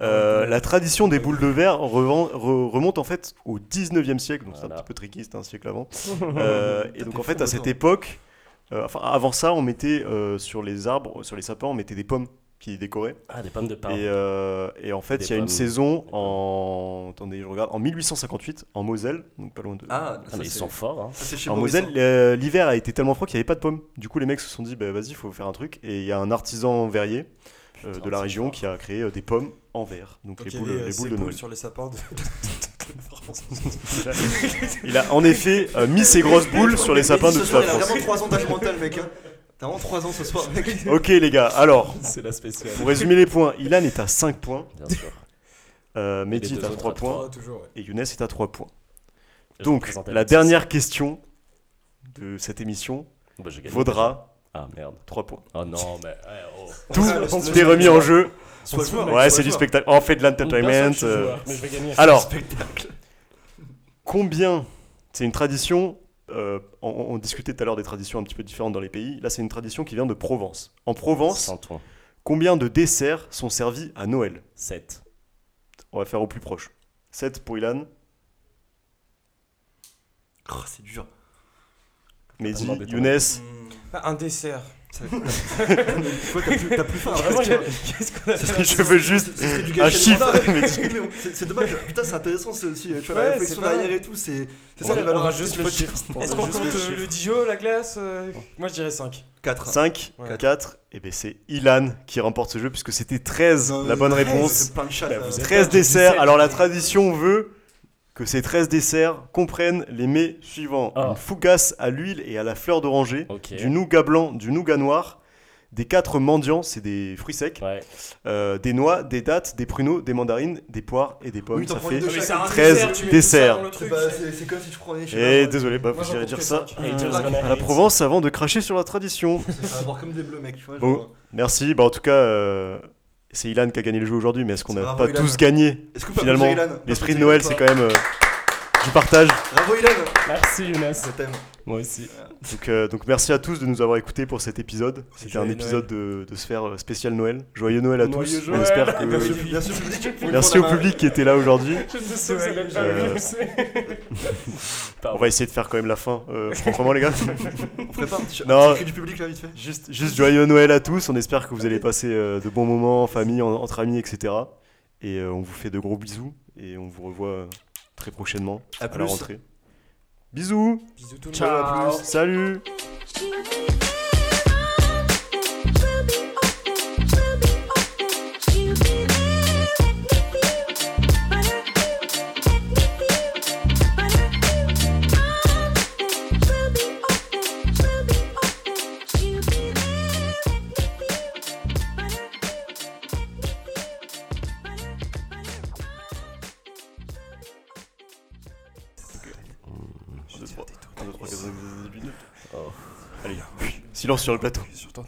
Speaker 1: Euh, la tradition des boules de verre revan- re- remonte en fait au 19e siècle, donc c'est
Speaker 2: Voilà.
Speaker 1: un petit peu tricky, c'était un siècle avant. Euh, et donc
Speaker 5: des
Speaker 1: en fait
Speaker 5: faux
Speaker 1: à cette
Speaker 5: retours.
Speaker 1: époque, euh, enfin avant ça, on mettait euh, sur les arbres, sur les sapins, on mettait des pommes qui décoraient.
Speaker 2: Ah, des pommes de pain.
Speaker 1: Et, euh, et en fait,
Speaker 2: Des
Speaker 1: il y a une
Speaker 2: pommes.
Speaker 1: saison
Speaker 2: Des pommes.
Speaker 1: en attendez, je regarde en 1858 en Moselle, donc pas loin de.
Speaker 5: Ah,
Speaker 2: Ah,
Speaker 5: ça,
Speaker 2: mais ils
Speaker 5: c'est-
Speaker 2: sont forts, hein.
Speaker 5: ça, c'est chez
Speaker 1: En
Speaker 5: Maurice,
Speaker 1: Moselle,
Speaker 5: hein.
Speaker 1: euh, l'hiver a été tellement froid qu'il n'y avait pas de pommes. Du coup, les mecs se sont dit, bah, vas-y, il faut faire un truc. Et il y a un artisan verrier euh, de la région qui a créé euh, des pommes en verre. Donc
Speaker 3: Donc, il
Speaker 1: les
Speaker 3: y
Speaker 1: boules,
Speaker 3: avait, euh,
Speaker 1: les
Speaker 3: ces
Speaker 1: boules de Noël.
Speaker 3: sur les sapins de de France.
Speaker 1: Il a en effet euh, mis ses grosses boules sur les sapins de
Speaker 5: Ce
Speaker 1: toute
Speaker 5: soir,
Speaker 1: la
Speaker 5: Il a
Speaker 1: France.
Speaker 5: vraiment 3 ans d'âge mental, mec. hein. T'as vraiment 3 ans ce soir, mec.
Speaker 1: Ok, les gars, alors,
Speaker 2: C'est la spéciale.
Speaker 1: pour résumer les points, Ilan est à 5 points,
Speaker 2: Bien sûr.
Speaker 1: euh, Mehdi
Speaker 2: les
Speaker 1: est
Speaker 2: deux
Speaker 1: à
Speaker 2: autres
Speaker 1: 3
Speaker 2: à
Speaker 1: points
Speaker 3: Ah, toujours. ouais.
Speaker 1: et Younes est à 3 points.
Speaker 2: Je
Speaker 1: Donc,
Speaker 2: représente
Speaker 1: la
Speaker 2: Alexis.
Speaker 1: dernière question de cette émission
Speaker 2: Bah, j'ai gagné.
Speaker 1: vaudra
Speaker 2: Ah, merde.
Speaker 1: 3 points.
Speaker 2: Oh non, mais. ouais, oh.
Speaker 1: Tout
Speaker 5: Ah, le-
Speaker 1: est
Speaker 5: le-
Speaker 1: remis en jeu.
Speaker 5: Sois joueur, mec,
Speaker 1: Ouais,
Speaker 5: sois
Speaker 1: c'est du
Speaker 5: joueur.
Speaker 1: spectacle. On fait de
Speaker 2: Bien sûr que
Speaker 1: l'entertainment.
Speaker 2: je suis
Speaker 1: euh,
Speaker 2: joueur, Mais je vais gagner.
Speaker 1: Alors, combien C'est une tradition. euh, on, on discutait tout à l'heure des traditions un petit peu différentes dans les pays. Là, c'est une tradition qui vient de Provence. En Provence,
Speaker 2: Santon.
Speaker 1: combien de desserts sont servis à Noël
Speaker 2: 7.
Speaker 1: On va faire au plus proche. 7 pour Ilan,
Speaker 5: Oh, C'est dur.
Speaker 1: Mehdi,
Speaker 2: demandé ton
Speaker 1: Younes.
Speaker 3: Ah, Un dessert.
Speaker 5: Toi, t'as plus- t'as plus
Speaker 3: Ah,
Speaker 5: faim.
Speaker 2: Vraiment,
Speaker 5: après.
Speaker 2: j'ai-
Speaker 1: Je veux juste
Speaker 5: Ce serait du
Speaker 1: un
Speaker 5: gâchis
Speaker 1: chiffre.
Speaker 5: alimentaire.
Speaker 1: Mehdi.
Speaker 5: Mais bon, C'est c'est dommage, putain, c'est intéressant c'est aussi, tu vois,
Speaker 3: Ouais,
Speaker 5: la réflexion
Speaker 3: c'est pas mal.
Speaker 5: derrière et tout, c'est c'est
Speaker 3: On
Speaker 5: ça
Speaker 3: va-
Speaker 5: la valeur
Speaker 3: on va
Speaker 5: ajoutée
Speaker 3: juste
Speaker 5: du
Speaker 3: le
Speaker 5: podcast.
Speaker 3: Est-ce qu'on compte euh, le Dijon, la glace euh, Moi, je dirais 5.
Speaker 5: 4
Speaker 1: 5,
Speaker 3: Ouais.
Speaker 1: 4, et bien Eh ben, c'est Ilan qui remporte ce jeu puisque c'était 13 la bonne réponse.
Speaker 5: plein de chat.
Speaker 2: Bah, vous êtes-
Speaker 1: 13 desserts.
Speaker 2: 17.
Speaker 1: Alors la tradition veut que ces 13 desserts comprennent les mets suivants.
Speaker 2: Ah.
Speaker 1: Une fougasse à l'huile et à la fleur d'oranger,
Speaker 2: Ok.
Speaker 1: du nougat blanc, du nougat noir, Des quatre mendiants, c'est des fruits secs,
Speaker 2: Ouais.
Speaker 1: euh, des noix, des dattes, des pruneaux, des mandarines, des poires et des pommes.
Speaker 5: Oui, t'en
Speaker 1: ça
Speaker 5: prends
Speaker 1: fait.
Speaker 5: une de
Speaker 3: Mais c'est
Speaker 5: chaque.
Speaker 3: un
Speaker 1: 13
Speaker 3: dessert, tu mets tout
Speaker 1: desserts.
Speaker 3: ça dans le truc,
Speaker 5: Bah,
Speaker 3: c'est-
Speaker 5: c'est c'est comme si je prenais. je sais
Speaker 1: Et
Speaker 5: pas,
Speaker 1: désolé, bah,
Speaker 3: Moi, j'en
Speaker 1: j'irai dire
Speaker 3: trouve
Speaker 1: ça
Speaker 3: que
Speaker 2: Et
Speaker 3: cinq.
Speaker 2: James
Speaker 5: à la
Speaker 1: à
Speaker 2: Gunn
Speaker 1: la
Speaker 2: Hayes.
Speaker 1: Provence avant de cracher sur la tradition.
Speaker 5: Ça va avoir comme des bleus, mec. Tu vois,
Speaker 1: Bon.
Speaker 5: genre.
Speaker 1: Merci, bah en tout cas, euh, c'est Ilan qui a gagné le jeu aujourd'hui, mais est-ce qu'on
Speaker 5: C'est
Speaker 1: n'a
Speaker 5: bravo,
Speaker 1: pas
Speaker 5: Ilan.
Speaker 1: tous gagné
Speaker 5: Est-ce que vous
Speaker 1: Finalement,
Speaker 5: pouvez Ilan
Speaker 1: l'esprit de Noël, c'est quand même euh, du partage.
Speaker 5: Bravo Ilan
Speaker 2: Merci Younes.
Speaker 5: Je t'aime.
Speaker 2: Moi aussi.
Speaker 1: Donc, euh, donc merci à tous de nous avoir écoutés pour cet épisode. C'était un
Speaker 3: Joyeux
Speaker 1: épisode de, de sphère euh, spéciale Noël. Joyeux Noël à
Speaker 2: Joyeux
Speaker 1: tous.
Speaker 2: Joël.
Speaker 1: On espère que-
Speaker 5: Merci au merci au public.
Speaker 1: Merci au public qui était là aujourd'hui.
Speaker 2: Je me souviens même
Speaker 1: pas Euh, le On va essayer de faire quand même la fin. Euh, je comprends vraiment, les gars.
Speaker 5: On ferait pas un petit
Speaker 1: Non.
Speaker 5: un petit cri du public là vite fait
Speaker 1: Juste, juste joyeux Noël à tous. On espère que vous allez passer euh, de bons moments en famille, en- entre amis, etc. Et euh, on vous fait de gros bisous et on vous revoit euh, très prochainement
Speaker 5: À
Speaker 1: à,
Speaker 5: plus.
Speaker 1: la rentrée. Bisous.
Speaker 3: Bisous tout le monde.
Speaker 2: Ciao.
Speaker 5: à plus.
Speaker 1: Salut. Un, deux, trois. Un, deux, trois, quatre, cinq, six, sept, huit, neuf. Allez, silence sur le plateau.
Speaker 3: Sur ton-